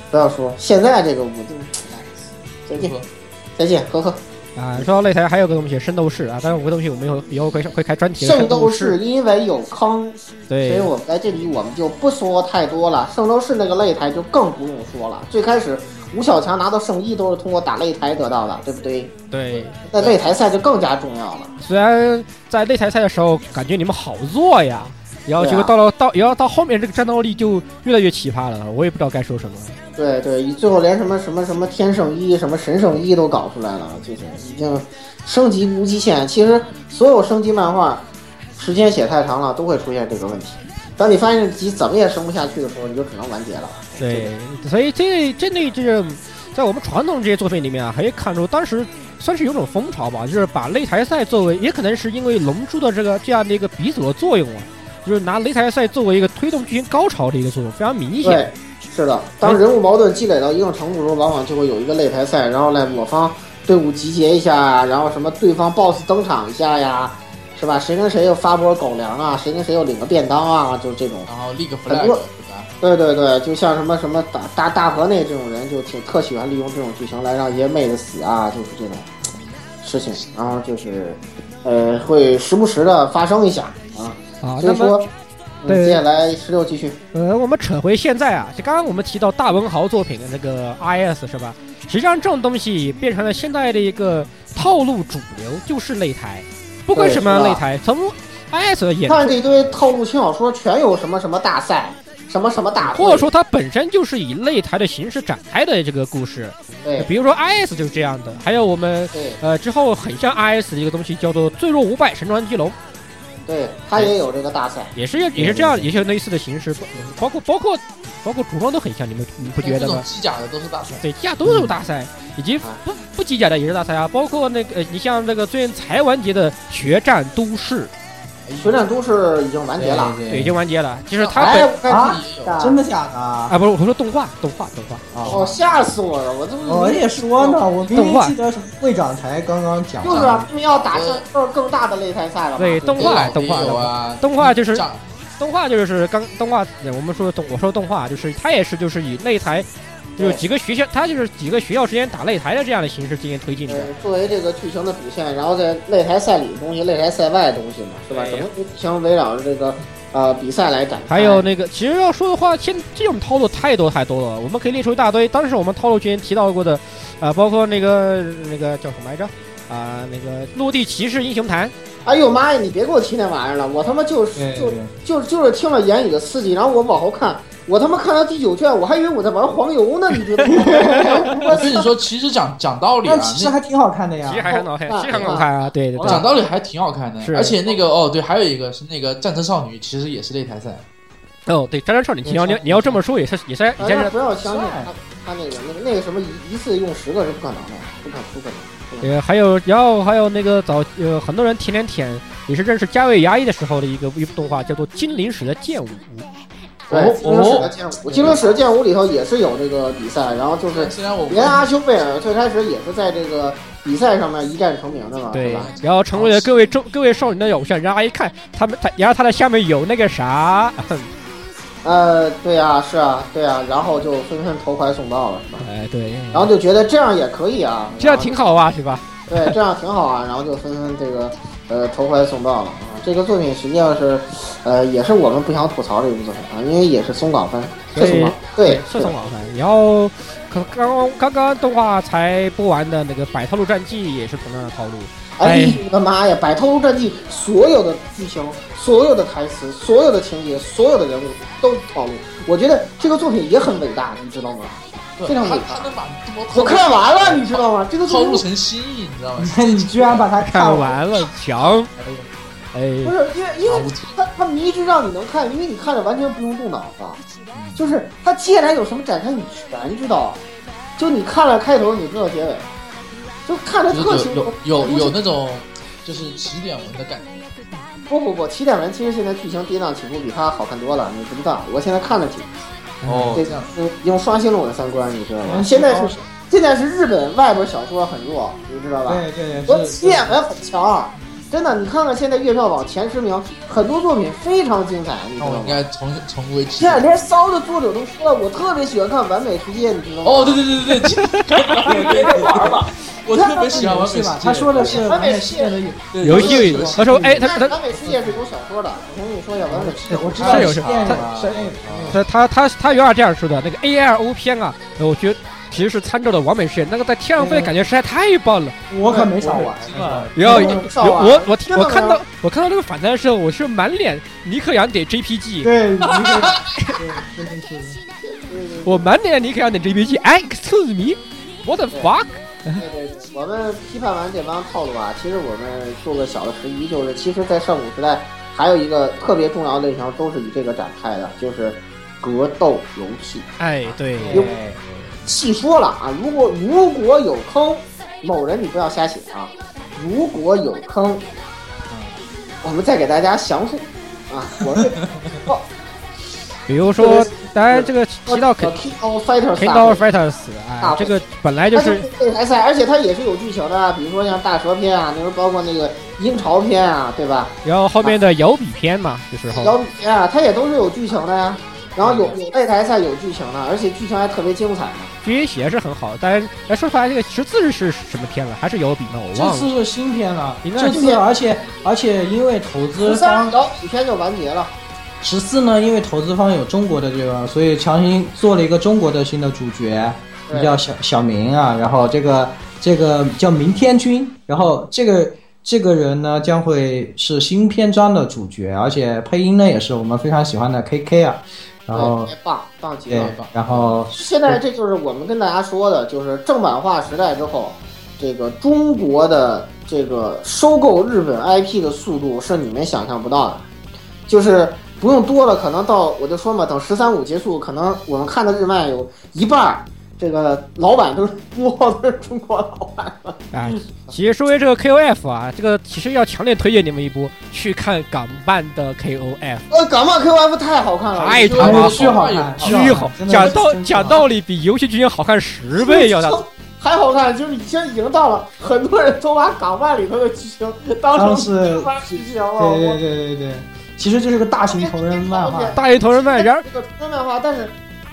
Speaker 2: 不要说现在这个我就哎再见再见，呵呵。
Speaker 3: 啊，说到擂台还有个东西，圣斗士啊，当然我个东西我们以后以后会会开专题的。
Speaker 2: 圣斗士
Speaker 3: 士，
Speaker 2: 因为有坑，
Speaker 3: 对
Speaker 2: 所以我们在这里我们就不说太多了。圣斗士那个擂台就更不用说了。最开始吴小强拿到圣衣都是通过打擂台得到的，对不对？
Speaker 3: 对，
Speaker 2: 那擂台赛就更加重要了。
Speaker 3: 虽然在擂台赛的时候感觉你们好弱呀，然后结果到了、到然后到后面这个战斗力就越来越奇葩了，我也不知道该说什么。
Speaker 2: 对对，最后连什么什么什么天圣一、什么神圣一都搞出来了，就是已经升级无极限。其实所有升级漫画，时间写太长了都会出现这个问题。当你发现自己怎么也升不下去的时候，你就只能完结了。
Speaker 3: 对，所以这这类这个在我们传统这些作品里面啊，可以看出当时算是有种风潮吧，就是把擂台赛作为，也可能是因为《龙珠》的这个这样的一个鼻祖的作用啊，就是拿擂台赛作为一个推动剧情高潮的一个作用，非常明
Speaker 2: 对
Speaker 3: 显。，
Speaker 2: 是的，当人物矛盾积累到一定程度的时候，往往就会有一个擂台赛，然后来我方队伍集结一下，然后什么对方 BOSS 登场一下呀，是吧？谁跟谁又发波狗粮啊，谁跟谁又领个便当啊，就这种。
Speaker 6: 然后立个
Speaker 2: 很多
Speaker 6: flag，对吧？
Speaker 2: 对对对，就像什么什么大大大河内这种人，就挺特喜欢利用这种剧情来让一些妹子死啊，就是这种事情，然后就是呃会时不时的发生一下啊。
Speaker 3: 啊，
Speaker 2: 所
Speaker 3: 那
Speaker 2: 以
Speaker 3: 么
Speaker 2: 说，嗯
Speaker 3: 对
Speaker 2: 接下来十六继续。
Speaker 3: 呃，我们扯回现在啊，就刚刚我们提到大文豪作品的那个 IS 是吧？实际上这种东西变成了现在的一个套路主流，就是擂台，不管
Speaker 2: 对
Speaker 3: 什么样
Speaker 2: 是
Speaker 3: 的
Speaker 2: 吧
Speaker 3: 擂台，从 IS 的演
Speaker 2: 看
Speaker 3: 出，
Speaker 2: 这堆套路轻小说，全有什么什么大赛，什么什么大会，
Speaker 3: 或者说它本身就是以擂台的形式展开的这个故事，
Speaker 2: 对
Speaker 3: 比如说 IS 就是这样的，还有我们
Speaker 2: 对
Speaker 3: 呃之后很像 IS 的一个东西叫做《最弱五百神传巨龙》，
Speaker 2: 对，他也有这个大赛。
Speaker 3: 也是也是这样，也是有类似的形式，包括包括包括服装都很像，你们你不觉
Speaker 6: 哎这
Speaker 3: 得吗
Speaker 6: 种？机甲的都是大赛，
Speaker 3: 对，机甲都有大赛，以及不不机甲的也是大赛啊，包括那个呃你像那个最近才完结的《决战都市
Speaker 6: 哎
Speaker 2: 决战都市已经完结了，》，
Speaker 3: 对，已经完结了。就是它
Speaker 2: 哎，
Speaker 3: 本
Speaker 2: 我看自己有
Speaker 5: 啊真的假的？
Speaker 3: 啊，不是我说动画，动画，动画，
Speaker 6: 啊
Speaker 2: 哦，吓死我了！我这
Speaker 5: 哦我也说呢，我明
Speaker 3: 动画
Speaker 5: 明记得什么会长才刚刚讲
Speaker 2: 就是啊，他们要打这更更大的擂台赛了嘛。
Speaker 3: 对，动画，动画，
Speaker 6: 有
Speaker 3: 动画，
Speaker 6: 啊，
Speaker 3: 动画就是
Speaker 6: 炸
Speaker 3: 动画就是刚动画，呃我们说的动，我说动画就是它也是就是以擂台，就是
Speaker 2: 对
Speaker 3: 几个学校，它就是几个学校之间打擂台的这样的形式进行推进的
Speaker 2: 呃。，作为这个剧情的主线，然后在擂台赛里的东西、擂台赛外的东西嘛，是吧？
Speaker 3: 对
Speaker 2: 整个剧情围绕着这个呃比赛来展开。
Speaker 3: 还有那个，其实要说的话，现这种套路太多太多了，我们可以列出一大堆。当时我们套路群提到过的，啊、包括那个那个叫什么来着？啊、那个《落地骑士英雄坛》
Speaker 2: 哎呦妈呀，你别给我提那玩意儿了，我他妈就是
Speaker 5: 对
Speaker 2: 就
Speaker 5: 对
Speaker 2: 就就是听了言语的刺激，然后我往后看，我他妈看到第九卷，我还以为我在玩黄油呢，你知道吗？哎
Speaker 6: 我跟你说，其实讲讲道理啊，
Speaker 5: 但其实还挺好看的呀
Speaker 3: 其实。还很好看，
Speaker 2: 哦
Speaker 3: 其实很好看啊！对对
Speaker 6: 讲
Speaker 3: 对，
Speaker 6: 道理还挺好看的
Speaker 3: 是，
Speaker 6: 而且那个哦，对，还有一个是那个战车少女，其实也是擂台赛，
Speaker 3: 哦对，张张少女，你要你要你要这么说也是也是
Speaker 2: 大
Speaker 3: 也
Speaker 2: 家
Speaker 3: 是，
Speaker 2: 不要相信
Speaker 5: 帅
Speaker 2: 他他那个那个那个什么一一次用十个是不可能的，不可不可能。
Speaker 3: 呃还有然后还有那个早呃很多人舔舔舔也是认识加尾牙一的时候的一个一部动画叫做《精灵使的剑舞》，
Speaker 2: 对，精灵使的剑舞，精灵使的剑舞里头也是有这个比赛，然后就是
Speaker 6: 虽然我
Speaker 2: 连阿修贝尔最开始也是在这个比赛上面一战成名的嘛，是
Speaker 3: 对
Speaker 2: 啊吧？，
Speaker 3: 然后成为了各位中各位少女的偶像。然后一看他们他，然后他的下面有那个啥，
Speaker 2: 呃，对啊，是啊，对啊，然后就纷纷投怀送抱了，是吧？
Speaker 3: 哎对，
Speaker 2: 然后就觉得这样也可以啊，
Speaker 3: 这样挺好啊，是吧？
Speaker 2: 对，这样挺好啊，然后就纷纷这个呃投怀送抱了啊。这个作品实际上是，呃，也是我们不想吐槽的一部作品啊，因为也是松冈番，是松冈，对，
Speaker 3: 是送网番。然后可刚刚刚刚动画才播完的那个《百套路战记》也是同样的套路，
Speaker 2: 哎
Speaker 3: 哎，
Speaker 2: 我的妈呀！《百头颅战记》所有的剧情、所有的台词、所有的情节、所有的人物都套路。我觉得这个作品也很伟大，你知道吗？
Speaker 6: 对
Speaker 2: 非常
Speaker 6: 他
Speaker 2: 伟
Speaker 6: 他
Speaker 2: 大。
Speaker 6: 能把这么
Speaker 2: 我看完了，你知道吗？这个
Speaker 6: 套
Speaker 2: 作
Speaker 6: 路
Speaker 2: 品
Speaker 6: 成新意，你 知道吗？
Speaker 5: 你居然把它
Speaker 3: 看
Speaker 5: 完，
Speaker 3: 完了强，哎，
Speaker 2: 不是因为因为
Speaker 6: 无解
Speaker 2: 它它迷之让你能看，因为啊你看着完全不用动脑子，就是它接下来有什么展开你全知道。就你看了开头，你不知道结尾，就 看着特
Speaker 6: 就是
Speaker 2: 清楚
Speaker 6: 有。有有
Speaker 2: 不是
Speaker 6: 有那种就是起点文的感觉。
Speaker 2: 不不不，起点文其实现在剧情跌宕起伏比它好看多了，你不知道。我现在看了几部，
Speaker 6: 哦
Speaker 2: 这
Speaker 6: 这样
Speaker 2: 嗯又刷新了我的三观，你知道吗？
Speaker 5: 嗯
Speaker 2: 现在
Speaker 5: 高
Speaker 2: 是
Speaker 5: 手
Speaker 2: 现在是日本外边小说很弱，你知道吧？
Speaker 5: 对对
Speaker 2: 我
Speaker 5: 对，
Speaker 2: 起点文很强，啊真的，你看看现在月票榜前十名，很多作品非常精彩，你知
Speaker 6: 那
Speaker 2: 道
Speaker 6: 我
Speaker 2: 吗
Speaker 6: 应？该重重归起
Speaker 5: 啊
Speaker 2: 现在连骚的作者都说了，我特别喜欢看《完美世界》，你知道吗？
Speaker 6: 哦，对对对对 对，玩吧，我特别喜欢完美世界。
Speaker 5: 他说的是
Speaker 2: 完
Speaker 5: 完
Speaker 2: 美
Speaker 5: 美
Speaker 2: 世
Speaker 5: 世
Speaker 2: 界
Speaker 5: 界
Speaker 2: 的
Speaker 5: 的
Speaker 6: 对
Speaker 3: 游戏，他说哎，他
Speaker 2: 但
Speaker 3: 他
Speaker 2: 是完美世界》是有小说的，我先跟你说一下《完美世界》。
Speaker 5: 我知
Speaker 6: 道
Speaker 5: 道
Speaker 3: 有
Speaker 5: 是
Speaker 3: 是
Speaker 5: 电影
Speaker 6: 他
Speaker 5: 是 A
Speaker 3: 他他他他原来这样说的，那个 A L O 片啊，呃我觉得其实是参照的完美实验，那个在天上飞的感觉实在太棒了。
Speaker 5: 我可没少玩。
Speaker 3: 然后
Speaker 2: 嗯
Speaker 3: 有
Speaker 2: 少玩
Speaker 3: 我我听
Speaker 2: 真的
Speaker 3: 我看
Speaker 2: 吗
Speaker 3: 到我看到这个反弹的时候，我是满脸尼克杨点 J P G，
Speaker 5: 对，你这个对真的是。
Speaker 3: 我满脸尼克杨点 J P G，哎，excuse me，what the fuck？
Speaker 2: 对对对，我们批判完这帮套路啊，其实我们做个小的时宜，就是其实，在上古时代还有一个特别重要的一条，都是以这个展开的，就是格斗游戏。
Speaker 3: 哎，对，
Speaker 5: 对
Speaker 2: 细说了啊，如果如果有坑，某人你不要瞎写啊，如果有坑，我们再给大家详述啊。我 是哦，
Speaker 3: 比如说，当然这个提到肯
Speaker 2: King of Fighters，
Speaker 3: King of Fighters，哎
Speaker 2: 大，
Speaker 3: 这个本来就
Speaker 2: 它就是是擂台赛，而且它也是有剧情的，啊比如说像大蛇篇啊，那时候包括那个鹰巢篇啊，对吧？
Speaker 3: 然后后面的摇笔篇嘛，就是
Speaker 2: 小
Speaker 3: 后
Speaker 2: 米啊，它也都是有剧情的呀。然后有有擂台赛有剧情的，而且剧情还特别精彩呢。
Speaker 3: 剧情也是很好，但是哎说出来这个十字是什么篇了？还是摇笔吗？我
Speaker 5: 这
Speaker 3: 忘了
Speaker 5: 次。是新片了，
Speaker 3: 应该
Speaker 5: 这
Speaker 3: 是
Speaker 5: 次而且而且因为投资
Speaker 2: 十三
Speaker 5: 方
Speaker 2: 聊几篇就完结了，
Speaker 5: 十四呢，因为投资方有中国的这个，所以强行做了一个中国的新的主角，
Speaker 2: 对
Speaker 5: 叫小小明啊，然后这个这个叫明天君，然后这个这个人呢将会是新篇章的主角，而且配音呢也是我们非常喜欢的 KK 啊，然后
Speaker 2: 对棒棒极
Speaker 5: 对
Speaker 2: 了。，
Speaker 5: 然后
Speaker 2: 现在这就是我们跟大家说的，就是正版化时代之后，这个中国的这个收购日本 IP 的速度是你们想象不到的，就是不用多了，可能到我就说嘛，等“十三五”结束，可能我们看的日漫有一半儿，这个老板都是播都是中国老板了。
Speaker 3: 啊，其实说回这个 KOF 啊，这个其实要强烈推荐你们一波去看港漫的 KOF，
Speaker 2: 呃，港漫 KOF 太好看了，
Speaker 3: 太
Speaker 2: 就
Speaker 3: 他妈
Speaker 5: 哎巨好看，
Speaker 3: 巨好，
Speaker 5: 真的
Speaker 3: 讲
Speaker 5: 是
Speaker 3: 道
Speaker 5: 真的
Speaker 3: 讲道理比游戏剧情好看十倍要大。
Speaker 2: 还好看，就是已经已经到了很多人都把港漫里头的剧情当成
Speaker 5: 当时
Speaker 2: 中国剧情了。
Speaker 5: 对
Speaker 2: 哦我
Speaker 5: 对对对对，其实这是个大型同人漫画。
Speaker 3: 大一同人漫，然而
Speaker 2: 这个真漫画，但是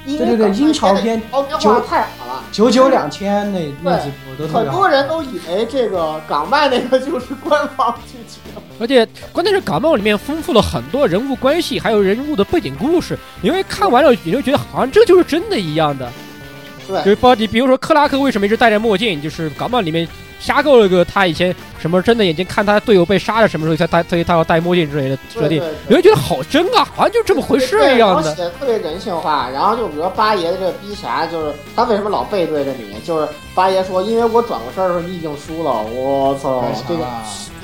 Speaker 2: 因为
Speaker 5: 对对对，阴潮篇
Speaker 2: 港漫画太好了，
Speaker 5: 九九两千那那几部都特别
Speaker 2: 很
Speaker 5: 好
Speaker 2: 多人都以为这个港漫那个就是官方剧情。
Speaker 3: 而且关键是港漫里面丰富了很多人物关系，还有人物的背景故事，因为看完了你就觉得好像这就是真的一样的。
Speaker 2: 对
Speaker 3: 就是包你比如说克拉克为什么一直戴着墨镜，就是港漫里面瞎构了个他以前什么真的眼睛看他队友被杀了什么时候，他他所以他要戴墨镜之类的设
Speaker 2: 对，
Speaker 3: 定
Speaker 2: 对
Speaker 3: 你会觉得好真啊，好像就这么回事一样的。
Speaker 2: 写的特别人性化。然后就比如说八爷的这个逼侠，就是他为什么老背对着你？就是八爷说，因为我转过身的时候你已经输了。我操，
Speaker 6: 啊
Speaker 2: 这个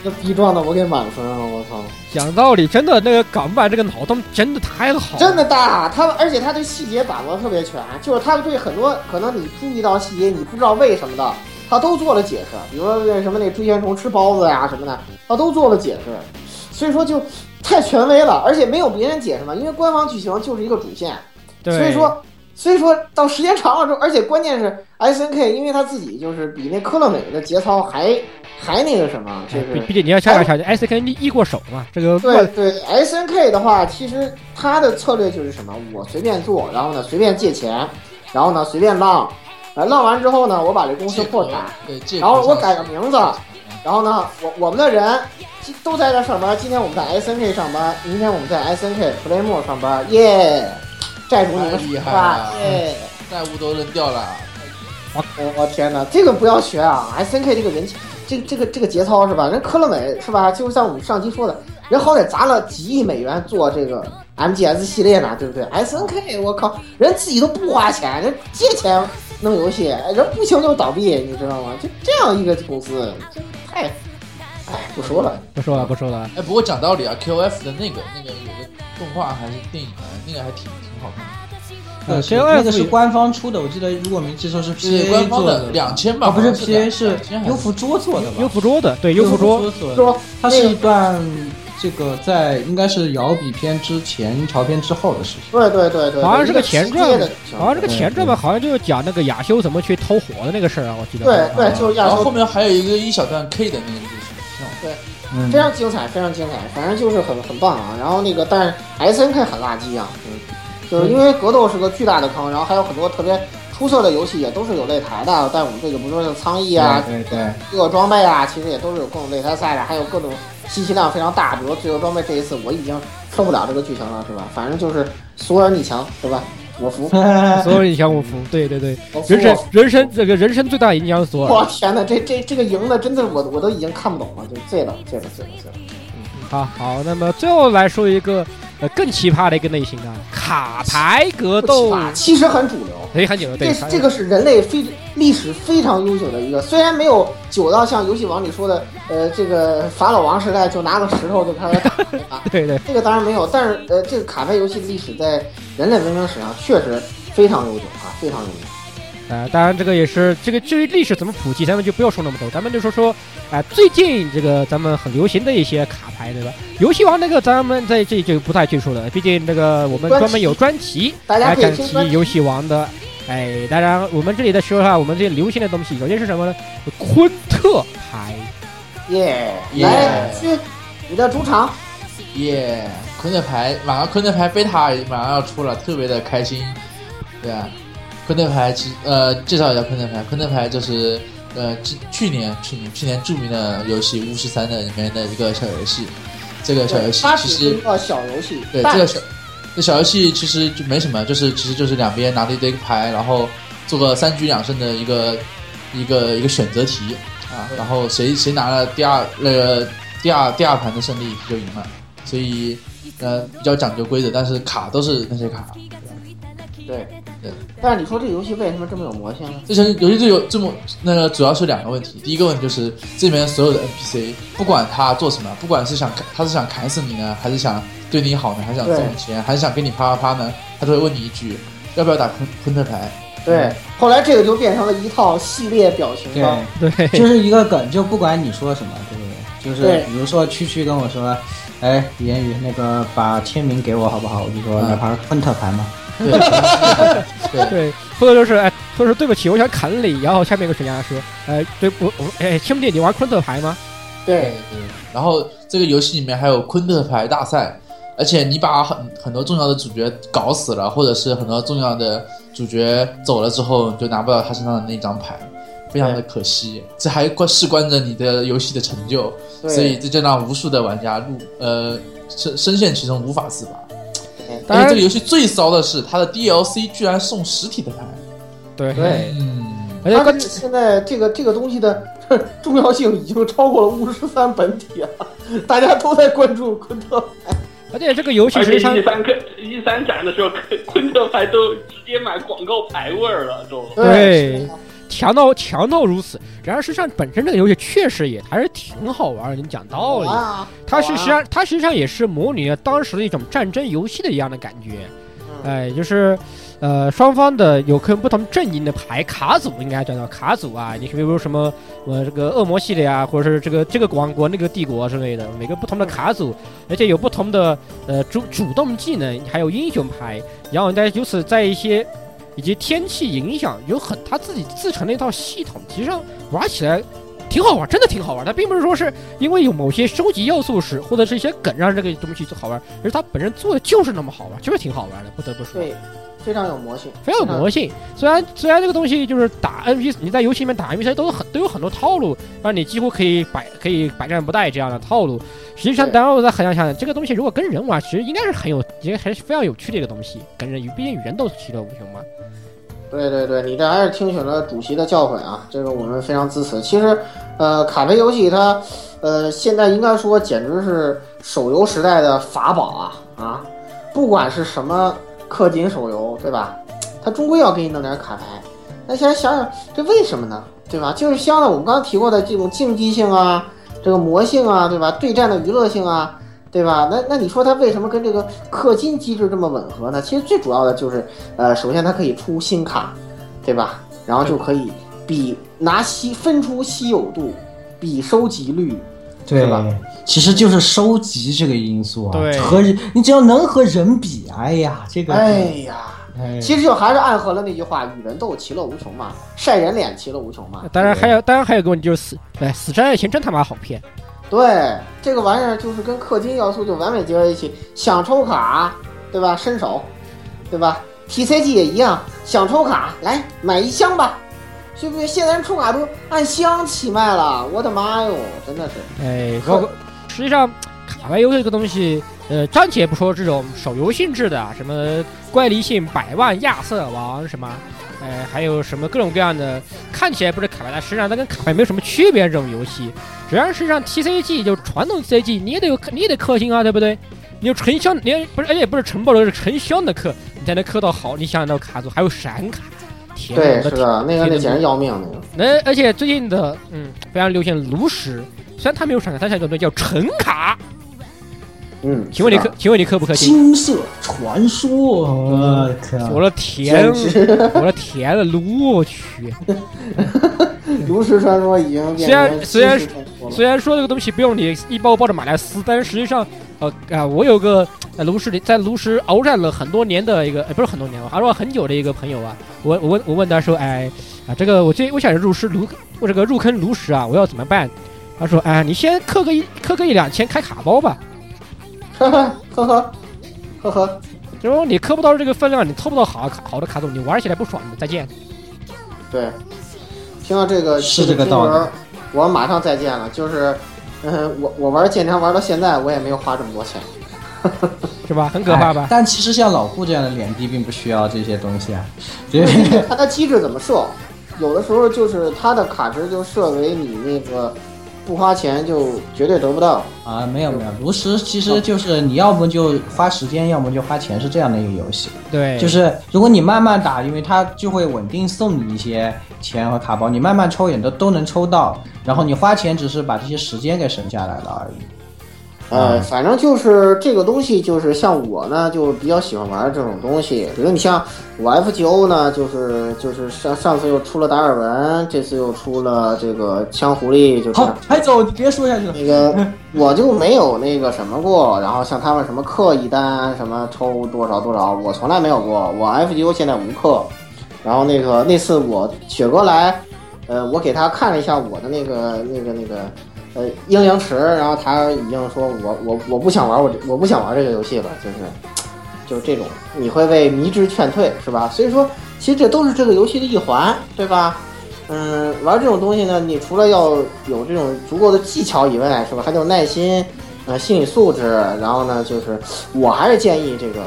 Speaker 2: 这个逼撞的我给满分了，我操！
Speaker 3: 讲道理，真的那个港漫这个脑洞真的太好了，
Speaker 2: 真的大，他们而且他对细节把握特别全，就是他们对很多可能你注意到细节，你不知道为什么的，他都做了解释，比如说为什么那追仙虫吃包子呀、什么的，他都做了解释，所以说就太权威了，而且没有别人解释嘛，因为官方剧情就是一个主线，
Speaker 3: 对，
Speaker 2: 所以说。所以说到时间长了之后，而且关键 是 S N K，因为他自己就是比那科乐美的节操还还那个什么，就
Speaker 3: 哎
Speaker 2: 是
Speaker 3: 毕毕竟你要想想想，S K 一过手嘛，这个
Speaker 2: 对对，S N K 的话，其实它的策略就是什么？我随便做，然后呢随便借钱，然后呢随便浪，呃，浪完之后呢，我把这公司破产，
Speaker 6: 对，借
Speaker 2: 然后我改个名字，然后呢，我我们的人今都在这上班，今天我们在 S N K 上班，明天我们在 S N K Playmo 上班，耶！债主你们
Speaker 6: 太厉
Speaker 2: 是
Speaker 6: 害
Speaker 2: 吧
Speaker 6: 了
Speaker 2: 耶！
Speaker 6: 债务都扔掉了，
Speaker 2: 我我哦天哪，这个不要学啊！S N K 这个人，这这个这个节操是吧？人科乐美是吧？就像我们上期说的，人好歹砸了几亿美元做这个 M G S 系列呢，对不对？S N K，我靠，人自己都不花钱，人借钱弄游戏，人不行就倒闭，你知道吗？就这样一个公司，这太，哎，不说了。
Speaker 3: 不说了不说了，
Speaker 6: 哎，不过讲道理啊，QF 的那个那个有个动画还是电影啊，那个还挺挺好看的。
Speaker 5: 呃
Speaker 3: ，K
Speaker 5: 是
Speaker 3: O
Speaker 5: 那
Speaker 3: F
Speaker 5: 个是官方出的，我记得如果没记错是 P
Speaker 6: 是
Speaker 5: A
Speaker 6: 官方
Speaker 5: 做
Speaker 6: 的2000吧
Speaker 5: 哦不是
Speaker 6: 好像是
Speaker 5: P A 是优芙桌做的吧？
Speaker 3: 优芙桌的，对，优芙
Speaker 5: 芙
Speaker 3: 桌
Speaker 5: 做的，它是一段这个在应该是摇笔篇之前朝篇之后的事情。
Speaker 2: 对对对对，
Speaker 3: 好像是
Speaker 2: 个
Speaker 3: 个前
Speaker 2: 世界
Speaker 3: 传
Speaker 2: 的，
Speaker 3: 好像是个前传吧，好像就是讲那个亚修怎么去偷火的那个事儿啊，我记得。
Speaker 2: 对对，就是亚
Speaker 6: 然后
Speaker 2: 洲
Speaker 6: 后面还有一个一小段 K 的那个故事，
Speaker 2: 对，
Speaker 5: 嗯
Speaker 2: 非常精彩，非常精彩，反正就是很很棒啊。然后那个，但是 S N K 很垃圾啊，嗯，就是因为格斗是个巨大的坑，然后还有很多特别出色的游戏也都是有擂台的，但我们这个不说像苍翼啊、
Speaker 5: 对对，
Speaker 2: 各个装备啊，其实也都是有各种擂台赛啊的，还有各种信息量非常大，比如自由装备这一次我已经受不了这个剧情了，是吧？反正就是索尔你强，是吧？我 服。
Speaker 3: 所有影响我服，对对对
Speaker 2: 我，服
Speaker 3: 人生人生这个人生最大影响索
Speaker 2: 我
Speaker 3: 尔。
Speaker 2: 天哪，这这这个赢的真的我我都已经看不懂了，就醉了醉了醉了醉了。
Speaker 3: 好好，那么最后来说一个呃更奇葩的一个类型啊，卡牌格斗，
Speaker 2: 其实很主流，
Speaker 3: 哎，很久了，对
Speaker 2: 这，
Speaker 3: 很
Speaker 2: 这个是人类非历史非常悠久的一个，虽然没有久到像游戏王里说的，呃，这个法老王时代就拿个石头就开始打，对吧
Speaker 3: 对对
Speaker 2: 这个当然没有，但是呃，这个卡牌游戏的历史在人类文明史上确实非常悠久啊，非常悠久。
Speaker 3: 呃，当然这个也是这个至于历史怎么普及，咱们就不要说那么多，咱们就说说啊、最近这个咱们很流行的一些卡牌，对吧？游戏王那个咱们在这里就不太赘述了，毕竟这个我们
Speaker 2: 专
Speaker 3: 专门有
Speaker 2: 题
Speaker 3: 专题
Speaker 2: 大家
Speaker 3: 来
Speaker 2: 可以
Speaker 3: 讲
Speaker 2: 听
Speaker 3: 起
Speaker 2: 专题
Speaker 3: 游戏王的。哎，当然我们这里的说下我们这流行的东西，首先是什么呢？昆特牌，
Speaker 2: 耶、
Speaker 6: 耶
Speaker 2: 来去你的主场，
Speaker 6: 耶！昆特牌马上昆特牌贝塔马上要出了，特别的开心，对啊。昆特牌其呃介绍一下昆特牌，昆特牌就是呃去去年去年去年著名的游戏《巫师三》的里面的一个小游戏，这个小游戏
Speaker 2: 它
Speaker 6: 其
Speaker 2: 只是
Speaker 6: 实
Speaker 2: 一个小游戏，
Speaker 6: 对，
Speaker 2: 但
Speaker 6: 这个小这小游戏其实就没什么，就是其实就是两边拿着一堆牌，然后做个三局两胜的一个一个一个选择题啊，然后谁谁拿了第二那个第二第二盘的胜利就赢了，所以呃比较讲究规则，但是卡都是那些卡。
Speaker 2: 对
Speaker 6: 对，嗯
Speaker 2: 但是你说这游戏为什么这么有魔性呢？
Speaker 6: 这些游戏就有这么那个主要是两个问题，第一个问题就是这里面所有的 NPC，不管他做什么，不管是想他是想砍死你呢，还是想对你好呢，还是想挣你钱，还是想跟你啪啪啪呢，他都会问你一句要不要打昆昆特牌。
Speaker 2: 对，后来这个就变成了一套系列表情包。
Speaker 5: 对
Speaker 3: 对，
Speaker 5: 就是一个梗，就不管你说什么，对不对？就是
Speaker 2: 对
Speaker 5: 比如说区区跟我说，哎，言语那个把签名给我好不好？我就说
Speaker 6: 嗯
Speaker 5: 哪盘昆特牌嘛。
Speaker 6: 对对
Speaker 3: 对，或者就是哎，或者说对不起，我想砍你，然后下面一个水家说，哎，对我我哎，兄弟，你玩昆特牌吗？
Speaker 2: 对，
Speaker 6: 然后这个游戏里面还有昆特牌大赛，而且你把很很多重要的主角搞死了，或者是很多重要的主角走了之后，你就拿不到他身上的那张牌，非常的可惜。这还关事关着你的游戏的成就，
Speaker 2: 对
Speaker 6: 所以这就让无数的玩家入呃深深陷其中无法自拔。
Speaker 3: 当
Speaker 2: 哎
Speaker 6: 而且
Speaker 3: 然
Speaker 6: 这个游戏最骚的是，它的 DLC 居然送实体的牌，
Speaker 3: 对
Speaker 2: 对
Speaker 6: 嗯，
Speaker 3: 而且
Speaker 2: 它
Speaker 3: 哎关
Speaker 2: 这现在这个这个东西的 重要性已经超过了巫师三本体了，大家都在关注昆特。
Speaker 3: 而且这个游戏
Speaker 4: 而
Speaker 3: 实
Speaker 4: 且
Speaker 3: 际上
Speaker 4: 一三克一三展的时候，昆昆特牌都直接买广告牌位儿了，都。
Speaker 3: 对，强到强到如此。然而，实际上本身这个游戏确实也还是挺好玩的。你讲道理，
Speaker 2: 啊，
Speaker 3: 它是实际上它实际上也是模拟了当时的一种战争游戏的一样的感觉。哎，就是，呃，双方的有可能不同阵营的牌卡组应该叫到卡组啊，你比如什么呃这个恶魔系列啊，或者是这个这个王国那个帝国之类的，每个不同的卡组，而且有不同的呃主主动技能，还有英雄牌，然后在由此在一些以及天气影响，有很它自己自成的一套系统，其实上玩起来挺好玩，真的挺好玩。它并不是说是因为有某些收集要素使或者是一些梗让这个东西就好玩，而是它本身做的就是那么好玩，就是挺好玩的，不得不说。
Speaker 2: 对，非常有魔性，
Speaker 3: 非常有魔性。虽然虽然这个东西就是打 NPC，你在游戏里面打 NPC 都有很都有很多套路，让你几乎可以百可以百战不殆这样的套路。实际上，
Speaker 2: 对
Speaker 3: 当然我在很想想，这个东西如果跟人玩，其实应该是很有，应该还是非常有趣的一个东西。跟人，毕竟与人都是其乐无穷嘛。
Speaker 2: 对对对，你这还是听取了主席的教诲啊，这个我们非常支持。其实，呃，卡牌游戏它，呃，现在应该说简直是手游时代的法宝啊啊！不管是什么氪金手游，对吧？它终归要给你弄点卡牌。那现在想想，这为什么呢？对吧？就是像我们刚刚提过的这种竞技性啊，这个魔性啊，对吧？对战的娱乐性啊，对吧？那那你说它为什么跟这个氪金机制这么吻合呢？其实最主要的就是，呃，首先它可以出新卡，对吧？然后就可以比拿稀分出稀有度，比收集率
Speaker 5: 对吧？其实就是收集这个因素啊，
Speaker 2: 对
Speaker 5: 和人你只要能和人比，哎呀，这个，
Speaker 2: 哎呀，
Speaker 5: 哎
Speaker 2: 其实就还是暗合了那句话：与人斗，其乐无穷嘛；晒人脸，其乐无穷嘛。
Speaker 3: 当然还有，当然还有个问题就是死，哎，死神爱情真他妈好骗。
Speaker 2: 对这个玩意儿，就是跟氪金要素就完美结合一起。想抽卡，对吧？伸手，对吧？TCG 也一样，想抽卡，来买一箱吧，对不对？现在人抽卡都按箱起卖了，我的妈哟，真的是。
Speaker 3: 哎，包括实际上卡牌游戏这个东西，呃，暂且不说这种手游性质的啊，什么怪力性百万亚瑟王什么，呃，还有什么各种各样的看起来不是卡牌，但实际上它跟卡牌没有什么区别。这种游戏，只要实际上 TCG 就是传统 TCG，你也得有你也得氪金啊，对不对？你有成箱，你也不是而且不是承包的，是成箱的氪，你才能氪到好。你想想那卡组还有闪卡，天
Speaker 2: 对
Speaker 3: 我，
Speaker 2: 是
Speaker 3: 的
Speaker 2: 的，
Speaker 3: 天
Speaker 2: 那个
Speaker 3: 天
Speaker 2: 那
Speaker 3: 哪
Speaker 2: 简直要命，那个。
Speaker 3: 那而且最近的嗯非常流行炉石，虽然它没有闪卡，但它有一种东西叫橙卡。
Speaker 2: 嗯，
Speaker 3: 请问你氪，请问你氪不氪金？
Speaker 5: 金色传说，我靠，
Speaker 3: 我的天，
Speaker 2: 简直
Speaker 3: 我的天了，我去！
Speaker 2: 炉石传说 已经变成
Speaker 3: 虽然虽然
Speaker 2: 真实传说了
Speaker 3: 虽然说这个东西不用你一包包的买来撕，但是实际上，呃啊，我有个呃炉石里在炉石鏖战了很多年的一个，呃、不是很多年吧，鏖战很久的一个朋友啊，我我问我问他说，哎啊，这个我最我想入石炉，我这个入坑炉石啊，我要怎么办？他说，哎，你先氪个一氪个一两千开卡包吧。
Speaker 2: 呵呵呵呵呵呵，
Speaker 3: 就是说哦你氪不到这个分量，你凑不到好卡好的卡组，你玩起来不爽的，再见。
Speaker 2: 对，听到这个
Speaker 5: 是这个道理。
Speaker 2: 金额我马上再见了，就是，嗯，我我玩剑娘玩到现在，我也没有花这么多钱。
Speaker 3: 是吧？很可怕吧？
Speaker 5: 哎但其实像老顾这样的脸低，并不需要这些东西啊。 对，
Speaker 2: 看它机制怎么设，有的时候就是它的卡池就设为你那个不花钱就绝对得不到。
Speaker 5: 啊，没有没有，炉石其实就是你要么就花时间，要么就花钱，是这样的一个游戏。
Speaker 2: 哎
Speaker 3: 对
Speaker 5: 就是如果你慢慢打，因为它就会稳定送你一些钱和卡包，你慢慢抽也都都能抽到，然后你花钱只是把这些时间给省下来了而已。嗯
Speaker 2: 呃，反正就是这个东西，就是像我呢，就比较喜欢玩这种东西。比如你像我 FGO 呢，就是就是上上次又出了达尔文，这次又出了这个枪狐狸，就这样
Speaker 5: 好，海总，你别说下去了。
Speaker 2: 那个我就没有那个什么过，然后像他们什么氪一单，什么抽多少多少，我从来没有过。我 FGO 现在无氪，然后那个那次我雪哥来，呃，我给他看了一下我的那个那个那个呃英灵池，然后他已经说我我我不想玩，我这我不想玩这个游戏了，就是就是这种，你会被迷之劝退是吧？所以说，其实这都是这个游戏的一环，对吧？嗯，玩这种东西呢，你除了要有这种足够的技巧以外，是吧？还得有耐心，呃，心理素质。然后呢，就是呃我还是建议这个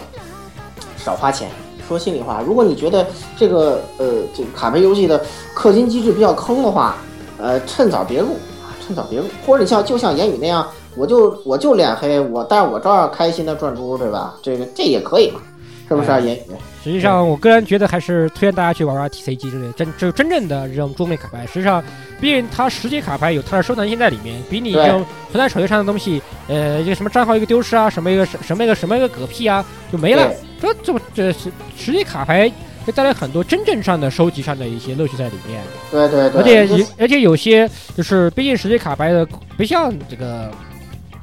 Speaker 2: 少花钱。说心里话，如果你觉得这个呃这个卡牌游戏的氪金机制比较坑的话，呃，趁早别入啊，趁早别入。或者你像就像言语那样，我就我就脸黑，我但是我照样开心的转猪，对吧？这个这也可以嘛，是不是啊，
Speaker 3: 哎
Speaker 2: 言语？
Speaker 3: 实际上，我个人觉得还是推荐大家去玩玩 TCG 之类的，真就真正的这种桌面卡牌。实际上，毕竟它实体卡牌有它的收藏性在里面，比你
Speaker 2: 对
Speaker 3: 这种存在手机上的东西，呃，一个什么账号一个丢失啊，什么一个什什么一个什么一个嗝屁啊，就没了。这这这实实体卡牌会带来很多真正上的收集上的一些乐趣在里面。
Speaker 2: 对对对，
Speaker 3: 而且
Speaker 2: 呃就是
Speaker 3: 有而且有些就是，毕竟实体卡牌的不像这个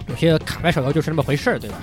Speaker 3: 有些卡牌手游就是那么回事儿，对吧？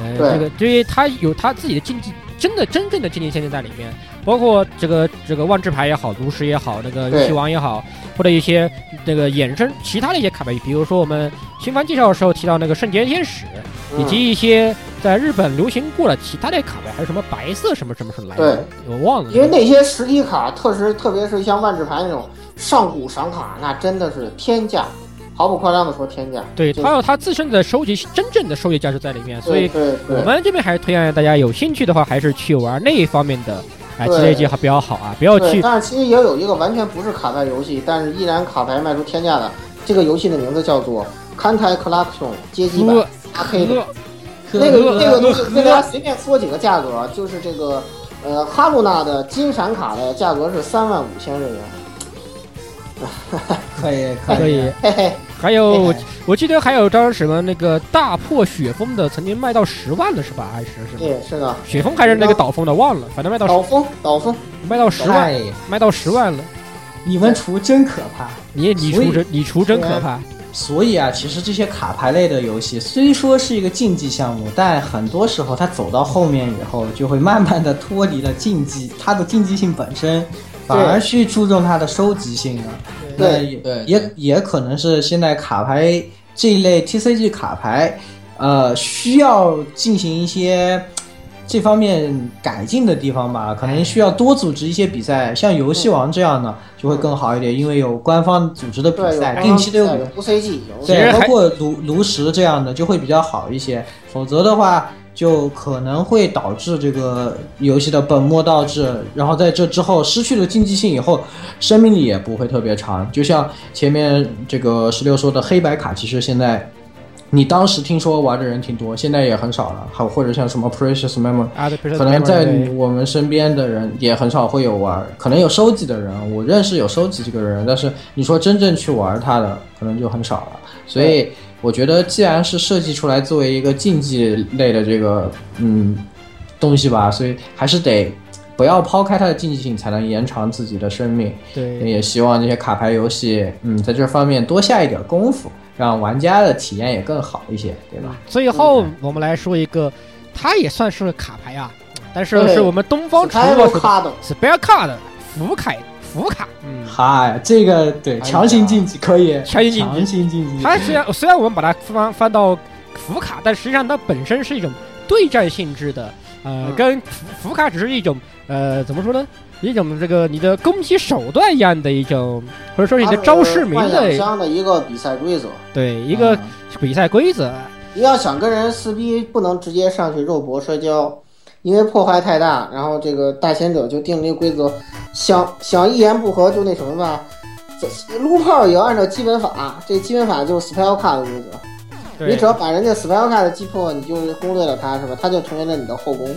Speaker 3: 呃，
Speaker 2: 对
Speaker 3: 这个因为它有它自己的竞技，真的真正的竞技限制在里面，包括这个这个万智牌也好，炉石也好，那个
Speaker 2: 对
Speaker 3: 游戏王也好，或者一些那个衍生其他的一些卡牌，比如说我们新番介绍的时候提到那个圣洁天使，
Speaker 2: 嗯
Speaker 3: 以及一些在日本流行过的其他的卡牌，还有什么白色什么什么什么来着，我忘了。
Speaker 2: 因为那些实体卡，特是特别是像万智牌那种上古闪卡，那真的是天价，毫不夸张的说天价。
Speaker 3: 对，
Speaker 2: 就
Speaker 3: 它有它自身的收集，真正的收集价值在里面，所以
Speaker 2: 对对
Speaker 3: 我们这边还是推荐大家有兴趣的话，还是去玩那一方面的，哎，
Speaker 2: 对
Speaker 3: 积累机还比较好啊，不要
Speaker 2: 对
Speaker 3: 去
Speaker 2: 但是其实也有一个完全不是卡牌游戏，但是依然卡牌卖出天价的，这个游戏的名字叫做《Kantai Collection》街机版
Speaker 3: 呃
Speaker 2: 拉黑的。
Speaker 3: 呵
Speaker 2: 那个
Speaker 3: 呵
Speaker 2: 那个东西
Speaker 3: 呵，
Speaker 2: 跟大家随便说几个价格，就是这个呃哈露娜的金闪卡的价格是三万五千日元，
Speaker 5: 可以
Speaker 3: 可以
Speaker 2: 嘿嘿，
Speaker 3: 还有我记得还有张什么那个大破雪峰的，曾经卖到十万了是吧？还是什么
Speaker 2: 对，？是的，
Speaker 3: 雪峰还是那个岛峰的，忘了，反正卖到
Speaker 2: 岛
Speaker 3: 十
Speaker 2: 风，岛风，
Speaker 3: 卖到十万，卖到十万了。
Speaker 5: 你们厨真可怕，
Speaker 3: 你你
Speaker 5: 所以
Speaker 3: 厨真你厨真可
Speaker 2: 啊
Speaker 3: 怕。
Speaker 5: 所以啊，其实这些卡牌类的游戏虽说是一个竞技项目，但很多时候它走到后面以后，就会慢慢的脱离了竞技，它的竞技性本身，反而去注重它的收集性啊了。那
Speaker 2: 对
Speaker 5: 也也也可能是现在卡牌这一类 TCG 卡牌，呃，需要进行一些这方面改进的地方吧，可能需要多组织一些比赛，像游戏王这样的就会更好一点，因为有官方组织的比
Speaker 2: 嗯对，有
Speaker 5: 赛，
Speaker 2: 刚
Speaker 5: 定期的
Speaker 2: 刚有 OCG，有
Speaker 5: 对，包括炉炉石这样的就会比较好一些，否则的话就可能会导致这个游戏的本末倒置，然后在这之后失去了竞技性以后，生命力也不会特别长。就像前面这个十六说的黑白卡，其实现在。你当时听说玩的人挺多，现在也很少了，还或者像什么 Precious Memory，
Speaker 3: 啊，对，
Speaker 5: 可能在
Speaker 3: 对
Speaker 5: 我们身边的人也很少会有玩，可能有收集的人，我认识有收集这个人，但是你说真正去玩它的，可能就很少了。所以我觉得，既然是设计出来作为一个竞技类的这个嗯东西吧，所以还是得不要抛开它的竞技性，才能延长自己的生命。
Speaker 3: 对
Speaker 5: 也希望这些卡牌游戏，嗯，在这方面多下一点功夫，让玩家的体验也更好一些，对吧？
Speaker 3: 最后我们来说一个，它也算是个卡牌啊，但是
Speaker 5: 对
Speaker 3: 是我们东方厨
Speaker 2: 还有
Speaker 3: 做出
Speaker 2: 卡
Speaker 3: 的
Speaker 2: 的，
Speaker 3: spare card 福凯福卡，嗯，哎
Speaker 5: 嗨，这个对强行晋级可以，
Speaker 3: 强行晋级
Speaker 5: 强行晋级，
Speaker 3: 它虽然虽然我们把它翻翻到福卡，但实际上它本身是一种对战性质的，呃，跟福福卡只是一种呃怎么说呢？一种这个你的攻击手段一样的一种，或者说是你的招式名
Speaker 2: 它是幻
Speaker 3: 的
Speaker 2: 想乡的一个比赛规则，嗯
Speaker 3: 对一个比赛规则，
Speaker 2: 你要想跟人撕逼，不能直接上去肉搏摔跤，因为破坏太大。然后这个大贤者就定了一个规则，想想一言不合就那什么吧，这撸炮也要按照基本法，这基本法就是 spell card 的规则。
Speaker 3: 对
Speaker 2: 你只要把人家 spell card 击破，你就是攻略了他，是吧？他就成为了你的后宫，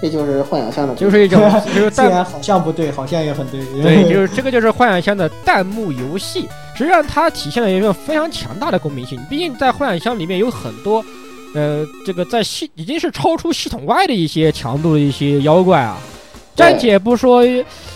Speaker 2: 这就是幻想乡的规则，
Speaker 3: 就是 一种就是
Speaker 5: 虽
Speaker 3: 弹
Speaker 5: 然好像不对，好像也很对。
Speaker 3: 对，就是这个就是幻想乡的弹幕游戏，实际上它体现了一个非常强大的公平性。毕竟在幻想乡里面有很多，呃，这个在系已经是超出系统外的一些强度的一些妖怪啊。
Speaker 2: 对
Speaker 3: 暂且不说，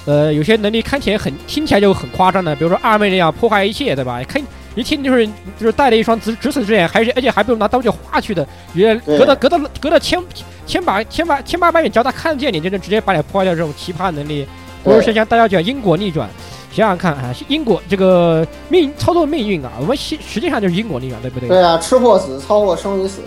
Speaker 3: 呃，有些能力看起来很听起来就很夸张的，比如说二妹那样破坏一切，对吧？看一听就是就是带了一双直直死之眼，还是而且还被我拿刀去划去的，也
Speaker 2: 对
Speaker 3: 隔的隔的隔的千千把千把千八百米，只要他看见你，就能直接把你破坏掉。这种奇葩能力，不是
Speaker 2: 对
Speaker 3: 像像大家讲因果逆转，想想看啊，因果这个命操作命运啊，我们实实际上就是因果逆转，对不对？
Speaker 2: 对啊，吃或死，操或生与死。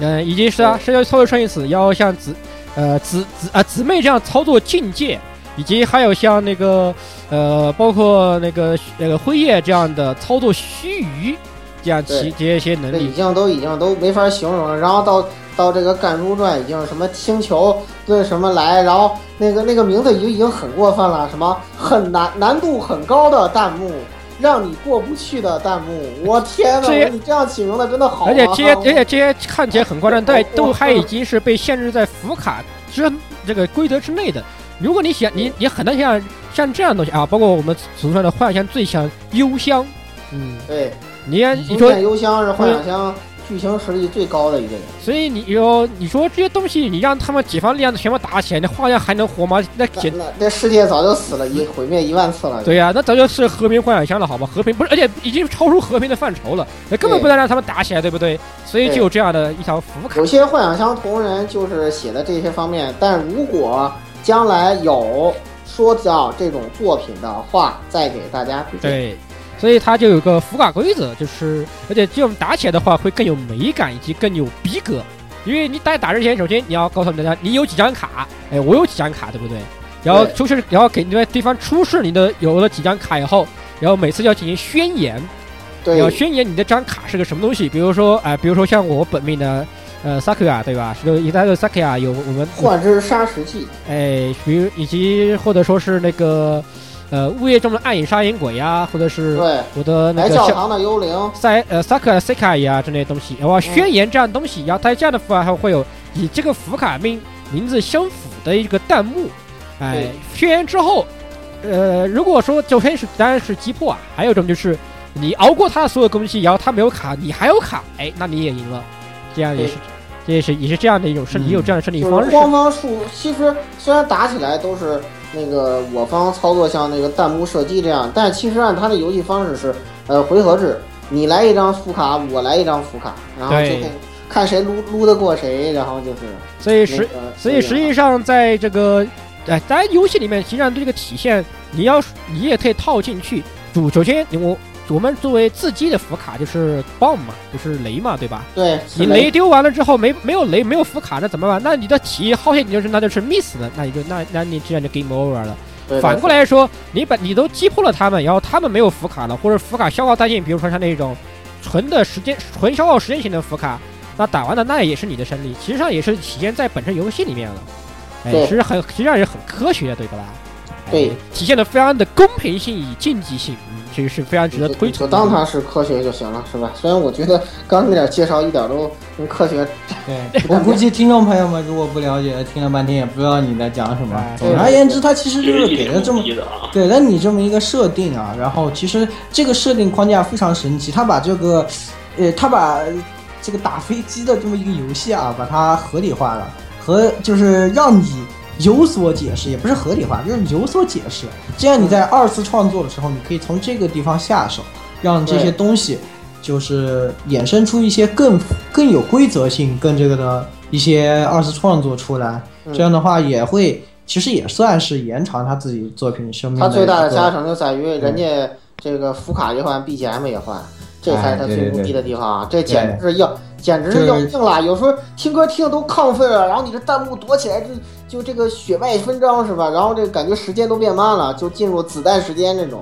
Speaker 3: 嗯，已经是啊，社交操作生与死，要像姊呃姊姊啊姊妹这样操作境界，以及还有像那个呃，包括那个那个辉夜这样的操作须臾，这样
Speaker 2: 对
Speaker 3: 其这些能
Speaker 2: 这
Speaker 3: 力
Speaker 2: 已，经都已经都没法形容了。然后到到这个《干书传》，已经什么星球论什么来，然后那个那个名字已经已经很过分了，什么很难难度很高的弹幕，让你过不去的弹幕。我天
Speaker 3: 这些
Speaker 2: 呐，你这样起名字真哦的好吗、
Speaker 3: 而且这些，而且这些看起来很夸张，但都还已经是被限制在福卡之这个规则之内的。如果你想，你你很难想象像这样的东西啊，包括我们俗称的幻想最强幽香，嗯，
Speaker 2: 对，
Speaker 3: 你看你
Speaker 2: 你
Speaker 3: 说嗯
Speaker 2: 见幽香是幻想乡剧情实力最高的一个人。
Speaker 3: 所以你说你说这些东西，你让他们解放力量全部打起来，那幻象还能活吗？那
Speaker 2: 那
Speaker 3: 简
Speaker 2: 那这世界早就死了一毁灭一万次了。
Speaker 3: 对呀、那早就是和平幻想乡了，好吧？和平不是，而且已经超出和平的范畴了，那根本
Speaker 2: 对
Speaker 3: 不能让他们打起来，对不对？所以就有这样的一条福卡
Speaker 2: 有，些幻想乡同人就是写的这些方面，但如果将来有说到这种作品的话，再给大家推荐。
Speaker 3: 对，所以它就有个福卡规则，就是而且这种打起来的话会更有美感以及更有逼格，因为你在打之前，首先你要告诉大家你有几张卡，哎，我有几张卡，对不对？然后
Speaker 2: 对
Speaker 3: 出示，然后给对对方出示你的有了几张卡以后，然后每次要进行宣言，你要
Speaker 2: 对
Speaker 3: 宣言你的张卡是个什么东西，比如说哎、比如说像我本命的呃萨克亚对吧？是个一代的萨克亚有我们
Speaker 2: 幻之沙石记，
Speaker 3: 哎，比如以及或者说是那个呃物业中的暗影杀人鬼呀、或者是
Speaker 2: 对
Speaker 3: 我的那
Speaker 2: 来啊
Speaker 3: 个
Speaker 2: 教
Speaker 3: 像
Speaker 2: 堂的幽灵，
Speaker 3: 塞呃萨克塞卡呀之类的东西，
Speaker 2: 嗯
Speaker 3: 然后宣言这样的东西，然后它这样的符号还会有以这个福卡名名字相符的一个弹幕，哎
Speaker 2: 对，
Speaker 3: 宣言之后，呃，如果说首先是当然是击破啊，还有一种就是你熬过他的所有攻击，然后他没有卡，你还有卡，哎，那你也赢了，这样也是，这也是也是这样的一种
Speaker 2: 嗯
Speaker 3: 胜利，也有这样的胜利
Speaker 2: 就
Speaker 3: 方
Speaker 2: 是
Speaker 3: 式。
Speaker 2: 双方数，其实虽然打起来都是那个我方操作像那个弹幕射击这样，但其实按他的游戏方式是，呃，回合制，你来一张副卡，我来一张副卡，然后就
Speaker 3: 对
Speaker 2: 看看谁撸撸得过谁，然后就是
Speaker 3: 所以实
Speaker 2: 那个，
Speaker 3: 所以实啊际上在这个，哎，当然游戏里面实际上对这个体现，你要是你也可以套进去。主首先我我们作为自击的福卡就是 bomb 嘛，就是雷嘛，对吧？
Speaker 2: 对
Speaker 3: 你雷丢完了之后没没有雷没有福卡，那怎么办？那你的体力耗尽，你就是那就是 miss 了，那你就那那你这样就 game over 了。
Speaker 2: 对
Speaker 3: 反过来说，你把你都击破了他们，然后他们没有福卡了，或者福卡消耗殆尽，比如说像那种纯的时间纯消耗时间型的福卡，那打完了那也是你的胜利，其实上也是体现在本身游戏里面了。哎，
Speaker 2: 对
Speaker 3: 其实很其实上也很科学的，对吧？哎
Speaker 2: 对，
Speaker 3: 体现的非常的公平性与竞技性，嗯，其实是非常值得推
Speaker 2: 就
Speaker 3: 崇的。
Speaker 2: 当它是科学就行了，是吧？虽然我觉得刚才那点介绍一点都跟科学
Speaker 5: 对，我估计听众朋友们如果不了解，听了半天也不知道你在讲什么。总而言之，它其实就是给了这么
Speaker 4: 啊
Speaker 5: 给了你这么一个设定啊，然后其实这个设定框架非常神奇，它把这个，呃，它把这个打飞机的这么一个游戏啊，把它合理化了，和就是让你有所解释，也不是合理化，就是有所解释。这样你在二次创作的时候，你可以从这个地方下手，让这些
Speaker 2: 对
Speaker 5: 东西就是衍生出一些更更有规则性、更这个的一些二次创作出来。
Speaker 2: 嗯
Speaker 5: 这样的话也会，其实也算是延长他自己作品生命。
Speaker 2: 它最大的
Speaker 5: 的一个
Speaker 2: 加成就在于人家这个福卡也换，BGM 也换，这才是它
Speaker 5: 哎对
Speaker 2: 最
Speaker 5: 对
Speaker 2: 牛逼的地方啊！这简直
Speaker 5: 对
Speaker 2: 是要，简直是要
Speaker 5: 就是
Speaker 2: 命了！有时候听歌听的都亢奋了，然后你这弹幕躲起来，就就这个血脉纷张是吧？然后这感觉时间都变慢了，就进入子弹时间这种，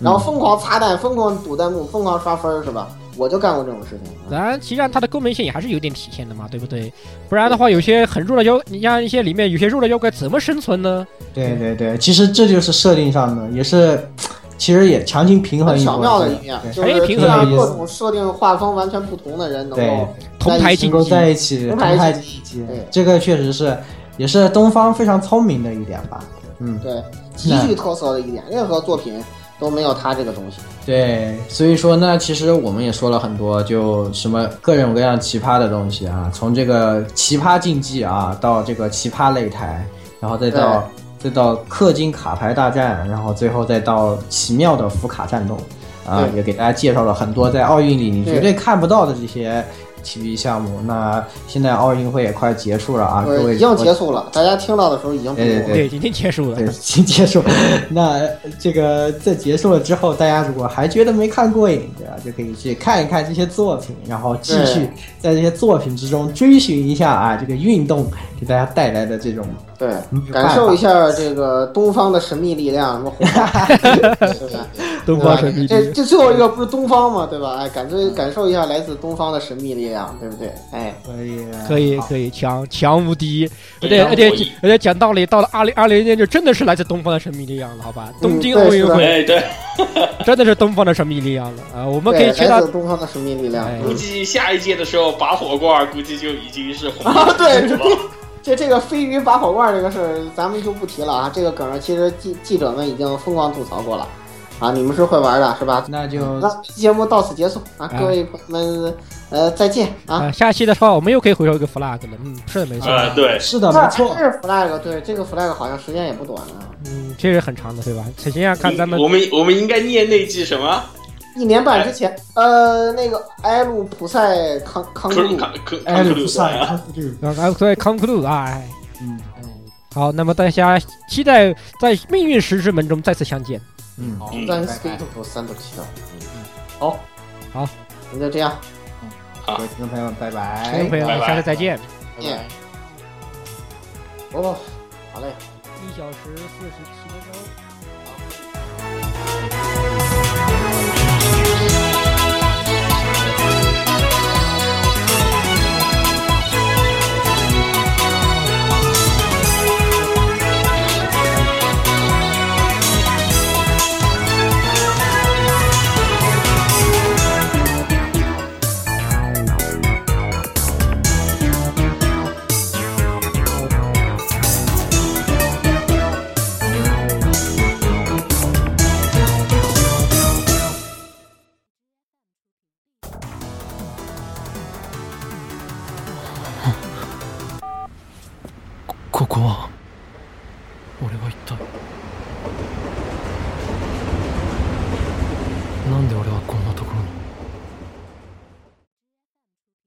Speaker 2: 然后
Speaker 5: 嗯
Speaker 2: 疯狂擦弹，疯狂堵弹幕，疯狂刷分儿是吧？我就干过这种事情。啊
Speaker 3: 咱其实上它的公平性也还是有点体现的嘛，对不对？不然的话，有些很弱的妖，你像一些里面有些弱的妖怪怎么生存呢？
Speaker 5: 对对对，其实这就是设定上的，也是，其实也强行平衡一波
Speaker 2: 巧妙的一面，就
Speaker 5: 对
Speaker 3: 哎
Speaker 2: 是
Speaker 5: 挺
Speaker 2: 让
Speaker 5: 有意
Speaker 2: 各
Speaker 5: 思。
Speaker 2: 种设定画风完全不同的人能
Speaker 5: 对
Speaker 2: 够，
Speaker 5: 能够在一起，
Speaker 2: 同
Speaker 5: 同
Speaker 2: 台
Speaker 5: 台
Speaker 2: 竞
Speaker 5: 竞
Speaker 2: 技
Speaker 5: 技
Speaker 2: 对，
Speaker 5: 这个确实是，也是东方非常聪明的一点吧。嗯，
Speaker 2: 对，极具特色的一点，任何作品都没有他这个东西。
Speaker 5: 对，所以说呢，其实我们也说了很多，就什么各种各样奇葩的东西啊，从这个奇葩竞技啊，到这个奇葩擂台，然后再到再到氪金卡牌大战，然后最后再到奇妙的福卡战斗，啊，
Speaker 2: 对
Speaker 5: 也给大家介绍了很多在奥运里你
Speaker 2: 对
Speaker 5: 绝对看不到的这些体育项目。那现在奥运会也快结束了啊，各
Speaker 2: 对，
Speaker 5: 位
Speaker 2: 已经结束了，大家听到的时候已经不
Speaker 5: 对对
Speaker 2: 多了。
Speaker 3: 已经结 束了，
Speaker 5: 对，已经呃结束。那呃这个在结束了之后，大家如果还觉得没看过瘾，对吧，就可以去看一看这些作品，然后继续在这些作品之中追寻一下啊，这个运动给大家带来的这种
Speaker 2: 对，
Speaker 5: 没有办
Speaker 2: 感
Speaker 5: 法
Speaker 2: 受一下这个东方的神秘力量，什么红 花，对吧？
Speaker 3: 东方神秘力
Speaker 2: 对吧这这最后一个不是东方吗？对吧？哎，感受感受一下来自东方的神秘力量，对不对？哎，
Speaker 5: 可以，
Speaker 3: 可以可以，强强无敌，而且
Speaker 2: 嗯强
Speaker 3: 而且
Speaker 2: 无敌
Speaker 3: 而且讲道理，到了二零二零年就真的是来自东方的神秘力量了，好
Speaker 2: 嗯
Speaker 3: 吧？东京奥运会，
Speaker 4: 哎对，
Speaker 3: 真的是东方的神秘力量了啊！我们可以
Speaker 2: 对
Speaker 3: 切
Speaker 2: 来
Speaker 3: 到哎
Speaker 2: 自东方的神秘力量。
Speaker 4: 估
Speaker 2: 嗯
Speaker 4: 计下一届的时候，拔火罐估计就已经是红
Speaker 2: 啊，对，
Speaker 4: 是吧？
Speaker 2: 这这个飞鱼拔火罐这个事儿，咱们就不提了啊。这个梗儿其实记记者们已经疯狂吐槽过了，啊，你们是会玩的是吧？
Speaker 5: 那就
Speaker 2: 那节目到此结束啊，
Speaker 3: 哎
Speaker 2: 各位朋友们，呃，再见啊。
Speaker 3: 啊，下期的话我们又可以回收一个 flag 了，嗯，是的，没错，
Speaker 5: 啊对是的
Speaker 2: 那
Speaker 5: 没错
Speaker 2: 还是 flag，对，这个 flag 好像时间也不短了，啊
Speaker 3: 嗯，这是很长的，对吧？首先要看咱
Speaker 5: 嗯
Speaker 3: 们
Speaker 4: 我们我们应该念那句什么？
Speaker 2: 一年半之前，呃，那个埃鲁普塞康康
Speaker 4: 克
Speaker 2: 鲁，
Speaker 4: 康克
Speaker 3: 哎
Speaker 4: 康克鲁
Speaker 3: 不算
Speaker 4: 啊！
Speaker 3: 啊，所以 conclude 啊，哎
Speaker 5: 嗯
Speaker 3: 好，那么大家期待在命运石之门中再次相见。
Speaker 5: 嗯，
Speaker 2: 好
Speaker 4: 嗯，
Speaker 2: 咱
Speaker 4: 拜拜
Speaker 2: skip 不三六七了，嗯好，
Speaker 3: 好，
Speaker 2: 那就这样，
Speaker 4: 好，
Speaker 5: 听众朋友们，拜拜，
Speaker 2: 哎
Speaker 3: 听众朋友们，下次再见。
Speaker 2: 见，哦，好嘞。
Speaker 3: 一小时四十七分钟。